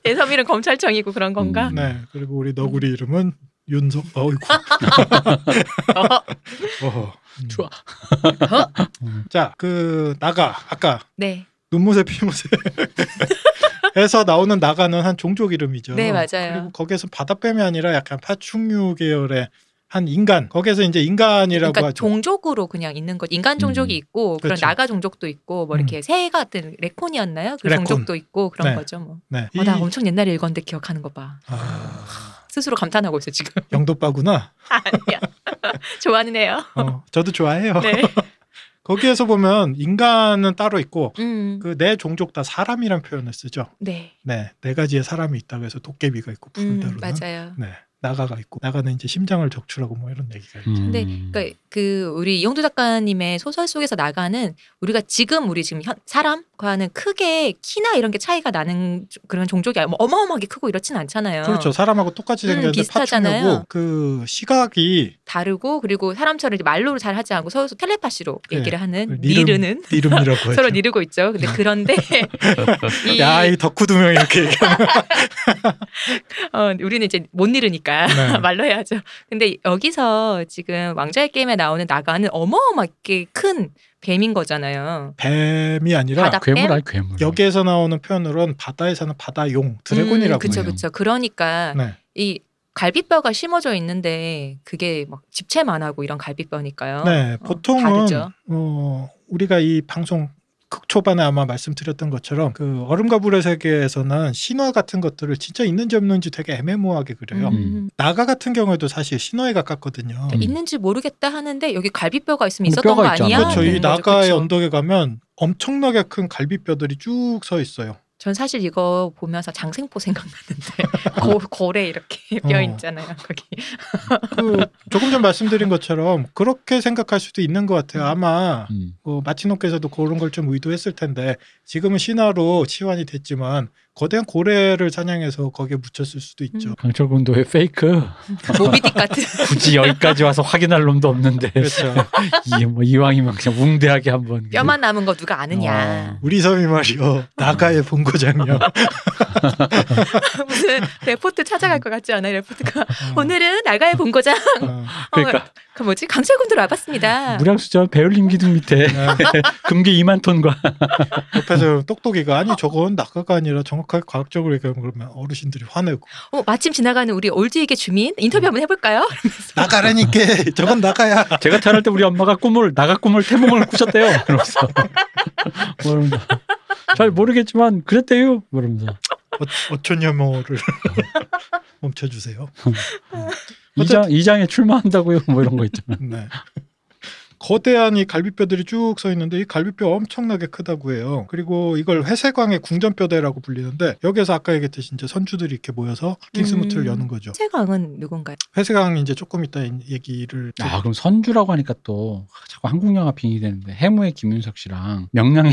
Speaker 1: *laughs* 내 섬 이름 검찰청이고 그런 건가?
Speaker 3: 음.
Speaker 2: 네. 그리고 우리 너구리 이름은 윤석.
Speaker 3: *laughs*
Speaker 2: 어이구. *laughs* 어허. 음.
Speaker 3: 좋아.
Speaker 2: 자, 그 나가 아까
Speaker 1: 네,
Speaker 2: 눈무새 피무새 *laughs* 에서 나오는 나가는 한 종족 이름이죠.
Speaker 1: 네
Speaker 2: 그리고
Speaker 1: 맞아요.
Speaker 2: 거기에서 바다뱀이 아니라 약간 파충류 계열의 한 인간. 거기에서 이제 인간이라고
Speaker 1: 그러니까
Speaker 2: 하죠.
Speaker 1: 종족으로 그냥 있는 거 인간 종족이
Speaker 3: 음.
Speaker 1: 있고 그런
Speaker 2: 그렇죠. 음.
Speaker 1: 나가 종족도 있고 뭐 이렇게 새 같은 레콘이었나요? 그
Speaker 2: 레콘.
Speaker 1: 종족도 있고 그런
Speaker 2: 네.
Speaker 1: 거죠. 뭐.
Speaker 2: 네.
Speaker 1: 어, 나
Speaker 2: 이-
Speaker 1: 엄청 옛날에 읽었는데 기억하는 거 봐.
Speaker 2: 아,
Speaker 1: 스스로 감탄하고 있어 지금. *laughs*
Speaker 2: 영도빠구나.
Speaker 1: 아니야. 좋아하는 애요.
Speaker 2: 어, 저도 좋아해요. *laughs*
Speaker 1: 네.
Speaker 2: 거기에서 보면 인간은 따로 있고
Speaker 1: 음.
Speaker 2: 그 내 종족 다 사람이란 표현을 쓰죠.
Speaker 1: 네.
Speaker 2: 네, 네 가지의 사람이 있다고 해서 도깨비가 있고
Speaker 1: 음,
Speaker 2: 푸른다루는
Speaker 1: 맞아요.
Speaker 2: 네, 나가가 있고 나가는 이제 심장을 적출하고 뭐 이런 얘기가 있죠.
Speaker 3: 음.
Speaker 1: 근데 그러니까 그 우리 이용도 작가님의 소설 속에서 나가는 우리가 지금 우리 지금 현- 사람과는 크게 키나 이런 게 차이가 나는 조- 그런 종족이 아니- 뭐 어마어마하게 크고 이렇진 않잖아요.
Speaker 2: 그렇죠. 사람하고 똑같이
Speaker 1: 음,
Speaker 2: 생겼는데
Speaker 1: 비슷하잖아요.
Speaker 2: 파충류고 그 시각이
Speaker 1: 다르고 그리고 사람처럼 이제 말로 잘 하지 않고 서로 텔레파시로
Speaker 2: 네.
Speaker 1: 얘기를 하는
Speaker 2: 니름-
Speaker 1: *laughs* 니르는
Speaker 2: 이름이라고 해요.
Speaker 1: 서로 니르고 있죠. 근데
Speaker 2: *laughs*
Speaker 1: 그런데 이,
Speaker 2: 야, 이 덕후 두 명이
Speaker 1: *laughs*
Speaker 2: 이렇게 얘기하면
Speaker 1: 어, 우리는 이제 못 이르니까
Speaker 2: 네.
Speaker 1: *laughs* 말로 해야죠. 근데 여기서 지금 왕자의 게임에 나오는 나가는 어마어마하게 큰 뱀인 거잖아요.
Speaker 2: 뱀이 아니라
Speaker 1: 바다-
Speaker 3: 괴물 아니 괴물
Speaker 2: 여기에서 나오는 표현으로는 바다에 사는 바다용 드래곤이라고
Speaker 1: 그렇죠,
Speaker 3: 해요.
Speaker 1: 그렇죠. 그러니까
Speaker 2: 네.
Speaker 1: 이 갈비뼈가 심어져 있는데 그게 막 집채만하고 이런 갈비뼈니까요.
Speaker 2: 네,
Speaker 1: 어,
Speaker 2: 보통은
Speaker 1: 다르죠.
Speaker 2: 어, 우리가 이 방송 극초반에 아마 말씀드렸던 것처럼 그 얼음과 불의 세계에서는 신화 같은 것들을 진짜 있는지 없는지 되게 애매모호하게 그려요.
Speaker 1: 음. 네.
Speaker 2: 나가 같은 경우에도 사실 신화에 가깝거든요.
Speaker 3: 음.
Speaker 1: 있는지 모르겠다 하는데 여기 갈비뼈가 있으면
Speaker 3: 음,
Speaker 1: 있었던 거
Speaker 3: 뼈가
Speaker 2: 그러니까
Speaker 1: 아니야? 네,
Speaker 3: 있잖아요.
Speaker 2: 그렇죠.
Speaker 1: 되는
Speaker 2: 이
Speaker 1: 거죠.
Speaker 2: 나가의
Speaker 1: 그렇죠.
Speaker 2: 언덕에 가면 엄청나게 큰 갈비뼈들이 쭉 서 있어요.
Speaker 1: 전 사실 이거 보면서 장생포
Speaker 3: *laughs*
Speaker 1: 생각났는데 고, 고래 이렇게 뼈
Speaker 2: 어.
Speaker 1: 있잖아요 거기
Speaker 2: 그 조금 전 말씀드린 것처럼 그렇게 생각할 수도 있는 것 같아요. 아마
Speaker 3: 음.
Speaker 2: 어, 마티노께서도 그런 걸 좀 의도했을 텐데 지금은 신화로 치환이 됐지만 거대한 고래를 사냥해서 거기에 묻혔을 수도 있죠.
Speaker 1: 음.
Speaker 3: 강철 군도의 페이크
Speaker 1: 모비딕 같은
Speaker 3: *laughs* 굳이 여기까지 와서 확인할
Speaker 1: *laughs*
Speaker 3: 놈도 없는데
Speaker 2: 그렇죠.
Speaker 3: 이, 뭐 이왕이면 그냥 웅대하게 한번
Speaker 1: 뼈만 남은 거 누가 아느냐
Speaker 2: 우리 섬이 말이요 나가의 본고장이요.
Speaker 3: 어.
Speaker 1: 무슨 레포트 찾아갈 것 같지 않아요 레포트가 오늘은 나가의 본거장
Speaker 2: 어,
Speaker 3: *laughs* 그러니까
Speaker 1: 그 뭐지 강철군들 와봤습니다
Speaker 3: 무량수저 배울림 기둥 밑에
Speaker 2: 어,
Speaker 3: *laughs* 금괴 2만 *laughs* 톤과
Speaker 2: 옆에서 똑똑이가 아니 저건 낙하가 아니라 정확하게 과학적으로 얘기하면 그러면 어르신들이 화내고
Speaker 1: 어, 마침 지나가는 우리 올드에게 주민
Speaker 3: 음.
Speaker 1: 인터뷰 한번 해볼까요?
Speaker 2: 나가라니까 저건 나가야
Speaker 3: 제가 태어날 때 우리 엄마가 꿈을 나가 꿈을 태몽을 꾸셨대요. *laughs* 그러면서 모릅니다. 잘 모르겠지만 그랬대요. 뭐 그러면서
Speaker 2: 어, 어촌 혐오를 멈춰주세요.
Speaker 3: 이장 이장에 출마한다고요. 뭐 이런 거 있잖아.
Speaker 2: 네. 거대한 이 갈비뼈들이 쭉 서 있는데 이 갈비뼈 엄청나게 크다고 해요. 그리고 이걸 회색왕의 궁전뼈대라고 불리는데 여기에서 아까 얘기했듯이 이제 선주들이 이렇게 모여서 킹스무트를
Speaker 1: 음.
Speaker 2: 여는 거죠.
Speaker 1: 최강은 누군가요?
Speaker 2: 회색왕 이제 조금 이따 얘기를
Speaker 1: 네.
Speaker 3: 아 그럼 선주라고 하니까 또 자꾸 한국 영화 빙이 되는데 해무의 김윤석 씨랑 명량의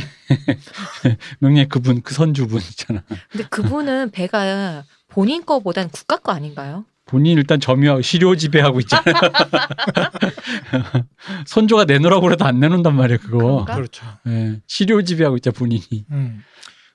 Speaker 3: *laughs* 명량의 그분 그 선주분 있잖아.
Speaker 1: 근데 그분은 *laughs* 배가 본인 거보단 국가 거 아닌가요?
Speaker 3: 본인 일단 점유하고 시료 지배하고 있잖아. *laughs* 선조가 내놓으라고 그래도 안 내놓는단 말이야 그거.
Speaker 1: 그런가?
Speaker 2: 그렇죠.
Speaker 3: 예, 시료 지배하고 있자 본인이.
Speaker 2: 음.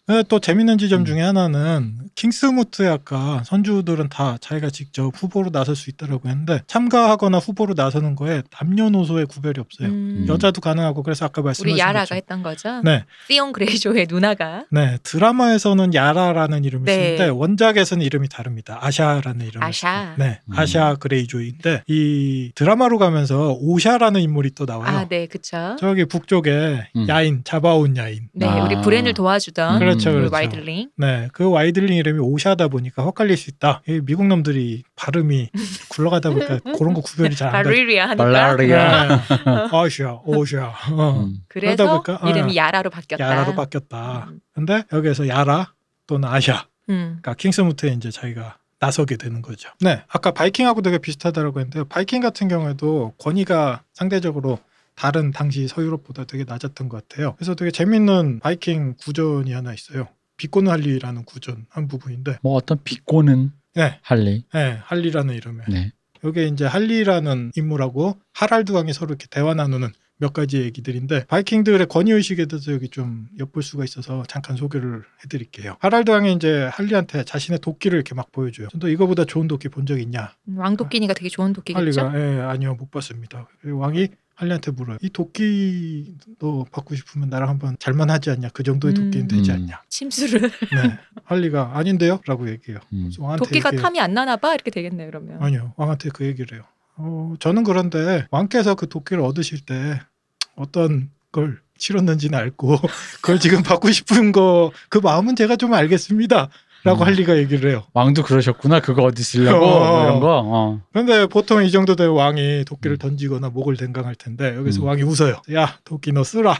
Speaker 2: 네, 또 재밌는 지점
Speaker 3: 음.
Speaker 2: 중에 하나는 킹스무트의 아까 선주들은 다 자기가 직접 후보로 나설 수 있다라고 했는데 참가하거나 후보로 나서는 거에 남녀노소의 구별이 없어요.
Speaker 1: 음,
Speaker 2: 여자도 가능하고 그래서 아까 말씀하신
Speaker 1: 우리 야라가
Speaker 2: 것처럼
Speaker 1: 했던 거죠?
Speaker 2: 네.
Speaker 1: 피온 그레이조의 누나가
Speaker 2: 네, 드라마에서는 야라라는 이름이
Speaker 1: 네.
Speaker 2: 쓰는데 원작에서는 이름이 다릅니다. 아샤라는 이름이
Speaker 1: 아샤.
Speaker 2: 쓰- 네,
Speaker 3: 음.
Speaker 2: 아샤 그레이조이인데 이 드라마로 가면서 오샤라는 인물이 또 나와요.
Speaker 1: 아 네 그쵸
Speaker 2: 저기 북쪽에
Speaker 3: 음.
Speaker 2: 야인 잡아온 야인.
Speaker 1: 네
Speaker 3: 아.
Speaker 1: 우리 브랜을 도와주던
Speaker 2: 그렇죠,
Speaker 1: 그
Speaker 2: 그렇죠.
Speaker 1: 와이들링
Speaker 2: 네, 그 와이들링 이름이 오샤다 보니까 헷갈릴 수 있다. 이 미국 놈들이
Speaker 1: *laughs*
Speaker 2: 발음이 굴러가다 보니까 그런 거 구별이 잘 안 돼.
Speaker 1: 발리리아 하니까
Speaker 2: 네.
Speaker 3: 발라리아.
Speaker 2: *laughs* 아샤, 오샤. 어.
Speaker 3: 음.
Speaker 1: 그래서
Speaker 2: 그러다 보니까,
Speaker 1: 이름이
Speaker 2: 어.
Speaker 1: 야라로 바뀌었다
Speaker 2: 야라로 바뀌었다. 아.
Speaker 1: 음.
Speaker 2: 근데 여기에서 야라 또는 아샤
Speaker 1: 음.
Speaker 2: 그러니까 킹스무트에 이제 자기가 나서게 되는 거죠. 네, 아까 바이킹하고 되게 비슷하다라고 했는데 바이킹 같은 경우에도 권위가 상대적으로 다른 당시 서유럽보다 되게 낮았던 것 같아요. 그래서 되게 재밌는 바이킹 구전이 하나 있어요. 비꼬는 할리라는 구전 한 부분인데,
Speaker 3: 뭐 어떤 비꼬는
Speaker 2: 네,
Speaker 3: 할리.
Speaker 2: 네, 할리라는 이름의
Speaker 3: 네.
Speaker 2: 여기에 이제 할리라는 인물하고 하랄드 왕이 서로 이렇게 대화 나누는 몇 가지 얘기들인데 바이킹들의 권위 의식에 대해서 여기 좀 엿볼 수가 있어서 잠깐 소개를 해드릴게요. 하랄드 왕이 이제 할리한테 자신의 도끼를 이렇게 막 보여줘요. 너 이거보다 좋은 도끼 본 적 있냐?
Speaker 1: 왕도끼니까 되게 좋은 도끼겠죠?
Speaker 2: 할리가 예 아니요 못 봤습니다. 그리고 왕이 할리한테 물어요. 이 도끼 너 받고 싶으면 나랑 한번 잘만 하지 않냐? 그 정도의
Speaker 1: 음.
Speaker 2: 도끼는 되지
Speaker 3: 음.
Speaker 2: 않냐?
Speaker 1: 침수를
Speaker 2: 네 할리가 아닌데요라고 얘기해요.
Speaker 3: 음.
Speaker 2: 그래서 왕한테
Speaker 1: 도끼가
Speaker 2: 얘기해요.
Speaker 1: 탐이 안 나나 봐 이렇게 되겠네요 그러면
Speaker 2: 아니요 왕한테 그 얘기를 해요. 어, 저는 그런데 왕께서 그 도끼를 얻으실 때 어떤 걸 치렀는지는 알고 *laughs* 그걸 지금 받고 싶은 거 그 마음은 제가 좀 알겠습니다라고
Speaker 3: 음.
Speaker 2: 할리가 얘기를 해요.
Speaker 3: 왕도 그러셨구나. 그거 어디 쓰려고
Speaker 2: 어.
Speaker 3: 뭐 이런 거. 어.
Speaker 2: 그런데 보통 이 정도 되면 왕이 도끼를
Speaker 3: 음.
Speaker 2: 던지거나 목을 댕강할 텐데 여기서
Speaker 3: 음.
Speaker 2: 왕이 웃어요. 야 도끼
Speaker 1: *laughs*
Speaker 2: 너 쓰라.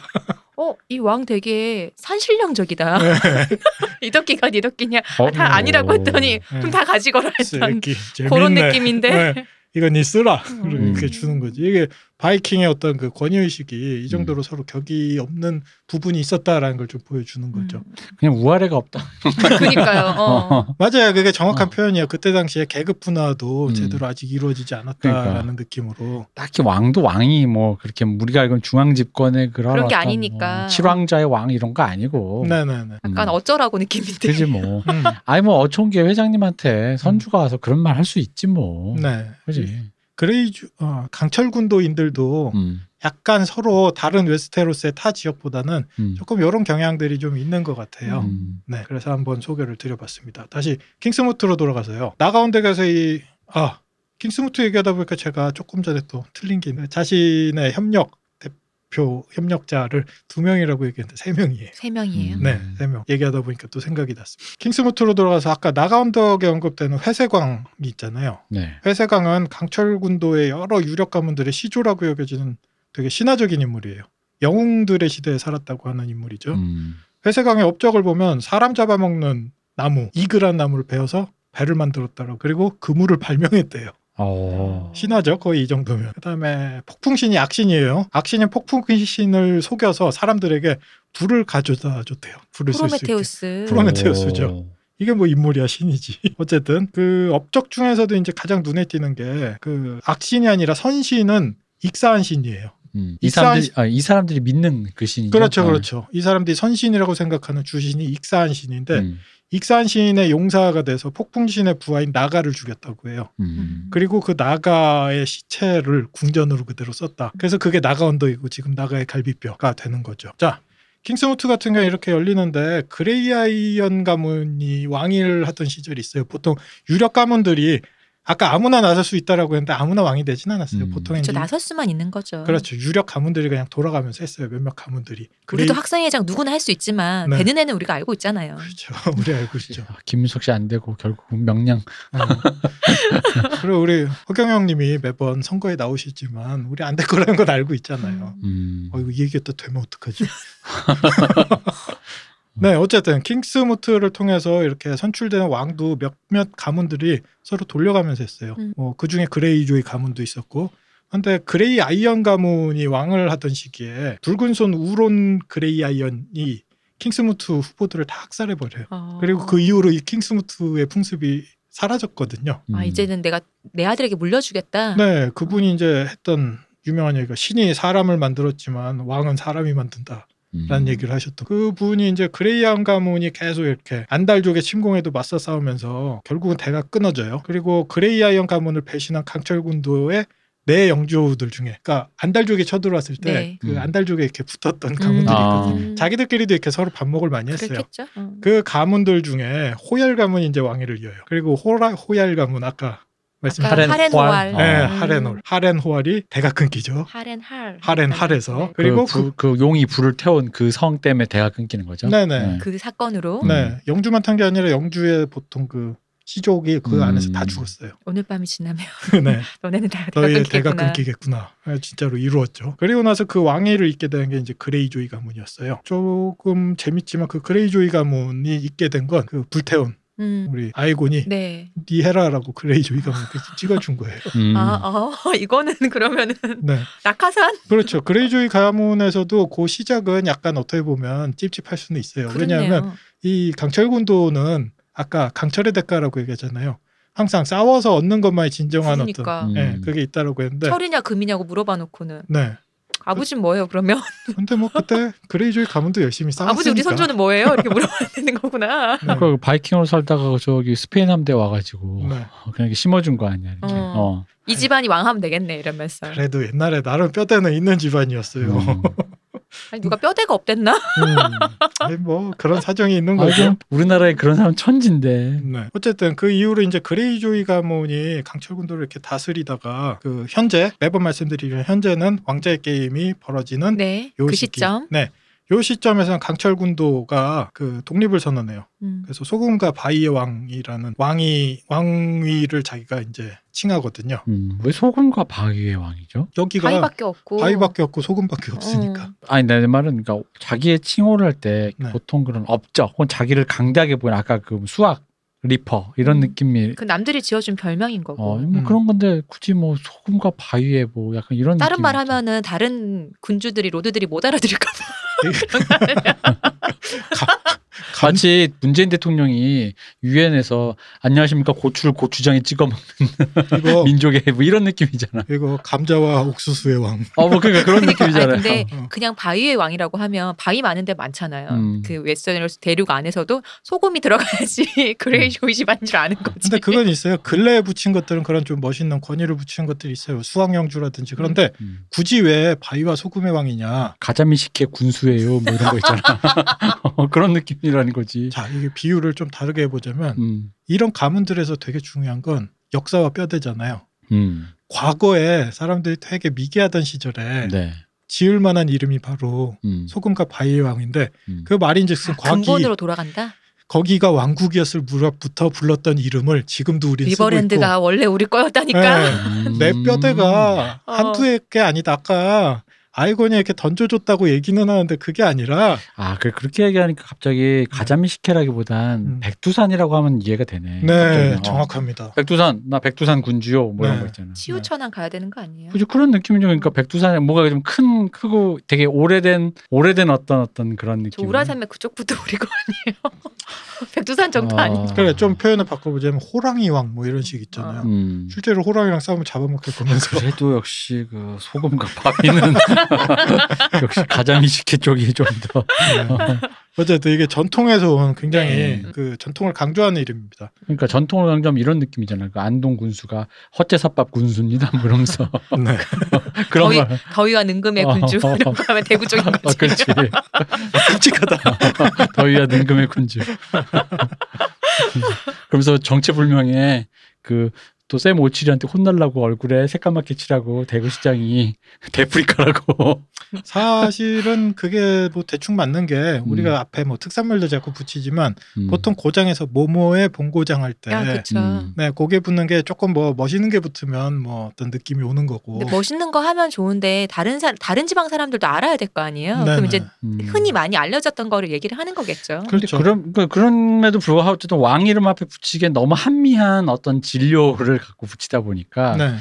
Speaker 1: 어, 이 왕 되게 산신령적이다. *laughs* 이 도끼가 니 도끼냐?
Speaker 3: 어?
Speaker 2: 음.
Speaker 1: 다 아니라고 했더니
Speaker 2: 네.
Speaker 1: 그럼 다 가지거라 했던
Speaker 2: 쓰레기
Speaker 1: 그런
Speaker 2: 재밌네.
Speaker 1: 느낌인데.
Speaker 2: 네, 이건 니 쓰라 이렇게
Speaker 3: 음.
Speaker 2: 주는 거지 이게 바이킹의 어떤 그 권위 의식이 이
Speaker 3: 음.
Speaker 2: 정도로 서로 격이 없는 부분이 있었다라는 걸 좀 보여주는 거죠.
Speaker 1: 음.
Speaker 3: 그냥 우아래가 없다.
Speaker 1: 그러니까요.
Speaker 2: *laughs*
Speaker 1: 어.
Speaker 3: 어.
Speaker 2: 맞아요. 그게 정확한
Speaker 3: 어.
Speaker 2: 표현이에요. 그때 당시에 계급 분화도
Speaker 3: 음. 그러니까.
Speaker 2: 제대로 아직 이루어지지 않았다라는 느낌으로.
Speaker 3: 딱히 왕도 왕이 뭐 그렇게 우리가 알고 있는 중앙 집권의 그런
Speaker 1: 그런 게
Speaker 3: 어떤
Speaker 1: 아니니까.
Speaker 3: 뭐 칠왕자의 왕 이런 거 아니고.
Speaker 2: 네네네.
Speaker 1: 약간 어쩌라고 느낌인데.
Speaker 3: 그지 뭐.
Speaker 2: 음,
Speaker 3: 아니 뭐 어. 어촌계 회장님한테 선주가 와서 그런 말 할 수 있지 뭐.
Speaker 2: 네.
Speaker 3: 그지.
Speaker 2: 그레이주 어, 강철 군도인들도
Speaker 3: 음.
Speaker 2: 약간 서로 다른 웨스테로스의 타 지역보다는
Speaker 3: 음.
Speaker 2: 조금 이런 경향들이 좀 있는 것 같아요.
Speaker 3: 음.
Speaker 2: 네, 그래서 한번 소개를 드려봤습니다. 다시 킹스무트로 돌아가서요. 나가운데 가서 이, 아, 킹스무트 얘기하다 보니까 제가 조금 전에 또 틀린 게 있는데 자신의 협력, 대표 협력자를 두 명이라고 얘기했는데 세 명이에요.
Speaker 1: 세 명이에요.
Speaker 3: 음.
Speaker 2: 네, 세 명. 얘기하다 보니까 또 생각이 났습니다. 킹스무트로 돌아가서 아까 나가운덕에 언급되는 회세광이 있잖아요.
Speaker 3: 네.
Speaker 2: 회세강은 강철군도의 여러 유력 가문들의 시조라고 여겨지는 되게 신화적인 인물이에요. 영웅들의 시대에 살았다고 하는 인물이죠.
Speaker 3: 음.
Speaker 2: 회세강의 업적을 보면 사람 잡아먹는 나무 이그란 나무를 베어서 배를 만들었다고 그리고 그물을 발명했대요.
Speaker 3: 어.
Speaker 2: 신화죠 거의 이 정도면. 그다음에 폭풍신이 악신이에요. 악신이 폭풍신을 속여서 사람들에게 불을 가져다 줬대요. 불을 쓸 수 있게.
Speaker 1: 프로메테우스.
Speaker 2: 프로- 프로메테우스죠. 이게 뭐 인물이야 신이지. *laughs* 어쨌든 그 업적 중에서도 이제 가장 눈에 띄는 게 그 악신이 아니라 선신은 익사한 신이에요.
Speaker 4: 음.
Speaker 2: 이
Speaker 4: 이 사람들이
Speaker 2: 사람이-
Speaker 4: 아, 이 사람들이 믿는 그 신이
Speaker 2: 그렇죠,
Speaker 3: 네.
Speaker 2: 그렇죠. 이 사람들이 선신이라고 생각하는 주신이 익사한 신인데
Speaker 3: 음.
Speaker 2: 익사한 신의 용사가 돼서 폭풍신의 부하인 나가를 죽였다고 해요.
Speaker 3: 음.
Speaker 2: 그리고 그 나가의 시체를 궁전으로 그대로 썼다. 그래서 그게 나가 언덕이고 지금 나가의 갈비뼈가 되는 거죠. 자, 킹스무트 같은 경우 이렇게 열리는데 그레이아이언 가문이 왕위를 하던 시절이 있어요. 보통 유력 가문들이 아까 아무나 나설 수 있다라고 했는데 아무나 왕이 되진 않았어요.
Speaker 4: 음.
Speaker 2: 보통
Speaker 1: 그렇죠.
Speaker 2: 이제
Speaker 1: 나설 수만 있는 거죠.
Speaker 2: 그렇죠. 유력 가문들이 그냥 돌아가면서 했어요. 몇몇 가문들이.
Speaker 1: 우리도
Speaker 2: 그레이-
Speaker 1: 학생회장 누구나 할 수 있지만
Speaker 2: 네.
Speaker 1: 되는 애는 우리가 알고 있잖아요.
Speaker 2: 그렇죠. *laughs* 우리 알고 있죠.
Speaker 3: 아,
Speaker 4: 김윤석 씨 안 되고 결국은 명량
Speaker 2: 어. 그리고 우리 허경영님이 매번 선거에 나오시지만 우리 안 될 거라는 건 알고 있잖아요.
Speaker 4: 음.
Speaker 2: 어, 이거 이 얘기가 또 되면 어떡하지? 네, 어쨌든 킹스무트를 통해서 이렇게 선출되는 왕도 몇몇 가문들이 서로 돌려가면서 했어요.
Speaker 1: 음.
Speaker 2: 뭐 그중에 그레이조이 가문도 있었고. 근데 그레이 아이언 가문이 왕을 하던 시기에 붉은 손 우론 그레이 아이언이 킹스무트 후보들을 다 학살해 버려요.
Speaker 1: 어.
Speaker 2: 그리고 그 이후로 이 킹스무트의 풍습이 사라졌거든요.
Speaker 1: 아 이제는 내가 내 아들에게 물려주겠다.
Speaker 2: 음. 네, 그분이 이제 했던 유명한 얘기가 신이 사람을 만들었지만 왕은 사람이 만든다.
Speaker 4: 음.
Speaker 2: 라는 얘기를 하셨던 그분이 이제 그레이안 가문이 계속 이렇게 안달족의 침공에도 맞서 싸우면서 결국은 대가 끊어져요. 그리고 그레이아이언 가문을 배신한 강철군도의 내 영조들 중에 그러니까 안달족이 쳐들어왔을 때 그
Speaker 1: 네.
Speaker 4: 음.
Speaker 2: 안달족에 이렇게 붙었던
Speaker 1: 음.
Speaker 2: 가문들이 있거든요.
Speaker 4: 음.
Speaker 2: 자기들끼리도 이렇게 서로 반목을 많이 했어요.
Speaker 1: 그렇겠죠. 어.
Speaker 2: 그 가문들 중에 호얄 가문이 이제 왕위를 이어요. 그리고 호라, 호얄 가문 아까 말씀하신
Speaker 1: 아까 하렌 음. 호알.
Speaker 4: 아.
Speaker 2: 네,
Speaker 4: 어.
Speaker 2: 하렌홀. 하렌호알이 대가 끊기죠.
Speaker 1: 하렌 할.
Speaker 2: 하렌 할에서
Speaker 1: 네.
Speaker 2: 그리고
Speaker 4: 그, 그, 그 용이 불을 태운 그 성 때문에 대가 끊기는 거죠.
Speaker 2: 네네.
Speaker 1: 그 사건으로
Speaker 4: 음.
Speaker 2: 네, 영주만 탄 게 아니라 영주의 보통 그 시족이 그
Speaker 4: 음.
Speaker 2: 안에서
Speaker 1: *laughs*
Speaker 2: 다 죽었어요.
Speaker 1: 오늘 밤이 지나면
Speaker 2: 네,
Speaker 1: 너네는 다 대가
Speaker 2: 너희의
Speaker 1: 끊기겠구나.
Speaker 2: 대가 끊기겠구나. 아, 진짜로 이루었죠. 그리고 나서 그 왕위를 잇게 된 게 이제 그레이조이 가문이었어요. 조금 재밌지만 그 그레이조이 가문이 잇게 된 건 그 불태운
Speaker 1: 음.
Speaker 2: 우리 아이곤이
Speaker 1: 네.
Speaker 2: 니 해라라고 그레이조이 가문한테
Speaker 1: *laughs*
Speaker 2: 찍어준 거예요.
Speaker 4: 음.
Speaker 1: 아, 어, *laughs* 이거는 그러면은
Speaker 2: 네,
Speaker 1: 낙하산.
Speaker 2: 그렇죠. 그레이조이 가문에서도 그 시작은 약간 어떻게 보면 찝찝할 수는 있어요. 왜냐하면
Speaker 1: 그렇네요.
Speaker 2: 이 강철군도는 아까 강철의 대가라고 얘기했잖아요. 항상 싸워서 얻는 것만이 진정한 어떤
Speaker 1: 그러니까
Speaker 4: 음.
Speaker 2: 예, 그게 있다라고 했는데
Speaker 1: 철이냐 금이냐고 물어봐 놓고는
Speaker 2: 네.
Speaker 1: 아버지는 뭐예요? 그러면
Speaker 2: 근데 뭐 그때 그레이조이 가문도 열심히 싸웠으니까.
Speaker 1: 아버지 우리 선조는 뭐예요? 이렇게 물어봐야 *laughs* 되는 거구나.
Speaker 2: 네.
Speaker 4: 그 바이킹으로 살다가 저기 스페인 함대 와가지고
Speaker 2: 네.
Speaker 4: 그냥 이렇게 심어준 거 아니야. 이렇게.
Speaker 1: 어.
Speaker 4: 어.
Speaker 1: 이 집안이 왕하면 되겠네 이러면서
Speaker 2: 그래도 옛날에 나름 뼈대는 있는 집안이었어요. *laughs*
Speaker 4: 음.
Speaker 1: 아니, 누가 뼈대가
Speaker 2: 음.
Speaker 1: 없댔나?
Speaker 2: 아니, 뭐 그런 사정이 있는
Speaker 4: 아,
Speaker 2: 거죠.
Speaker 4: 좀 우리나라에 그런 사람 천진데.
Speaker 2: 네. 어쨌든 그 이후로 이제 그레이조이 가문이 강철군도를 이렇게 다스리다가 그 현재 매번 말씀드리지만 현재는 왕자의 게임이 벌어지는
Speaker 1: 네.
Speaker 2: 요
Speaker 1: 그
Speaker 2: 시기.
Speaker 1: 시점.
Speaker 2: 네. 요 시점에서는 강철군도가 그 독립을 선언해요.
Speaker 1: 음.
Speaker 2: 그래서 소금과 바위의 왕이라는 왕이 왕위를 자기가 이제 칭하거든요.
Speaker 4: 음, 왜 소금과 바위의 왕이죠?
Speaker 2: 여기가
Speaker 1: 바위밖에 없고.
Speaker 2: 바위밖에 없고 소금밖에 없으니까.
Speaker 1: 어.
Speaker 4: 아니 내 말은 그러니까 자기의 칭호를 할 때
Speaker 2: 네.
Speaker 4: 보통 그런 업적 혹은 자기를 강대하게 보이는 아까 그 수학 리퍼 이런
Speaker 1: 음.
Speaker 4: 느낌이
Speaker 1: 그 남들이 지어준 별명인 거고.
Speaker 4: 어, 뭐
Speaker 2: 음.
Speaker 4: 그런 건데 굳이 뭐 소금과 바위에 뭐 약간 이런
Speaker 1: 다른
Speaker 4: 느낌이죠.
Speaker 2: 음.
Speaker 1: 말 하면은 다른 군주들이 로드들이 못 알아들을까 봐.
Speaker 4: 마치 문재인 대통령이 유엔에서 안녕하십니까 고추를 고추장에 찍어 먹는
Speaker 1: *laughs*
Speaker 2: 이거
Speaker 4: 민족의 뭐 이런 느낌이잖아.
Speaker 2: 이거 감자와 옥수수의 왕.
Speaker 4: 어뭐 그러니까 그런 느낌이잖아요.
Speaker 1: 아니, 근데
Speaker 2: 어.
Speaker 1: 그냥 바위의 왕이라고 하면 바위 많은데 많잖아요.
Speaker 4: 음.
Speaker 1: 그 웨스터너스 대륙 안에서도 소금이 들어가야지 *laughs* 그레이조이 집안인 줄 아는 거지.
Speaker 2: 음. 근데 그건 있어요. 근래에 붙인 것들은 그런 좀 멋있는 권위를 붙인 것들이 있어요. 수왕영주라든지. 그런데
Speaker 3: 어.
Speaker 4: 음.
Speaker 2: 굳이 왜 바위와 소금의 왕이냐.
Speaker 4: 가자미 식혜 군수예요 뭐 이런 거
Speaker 1: *laughs*
Speaker 4: 있잖아. 어, 그런 느낌이라는 거지.
Speaker 2: 자, 이게 비유를 좀 다르게 해보자면
Speaker 4: 음.
Speaker 2: 이런 가문들에서 되게 중요한 건 역사와 뼈대잖아요.
Speaker 4: 음.
Speaker 2: 과거에 사람들이 되게 미개하던 시절에
Speaker 4: 네.
Speaker 2: 지을 만한 이름이 바로
Speaker 4: 음.
Speaker 2: 소금과 바위의 왕인데
Speaker 4: 음.
Speaker 2: 그 말인즉슨 과기
Speaker 1: 아, 근본으로 돌아간다.
Speaker 2: 거기가 왕국이었을 무렵부터 불렀던 이름을 지금도 우리는 쓰고 네.
Speaker 1: 리버랜드가 원래 우리
Speaker 2: 있고
Speaker 3: 음.
Speaker 1: 거였다니까.
Speaker 2: 네, 내 뼈대가
Speaker 1: 어.
Speaker 2: 한두 개 아니다 아까 아이곤이 이렇게 던져줬다고 얘기는 하는데 그게 아니라
Speaker 3: 아, 그 그렇게 얘기하니까 갑자기 가자미식회라기보단
Speaker 2: 음.
Speaker 3: 백두산이라고 하면 이해가 되네.
Speaker 2: 네
Speaker 3: 갑자기. 어.
Speaker 2: 정확합니다.
Speaker 3: 백두산, 나 백두산 군주요. 뭐 이런
Speaker 2: 네.
Speaker 3: 거 있잖아. 네.
Speaker 1: 치우천왕 가야 되는 거 아니에요?
Speaker 3: 그죠 그런 느낌이죠. 그러니까 백두산에 뭐가 좀 큰 크고 되게 오래된 오래된 어떤 어떤 그런
Speaker 1: 저
Speaker 3: 느낌.
Speaker 1: 우라산맥 그쪽부터 *laughs* 우리 거 아니에요? *laughs* 백두산
Speaker 3: 어.
Speaker 1: 정도 아니에요?
Speaker 2: 그래 그러니까 좀 표현을 바꿔보자면 호랑이왕 뭐 이런 식 있잖아요.
Speaker 3: 음.
Speaker 2: 실제로 호랑이랑 싸우면 잡아먹힐
Speaker 3: *laughs*
Speaker 2: 거면서
Speaker 3: 그래도 역시 그 소금과 밥이는 *laughs* 역시 가자미식회 쪽이 좀 더
Speaker 2: 네. 어쨌든 이게 전통에서 온 굉장히
Speaker 3: 네.
Speaker 2: 그 전통을 강조하는 이름입니다.
Speaker 3: 그러니까 전통을 강조하면 이런 느낌이잖아요. 그 안동 군수가 헛제사밥 군수입니다. 뭐 이러면서
Speaker 2: 네.
Speaker 3: 그런
Speaker 1: 거의-
Speaker 3: 거.
Speaker 1: 더위와 능금의
Speaker 2: 아.
Speaker 1: 군주
Speaker 3: 어.
Speaker 1: 이런 거 하면 대구 쪽인
Speaker 2: *laughs*
Speaker 3: 어,
Speaker 1: 거지.
Speaker 2: *laughs*
Speaker 3: 그렇지. *laughs*
Speaker 2: 끔찍하다.
Speaker 3: 더위와 능금의 군주. *laughs* 그러면서 정체불명의 그또 쌤 오칠이한테 혼날라고 얼굴에 새까맣게 칠하고 대구시장이 *laughs* 대프리카라고.
Speaker 2: 사실은 그게 뭐 대충 맞는 게 우리가 앞에 뭐 특산물도 자꾸 붙이지만
Speaker 3: 음.
Speaker 2: 보통 고장에서 모모에 본고장 할 때
Speaker 1: 야, 아, 그쵸.
Speaker 3: 음.
Speaker 2: 네, 고개 붙는 게 조금 뭐 멋있는 게 붙으면 뭐 어떤 느낌이 오는 거고.
Speaker 1: 근데 멋있는 거 하면 좋은데 다른 사, 다른 지방 사람들도 알아야 될 거 아니에요? 그럼
Speaker 2: 네네.
Speaker 1: 이제
Speaker 3: 음.
Speaker 1: 흔히 많이 알려졌던 거를 얘기를 하는 거겠죠.
Speaker 2: 그-
Speaker 3: 근데
Speaker 2: 그렇죠.
Speaker 3: 그런 그- 그럼에도 불구하고 어쨌든 왕 이름 앞에 붙이기엔 너무 한미한 어떤 진료를 갖고 붙이다 보니까
Speaker 2: 네.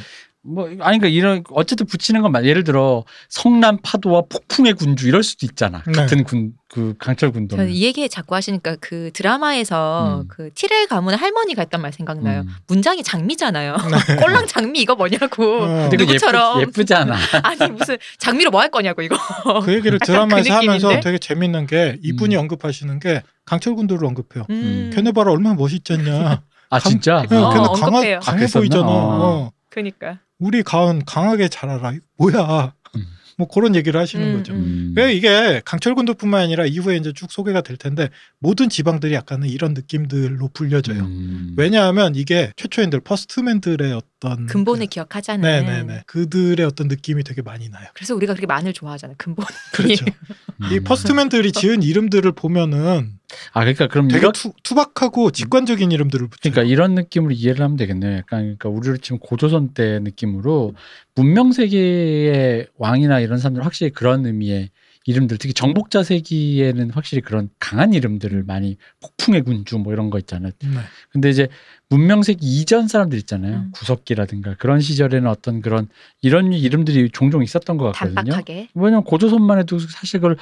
Speaker 3: 뭐 아니 그러니까 이런 어쨌든 붙이는 건 말- 예를 들어 성남 파도와 폭풍의 군주 이럴 수도 있잖아
Speaker 2: 네.
Speaker 3: 같은 군 그 강철 군도
Speaker 1: 저는 이 얘기 자꾸 하시니까 그 드라마에서
Speaker 3: 음.
Speaker 1: 그 티렐 가문 할머니가 했던 말 생각나요. 어, 문장이 장미잖아요.
Speaker 2: 음. 네.
Speaker 1: *laughs* 꼴랑 장미 이거 뭐냐고.
Speaker 2: 어,
Speaker 3: 근데 그
Speaker 1: 누구처럼.
Speaker 3: 예쁘, 예쁘잖아
Speaker 1: 아니 무슨 장미로 뭐 할 거냐고 이거.
Speaker 2: 그 얘기를
Speaker 1: 그
Speaker 2: 드라마에서 하면서
Speaker 1: 느낌인데?
Speaker 2: 되게 재밌는 게 이분이
Speaker 3: 음.
Speaker 2: 언급하시는 게 강철 군도를 언급해요.
Speaker 1: 음.
Speaker 2: 걔네 봐라 얼마나 멋있잖냐.
Speaker 3: 아
Speaker 2: 감-
Speaker 3: 진짜
Speaker 2: 네,
Speaker 1: 어,
Speaker 2: 걔네
Speaker 1: 언급해요.
Speaker 2: 강하,
Speaker 1: 아,
Speaker 2: 강해
Speaker 3: 그랬었나?
Speaker 2: 보이잖아.
Speaker 3: 아.
Speaker 2: 어.
Speaker 1: 그러니까.
Speaker 2: 우리 가은 강하게 자라라. 이거 뭐야.
Speaker 3: 음.
Speaker 2: *laughs* 뭐 그런 얘기를 하시는
Speaker 1: 음,
Speaker 2: 거죠.
Speaker 1: 음.
Speaker 2: 왜 이게 강철 군도뿐만 아니라 이후에 이제 쭉 소개가 될 텐데 모든 지방들이 약간은 이런 느낌들로 불려져요.
Speaker 3: 음.
Speaker 2: 왜냐하면 이게 최초인들 퍼스트맨들의 어떤
Speaker 1: 근본을
Speaker 2: 그-
Speaker 1: 기억하자는.
Speaker 2: 네네네 그들의 어떤 느낌이 되게 많이 나요.
Speaker 1: 그래서 우리가 그렇게 마늘 좋아하잖아요. 근본.
Speaker 2: 그렇죠.
Speaker 1: 예.
Speaker 2: 이
Speaker 3: 음.
Speaker 2: 퍼스트맨들이 지은 이름들을 보면은
Speaker 3: 아 그러니까 그럼
Speaker 2: 되게
Speaker 3: 이런
Speaker 2: 투, 투박하고 직관적인 이름들을 붙여요.
Speaker 3: 그러니까 이런 느낌으로 이해를 하면 되겠네요. 약간 그러니까 우리를 지금 고조선 때 느낌으로 문명 세계의 왕이나 이런 사람들 확실히 그런 의미의 이름들 특히 정복자 세기에는 확실히 그런 강한 이름들을 많이 폭풍의 군주 뭐 이런 거 있잖아요.
Speaker 2: 네.
Speaker 3: 근데 이제 문명세기 이전 사람들 있잖아요.
Speaker 1: 음.
Speaker 3: 구석기라든가 그런 시절에는 어떤 그런 이런 이름들이 종종 있었던 것 같거든요.
Speaker 1: 단박하게.
Speaker 3: 왜냐면 고조선만 해도 사실 그걸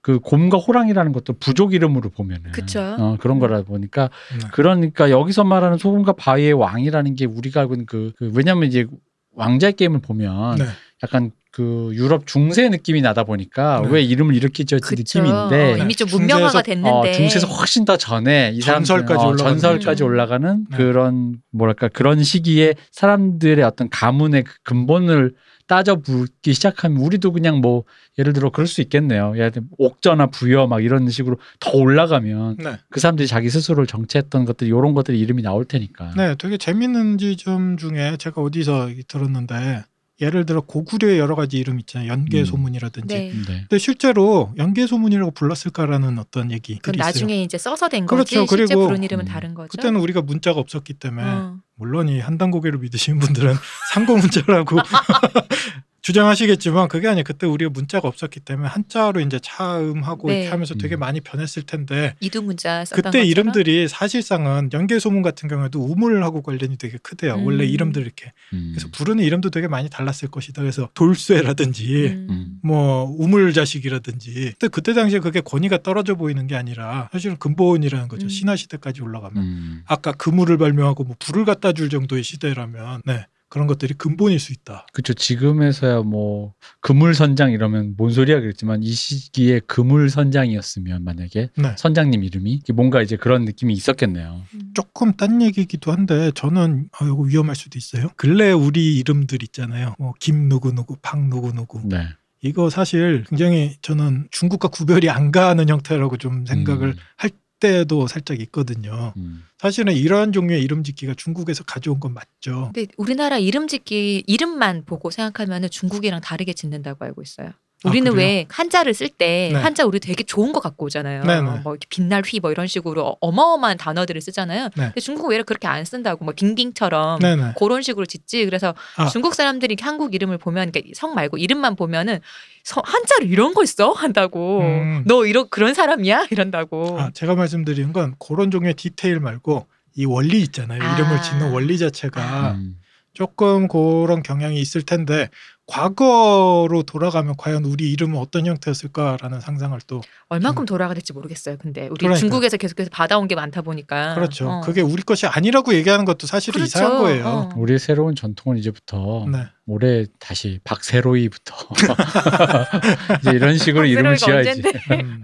Speaker 3: 그 곰과 호랑이라는 것도 부족 이름으로 보면은
Speaker 1: 그쵸. 음.
Speaker 3: 어, 그런 거라 보니까
Speaker 2: 네.
Speaker 3: 그러니까 여기서 말하는 소금과 바위의 왕이라는 게 우리가 알고 있는 그, 그 왜냐하면 이제 왕자의 게임을 보면
Speaker 2: 네.
Speaker 3: 약간 그 유럽 중세 느낌이 나다 보니까
Speaker 2: 네.
Speaker 3: 왜 이름을 이렇게 지었지
Speaker 1: 그쵸. 어,
Speaker 3: 느낌인데
Speaker 1: 이미 좀
Speaker 2: 중세에서-
Speaker 1: 문명화가
Speaker 3: 어,
Speaker 1: 됐는데. 음.
Speaker 3: 중세에서 훨씬 더 전에 이 사람
Speaker 2: 전설까지 올라가는
Speaker 3: 전설까지
Speaker 1: 거죠.
Speaker 3: 올라가는
Speaker 2: 네.
Speaker 3: 그런 뭐랄까 그런 시기에 사람들의 어떤 가문의 그 근본을 따져 묻기 시작하면 우리도 그냥 뭐 예를 들어 그럴 수 있겠네요. 예를 들어 옥저나 부여 막 이런 식으로 더 올라가면
Speaker 2: 네.
Speaker 3: 그 사람들이 자기 스스로를 정체했던 것들 이런 것들이 이름이 나올 테니까.
Speaker 2: 네, 되게 재밌는 지점 중에 제가 어디서 들었는데 예를 들어 고구려의 여러 가지 이름 있잖아요. 연개
Speaker 3: 음.
Speaker 2: 소문이라든지.
Speaker 1: 네.
Speaker 3: 네.
Speaker 2: 근데 실제로 연개 소문이라고 불렀을까라는 어떤 얘기.
Speaker 1: 그건 나중에 이제 써서 된 거지.
Speaker 2: 그렇죠.
Speaker 1: 실제
Speaker 2: 그리고
Speaker 1: 부른 이름은
Speaker 3: 음,
Speaker 1: 다른 거죠.
Speaker 2: 그때는 우리가 문자가 없었기 때문에
Speaker 1: 어.
Speaker 2: 물론 이 한단 고개를 믿으시는 분들은 *laughs* 상고 문자라고 *laughs* 주장하시겠지만 그게 아니에요. 그때 우리가 문자가 없었기 때문에 한자로 이제 차음하고
Speaker 1: 네.
Speaker 2: 이렇게 하면서 되게
Speaker 3: 음.
Speaker 2: 많이 변했을 텐데
Speaker 1: 이두 문자 썼던
Speaker 2: 그때
Speaker 1: 것처럼?
Speaker 2: 이름들이 사실상은 연개 소문 같은 경우에도 우물하고 관련이 되게 크대요.
Speaker 1: 음.
Speaker 2: 원래 이름들 이렇게
Speaker 3: 음.
Speaker 2: 그래서 부르는 이름도 되게 많이 달랐을 것이다. 그래서 돌쇠라든지
Speaker 1: 음.
Speaker 2: 뭐 우물 자식이라든지 근데 그때 당시에 그게 권위가 떨어져 보이는 게 아니라 사실은 근본이라는 거죠
Speaker 1: 음.
Speaker 2: 신화 시대까지 올라가면
Speaker 3: 음.
Speaker 2: 아까 그물을 발명하고 뭐 불을 갖다 줄 정도의 시대라면 네 그런 것들이 근본일 수 있다
Speaker 3: 그쵸. 지금에서야 뭐 그물선장 이러면 뭔 소리야 그랬지만 이 시기에 그물선장이었으면 만약에
Speaker 2: 네.
Speaker 3: 선장님 이름이 뭔가 이제 그런 느낌이 있었겠네요.
Speaker 1: 음.
Speaker 2: 조금 딴 얘기이기도 한데 저는 아 이거 위험할 수도 있어요 근래 우리 이름들 있잖아요 뭐 김 누구 누구 박 누구 누구
Speaker 3: 네.
Speaker 2: 이거 사실 굉장히 저는 중국과 구별이 안 가는 형태라고 좀 생각을
Speaker 3: 음.
Speaker 2: 할 때도 살짝 있거든요
Speaker 3: 음.
Speaker 2: 사실은 이러한 종류의 이름 짓기가 중국에서 가져온 건 맞죠
Speaker 1: 근데 우리나라 이름 짓기 이름만 보고 생각하면 중국이랑 다르게 짓는다고 알고 있어요. 우리는
Speaker 2: 아, 그래요?
Speaker 1: 왜 한자를 쓸 때
Speaker 2: 네.
Speaker 1: 한자 우리 되게 좋은 거 갖고 오잖아요.
Speaker 2: 네, 네.
Speaker 1: 뭐 이렇게 빛날 휘 뭐 이런 식으로 어- 어마어마한 단어들을 쓰잖아요. 근데 중국은 왜 그렇게 안 쓴다고 뭐 빙빙처럼
Speaker 2: 네. 네네.
Speaker 1: 그런 식으로 짓지. 그래서
Speaker 2: 아.
Speaker 1: 중국 사람들이 한국 이름을 보면 그러니까 성 말고 이름만 보면은 성- 한자로 이런 거 있어 한다고.
Speaker 2: 음.
Speaker 1: 너 이런 그런 사람이야 이런다고.
Speaker 2: 아, 제가 말씀드린 건 그런 종류의 디테일 말고 이 원리 있잖아요.
Speaker 1: 아.
Speaker 2: 이름을 짓는 원리 자체가
Speaker 4: 음.
Speaker 2: 조금 그런 경향이 있을 텐데 과거로 돌아가면 과연 우리 이름은 어떤 형태였을까라는 상상을 또
Speaker 1: 얼만큼 돌아가 될지 모르겠어요. 근데 우리
Speaker 2: 그러니까요.
Speaker 1: 중국에서 계속해서 받아온 게 많다 보니까.
Speaker 2: 그렇죠.
Speaker 1: 어.
Speaker 2: 그게 우리 것이 아니라고 얘기하는 것도 사실은
Speaker 1: 그렇죠.
Speaker 2: 이상한 거예요.
Speaker 1: 어.
Speaker 4: 우리의 새로운 전통은 이제부터
Speaker 2: 네.
Speaker 4: 올해 다시 박세로이부터 *laughs* 이제 이런 식으로 이름을
Speaker 1: 박세로이가
Speaker 4: 지어야지.
Speaker 1: 아, 언젠데.
Speaker 2: 음.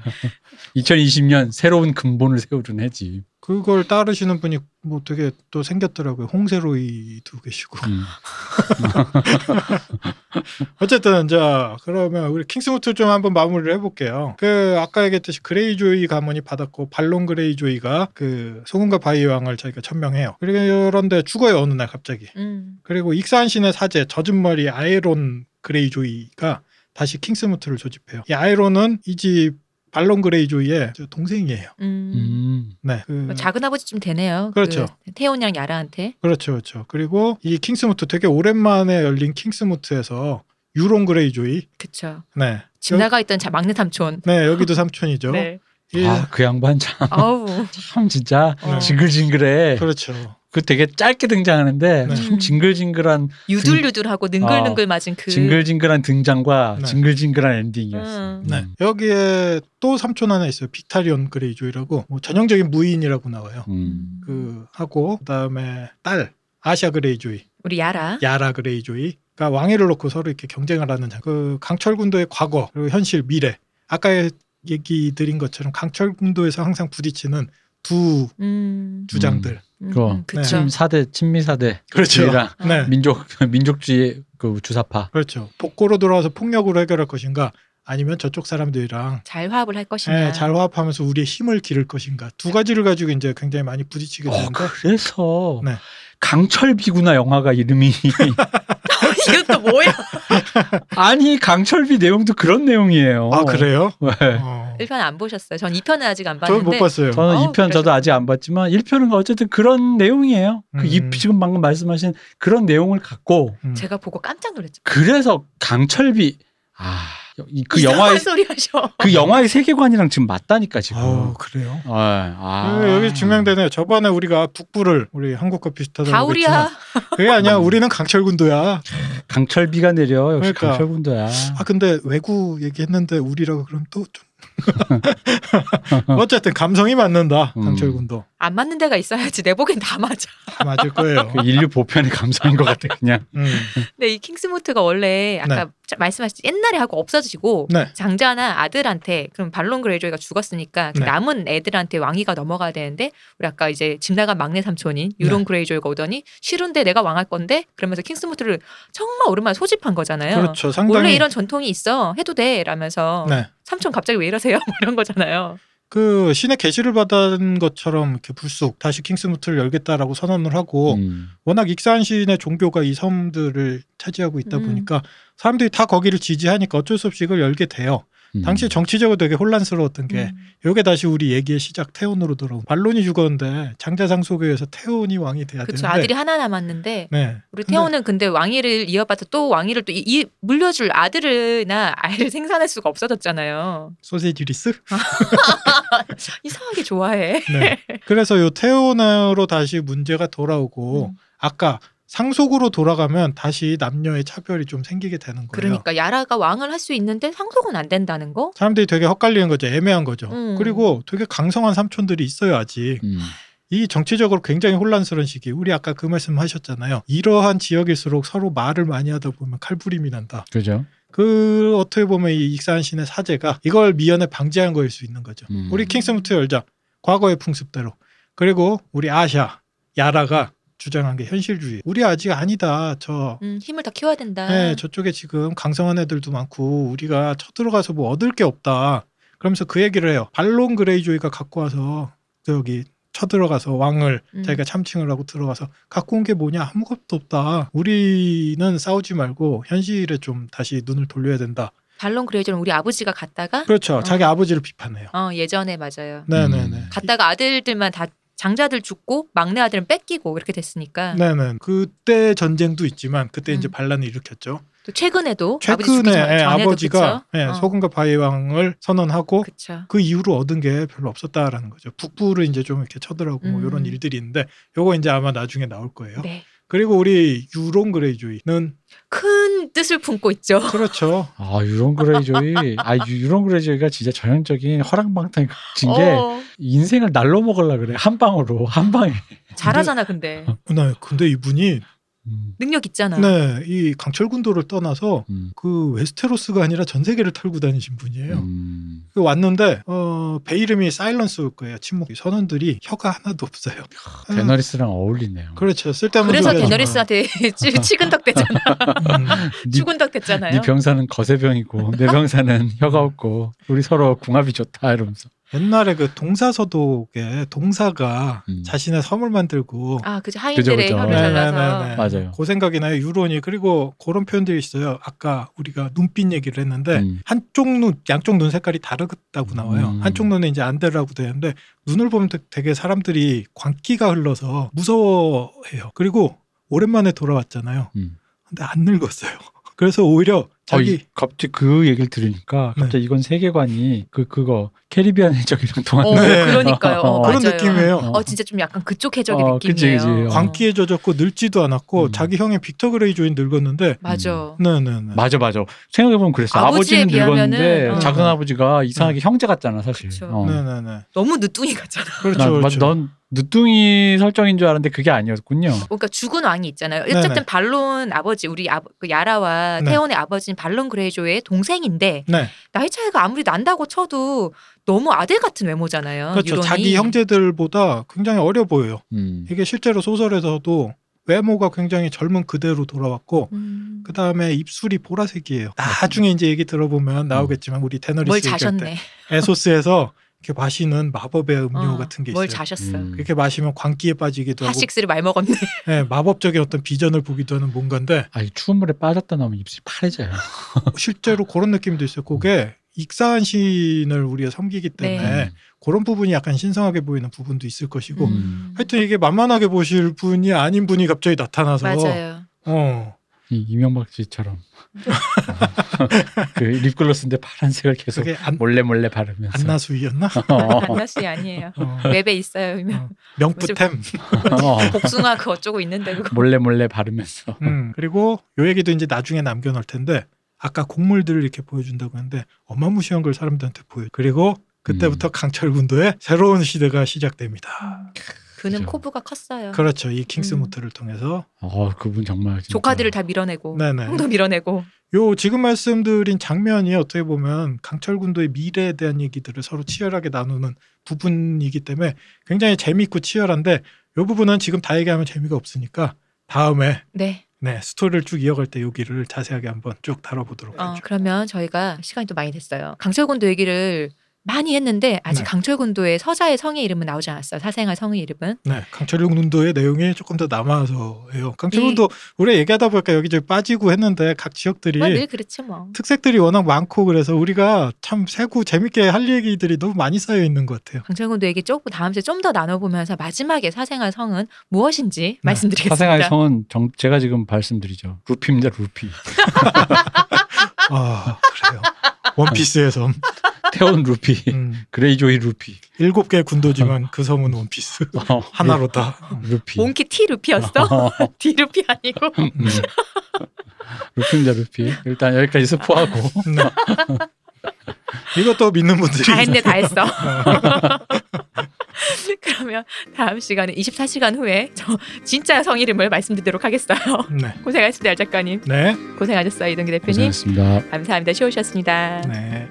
Speaker 4: 2020년 새로운 근본을 세우는 해지.
Speaker 2: 그걸 따르시는 분이 뭐 되게 또 생겼더라고요. 홍세로이도 계시고.
Speaker 4: 음.
Speaker 2: 어쨌든 자 그러면 우리 킹스무트 좀 한번 마무리를 해볼게요. 그 아까 얘기했듯이 그레이조이 가문이 받았고 발론 그레이조이가 그 소금과 바위 왕을 자기가 천명해요. 그런데 죽어요 어느 날 갑자기.
Speaker 1: 음.
Speaker 2: 그리고 익산신의 사제 젖은 머리 아이론 그레이조이가 다시 킹스무트를 조집해요. 이 아이론은 이 집 발론 그레이조이의 저 동생이에요.
Speaker 1: 음.
Speaker 4: 음.
Speaker 2: 네. 그-
Speaker 1: 작은 아버지쯤 되네요.
Speaker 2: 그렇죠.
Speaker 1: 그 태훈이랑 야라한테.
Speaker 2: 그렇죠, 그렇죠. 그리고 이 킹스무트 되게 오랜만에 열린 킹스무트에서 유론 그레이조이.
Speaker 1: 그쵸.
Speaker 2: 네.
Speaker 1: 집 나가 있던 자- 막내 삼촌.
Speaker 2: 네, 여기도 삼촌이죠.
Speaker 1: 네.
Speaker 2: 이-
Speaker 4: 아, 그 양반 참,
Speaker 1: *laughs* 아우.
Speaker 4: 참 진짜
Speaker 1: 어.
Speaker 2: 네.
Speaker 4: 징글징글해. 그
Speaker 2: 그렇죠.
Speaker 4: 되게 짧게 등장하는데
Speaker 2: 네.
Speaker 4: 참 징글징글한
Speaker 1: 음. 유들유들하고 능글능글 맞은 그.
Speaker 4: 징글징글한 등장과
Speaker 2: 네.
Speaker 4: 징글징글한 엔딩이었어.
Speaker 1: 음.
Speaker 2: 네. 여기에 또 삼촌 하나 있어요. 빅타리온 그레이조이라고 뭐 전형적인 무인이라고 나와요.
Speaker 4: 음.
Speaker 2: 그 하고 그다음에 딸 아샤 그레이조이,
Speaker 1: 우리 야라.
Speaker 2: 야라 그레이조이. 가 왕위를 놓고 서로 이렇게 경쟁을 하는 장. 그 강철 군도의 과거 그리고 현실 미래. 아까 얘기 드린 것처럼 강철 군도에서 항상 부딪히는 두
Speaker 1: 음.
Speaker 2: 주장들.
Speaker 1: 음,
Speaker 4: 그거. 네.
Speaker 1: 그쵸.
Speaker 4: 침 사대 친미 사대
Speaker 2: 그렇죠.
Speaker 4: 주의랑
Speaker 2: 네.
Speaker 4: 민족 *laughs* 민족주의 그 주사파.
Speaker 2: 그렇죠. 복고로 돌아와서 폭력으로 해결할 것인가 아니면 저쪽 사람들이랑
Speaker 1: 잘 화합을 할 것이냐.
Speaker 4: 네,
Speaker 1: *laughs*
Speaker 2: 예, 잘 화합하면서 우리의 힘을 기를 것인가 두 가지를 가지고 이제 굉장히 많이 부딪히게
Speaker 4: 어,
Speaker 2: 되는데
Speaker 4: 그래서
Speaker 2: 그 네.
Speaker 4: 강철비구나 영화가
Speaker 2: *laughs*
Speaker 4: 이름이
Speaker 1: 이건 또 뭐야?
Speaker 4: 아니 강철비 내용도 그런 내용이에요.
Speaker 2: 아 그래요?
Speaker 4: *laughs* 네.
Speaker 2: 어.
Speaker 1: 1편 안 보셨어요. 전 2편은 아직 안
Speaker 2: 저는
Speaker 1: 봤는데.
Speaker 2: 못 봤어요.
Speaker 4: 저는
Speaker 1: 어우,
Speaker 4: 2편 저도
Speaker 1: 그러셨구나.
Speaker 4: 아직 안 봤지만 1편은 어쨌든 그런 내용이에요. 그 이-
Speaker 2: 음.
Speaker 4: 지금 방금 말씀하신 그런 내용을 갖고
Speaker 2: 음.
Speaker 1: 제가 보고 깜짝 놀랐죠.
Speaker 4: 그래서 강철비 아 그
Speaker 1: 이상한
Speaker 4: 영화의
Speaker 1: 소리 하셔.
Speaker 4: 그 영화의 세계관이랑 지금 맞다니까 지금.
Speaker 2: 아 그래요?
Speaker 4: 아, 아.
Speaker 2: 예, 여기 증명되네요. 저번에 우리가 북부를 우리 한국과 비슷하다고
Speaker 1: 다우리야.
Speaker 2: 했지만 그게 아니야.
Speaker 4: 음.
Speaker 2: 우리는 강철군도야.
Speaker 4: 강철비가 내려 역시
Speaker 2: 그러니까.
Speaker 4: 강철군도야.
Speaker 2: 아 근데 외구 얘기했는데 우리라고 그럼 또
Speaker 4: *laughs*
Speaker 2: 좀. 어쨌든 감성이 맞는다.
Speaker 4: 음.
Speaker 2: 강철군도
Speaker 1: 안 맞는 데가 있어야지. 내 보기엔 다 맞아.
Speaker 2: 다 맞을 거예요.
Speaker 4: *laughs* 그 인류 보편의 감성인 것 같아 그냥.
Speaker 2: 음.
Speaker 1: 근데 이 킹스모트가 원래 아까 자- 말씀하신 옛날에 하고 없어지고
Speaker 2: 네.
Speaker 1: 장자나 아들한테 그럼 발론 그레이조이가 죽었으니까 그
Speaker 2: 네.
Speaker 1: 남은 애들한테 왕위가 넘어가야 되는데 우리 아까 이제 집 나간 막내 삼촌인
Speaker 2: 네.
Speaker 1: 유론 그레이조이가 오더니 싫은데 내가 왕할 건데 그러면서 킹스모트를 정말 오랜만에 소집한 거잖아요.
Speaker 2: 그렇죠. 상당히
Speaker 1: 원래 이런 전통이 있어 해도 돼 라면서
Speaker 2: 네.
Speaker 1: 삼촌 갑자기 왜 이러세요 *laughs* 뭐 이런 거잖아요.
Speaker 2: 그 신의 계시를 받은 것처럼 이렇게 불쑥 다시 킹스무트를 열겠다라고 선언을 하고
Speaker 4: 음.
Speaker 2: 워낙 익산 신의 종교가 이 섬들을 차지하고 있다
Speaker 1: 음.
Speaker 2: 보니까 사람들이 다 거기를 지지하니까 어쩔 수 없이 이걸 열게 돼요.
Speaker 4: 음.
Speaker 2: 당시 정치적으로 되게 혼란스러웠던 게
Speaker 1: 음.
Speaker 2: 요게 다시 우리 얘기의 시작 태온으로 돌아온 발론이 죽었는데 장자상 속에 의해서 태온이 왕이 돼야
Speaker 1: 그쵸
Speaker 2: 되는데
Speaker 1: 아들이 하나 남았는데
Speaker 2: 네.
Speaker 1: 우리
Speaker 2: 근데-
Speaker 1: 태호는 근데 왕위를 이어받아 또 왕위를 또 이, 이- 물려줄 아들이나 아이를 *laughs* 생산할 수가 없어졌잖아요.
Speaker 2: 소세지 리스?
Speaker 1: 이상하게 좋아해.
Speaker 2: 네. 그래서 요 태온으로 다시 문제가 돌아오고
Speaker 1: 음.
Speaker 2: 아까 상속으로 돌아가면 다시 남녀의 차별이 좀 생기게 되는 거예요.
Speaker 1: 그러니까 야라가 왕을 할 수 있는데 상속은 안 된다는 거.
Speaker 2: 사람들이 되게 헛갈리는 거죠. 애매한 거죠.
Speaker 1: 음.
Speaker 2: 그리고 되게 강성한 삼촌들이 있어요, 아직.
Speaker 4: 음.
Speaker 2: 이 정치적으로 굉장히 혼란스러운 시기. 우리 아까 그 말씀 하셨잖아요. 이러한 지역일수록 서로 말을 많이 하다 보면 칼부림이 난다.
Speaker 4: 그죠.
Speaker 2: 그 어떻게 보면 이 익산신의 사제가 이걸 미연에 방지한 거일 수 있는 거죠.
Speaker 4: 음.
Speaker 2: 우리 킹스무트 열자. 과거의 풍습대로. 그리고 우리 아샤, 야라가 주장한 게 현실주의. 우리 아직 아니다. 저
Speaker 1: 음, 힘을 더 키워야 된다.
Speaker 2: 네, 저쪽에 지금 강성한 애들도 많고 우리가 쳐들어가서 뭐 얻을 게 없다. 그러면서 그 얘기를 해요. 발론 그레이조이가 갖고 와서 저기 쳐들어가서 왕을
Speaker 1: 음.
Speaker 2: 자기가 참칭을 하고 들어가서 갖고 온 게 뭐냐 아무것도 없다. 우리는 싸우지 말고 현실에 좀 다시 눈을 돌려야 된다.
Speaker 1: 발론 그레이저는 우리 아버지가 갔다가
Speaker 2: 그렇죠. 자기 아버지를 비판해요.
Speaker 1: 어 예전에 맞아요.
Speaker 2: 네네네.
Speaker 5: 음.
Speaker 1: 갔다가 아들들만 다 장자들 죽고 막내 아들은 뺏기고 이렇게 됐으니까
Speaker 2: 네네. 그때 전쟁도 있지만 그때 이제
Speaker 1: 음.
Speaker 2: 반란을 일으켰죠.
Speaker 1: 또 최근에도 아버지 죽기
Speaker 2: 최근에
Speaker 1: 전,
Speaker 2: 예,
Speaker 1: 전에도
Speaker 2: 아버지가 예,
Speaker 1: 그쵸? 어.
Speaker 2: 소금과 바위왕을 선언하고
Speaker 1: 그쵸.
Speaker 2: 그 이후로 얻은 게 별로 없었다라는 거죠. 북부를 이제 좀 이렇게 쳐들어오고 뭐
Speaker 1: 음.
Speaker 2: 이런 일들이 있는데 요거 이제 아마 나중에 나올 거예요.
Speaker 1: 네.
Speaker 2: 그리고 우리 유론 그레이조이는
Speaker 1: 큰 뜻을 품고 있죠.
Speaker 2: 그렇죠.
Speaker 1: *laughs*
Speaker 3: 아 유론 그레이저이 아 유- 유론 그레이저이가 진짜 전형적인 허랑방탕 같은 게
Speaker 1: 어,
Speaker 3: 인생을 날로 먹으려 그래 한 방으로 한 방에
Speaker 1: 잘하잖아 근데
Speaker 2: 네, 근데 이분이
Speaker 3: 음,
Speaker 1: 능력 있잖아.
Speaker 2: 네, 이 강철 군도를 떠나서
Speaker 3: 음,
Speaker 2: 그 웨스테로스가 아니라 전 세계를 털고 다니신 분이에요.
Speaker 3: 음.
Speaker 2: 그 왔는데 어, 배 이름이 사일런스일 거예요. 침묵. 이 선원들이 혀가 하나도 없어요. 네.
Speaker 3: 데너리스랑 어울리네요.
Speaker 2: 아. 그렇죠. 쓸데없는
Speaker 1: 아. 그래서
Speaker 2: 소리 하지
Speaker 1: 데너리스한테 *laughs* 치- 치근덕대잖아.
Speaker 2: 마. 음.
Speaker 3: 니-
Speaker 1: 추근덕댔잖아요.
Speaker 3: 네 병사는 거세병이고 내 병사는 혀가 없고 우리 서로 궁합이 좋다 이러면서
Speaker 2: 옛날에 그 동사서독에 동사가
Speaker 3: 음.
Speaker 2: 자신의 섬을 만들고
Speaker 1: 아, 그죠. 하인들의
Speaker 3: 그죠, 그죠.
Speaker 1: 혀를
Speaker 3: 네,
Speaker 1: 잘라서.
Speaker 3: 맞아요.
Speaker 2: 그 생각이 나요. 유론이 그리고 그런 표현들이 있어요. 아까 우리가 눈빛 얘기를 했는데
Speaker 3: 음.
Speaker 2: 한쪽 눈, 양쪽 눈 색깔이 다르다고 나와요.
Speaker 3: 음.
Speaker 2: 한쪽 눈은 이제 안대라고 되는데 눈을 보면 되- 되게 사람들이 광기가 흘러서 무서워해요. 그리고 오랜만에 돌아왔잖아요.
Speaker 3: 음.
Speaker 2: 근데 안 늙었어요. *laughs* 그래서 오히려
Speaker 3: 어,
Speaker 2: 자기 네.
Speaker 3: 이- 갑자기 그 얘기를 들으니까 갑자기 이건 세계관이 그 그거 캐리비안 *laughs* 해적이랑 동안
Speaker 1: 어,
Speaker 2: 네.
Speaker 1: 그러니까요. 어,
Speaker 2: 그런
Speaker 1: 맞아요.
Speaker 2: 느낌이에요.
Speaker 1: 어, 진짜 좀 약간 그쪽 해적의
Speaker 3: 어, 그치,
Speaker 1: 느낌이에요.
Speaker 3: 그치. 어.
Speaker 2: 광기에 젖었고 늙지도 않았고
Speaker 3: 음.
Speaker 2: 자기 형인 빅터 그레이조인 늙었는데 음.
Speaker 1: 맞아.
Speaker 2: 네네네.
Speaker 3: 맞아 맞아 생각해 보면 그랬어
Speaker 1: 아버지에
Speaker 3: 아버지는 늙었는데
Speaker 1: 비하면은,
Speaker 2: 어.
Speaker 3: 작은 아버지가 이상하게 형제 같잖아 사실.
Speaker 1: 그쵸.
Speaker 3: 어.
Speaker 2: 네. 네네네.
Speaker 1: 너무 늦둥이 같잖아.
Speaker 2: 그렇죠.
Speaker 3: 나-
Speaker 2: 그렇죠.
Speaker 3: 넌 늦둥이 설정인 줄 알았는데 그게 아니었군요.
Speaker 1: 그러니까 죽은 왕이 있잖아요.
Speaker 2: 네네.
Speaker 1: 어쨌든 발론 아버지, 우리 아, 그 야라와
Speaker 2: 네.
Speaker 1: 태원의 아버지는 발론 그레이조의 동생인데
Speaker 2: 네.
Speaker 1: 나이 차이가 아무리 난다고 쳐도 너무 아들 같은 외모잖아요.
Speaker 2: 그렇죠.
Speaker 1: 어, 유론이.
Speaker 2: 자기 형제들보다 굉장히 어려 보여요.
Speaker 3: 음.
Speaker 2: 이게 실제로 소설에서도 외모가 굉장히 젊은 그대로 돌아왔고
Speaker 1: 음,
Speaker 2: 그 다음에 입술이 보라색이에요. 나중에 이제 얘기 들어보면 나오겠지만 우리 테너리스
Speaker 1: 아. 음. 뭘
Speaker 2: 얘기할
Speaker 1: 자셨네.
Speaker 2: 때 에소스에서 이렇게 마시는 마법의 음료
Speaker 1: 어,
Speaker 2: 같은 게 있어요.
Speaker 1: 뭘 자셨어.
Speaker 3: 음.
Speaker 2: 이렇게 마시면 광기에 빠지기도 하고
Speaker 1: 하식스를 말 먹었네.
Speaker 2: 예, 마법적인 어떤 비전을 보기도 하는 뭔가인데
Speaker 3: 아니 추운 물에 빠졌다 나오면 입술이 파래져요.
Speaker 2: 실제로 그런 느낌도 있어요. 그게 익사한 신을 우리가 섬기기
Speaker 1: 네.
Speaker 2: 때문에
Speaker 3: 음.
Speaker 2: 그런 부분이 약간 신성하게 보이는 부분도 있을 것이고
Speaker 3: 음.
Speaker 2: 하여튼 이게 만만하게 보실 분이 아닌 분이 갑자기 나타나서
Speaker 1: 맞아요.
Speaker 2: 어
Speaker 3: 이 이명박 씨처럼 어. 그 립글로스인데 파란색을 계속
Speaker 2: 그게 안,
Speaker 3: 몰래 몰래 바르면서
Speaker 2: 안나수이였나?
Speaker 1: *laughs*
Speaker 3: 어.
Speaker 1: 만나시 아니에요.
Speaker 2: 어,
Speaker 1: 웹에 있어요. 이면 *laughs*
Speaker 2: 명부템.
Speaker 3: 어.
Speaker 1: 복숭아 그 어쩌고 있는데 그거.
Speaker 3: 몰래 몰래 바르면서
Speaker 2: 음, 그리고 요 얘기도 이제 나중에 남겨놓을 텐데 아까 곡물들을 이렇게 보여준다고 했는데 어마무시한 걸 사람들한테 보여. 그리고 그때부터 강철 군도의 새로운 시대가 시작됩니다.
Speaker 1: 그는
Speaker 3: 그죠.
Speaker 1: 포부가 컸어요.
Speaker 2: 그렇죠. 이
Speaker 1: 음.
Speaker 2: 킹스모트를 통해서
Speaker 3: 어 그분 정말 진짜.
Speaker 1: 조카들을 다 밀어내고
Speaker 2: 네네.
Speaker 1: 형도 밀어내고
Speaker 2: 요 지금 말씀드린 장면이 어떻게 보면 강철 군도의 미래에 대한 얘기들을 서로 치열하게 나누는 부분이기 때문에 굉장히 재미있고 치열한데 요 부분은 지금 다 얘기하면 재미가 없으니까 다음에
Speaker 1: 네.
Speaker 2: 네, 스토리를 쭉 이어갈 때 여기를 자세하게 한번 쭉 다뤄보도록
Speaker 1: 어,
Speaker 3: 그렇죠.
Speaker 2: 하죠.
Speaker 1: 그러면 저희가 시간이 또 많이 됐어요. 강철군도 얘기를 많이 했는데 아직
Speaker 2: 네.
Speaker 1: 강철군도의 서자의 성의 이름은 나오지 않았어요. 사생활 성의 이름은
Speaker 2: 네, 강철용 눈도의 내용이 조금 더 남아서예요. 강철용도 우리 얘기하다 보니까 여기저기 빠지고 했는데 각
Speaker 3: 예.
Speaker 2: 지역들이
Speaker 1: 뭐 늘 그렇지 뭐.
Speaker 2: 특색들이 워낙 많고 그래서 우리가 참 세고 재밌게 할 얘기들이 너무 많이 쌓여 있는 것 같아요.
Speaker 1: 강철군도 얘기 조금 다음 주에 좀 더 나눠보면서 마지막에 사생활 성은 무엇인지 말씀드리겠습니다.
Speaker 3: 네. 사생활 성은 정, 제가 지금 말씀드리죠. 루피입니다, 루피.
Speaker 2: 아 그래요. 원피스의 섬.
Speaker 3: 태온
Speaker 1: *laughs*
Speaker 3: 루피,
Speaker 2: 음,
Speaker 3: 그레이조이 루피,
Speaker 2: 일곱 개 군도지만 그 섬은 원피스
Speaker 3: 어,
Speaker 2: 하나로다.
Speaker 3: 예, 루피.
Speaker 1: 몽키 티 루피였어?
Speaker 3: *laughs*
Speaker 1: *laughs*
Speaker 3: 어,
Speaker 1: 디 루피 아니고
Speaker 3: 음. 루피입니다, 루피. 일단 여기까지 스포하고
Speaker 2: 네. 이것도 믿는 분들이
Speaker 1: 다 했네 다 했어. *laughs* 그러면 다음 시간에 24시간 후에 저 진짜 성 이름을 말씀드리도록 하겠어요.
Speaker 2: 네.
Speaker 1: 고생하셨습니다, 알 작가님.
Speaker 2: 네.
Speaker 1: 고생하셨어요, 이동기 대표님.
Speaker 3: 고생했습니다.
Speaker 1: 감사합니다. 쉬우셨습니다.
Speaker 2: 네.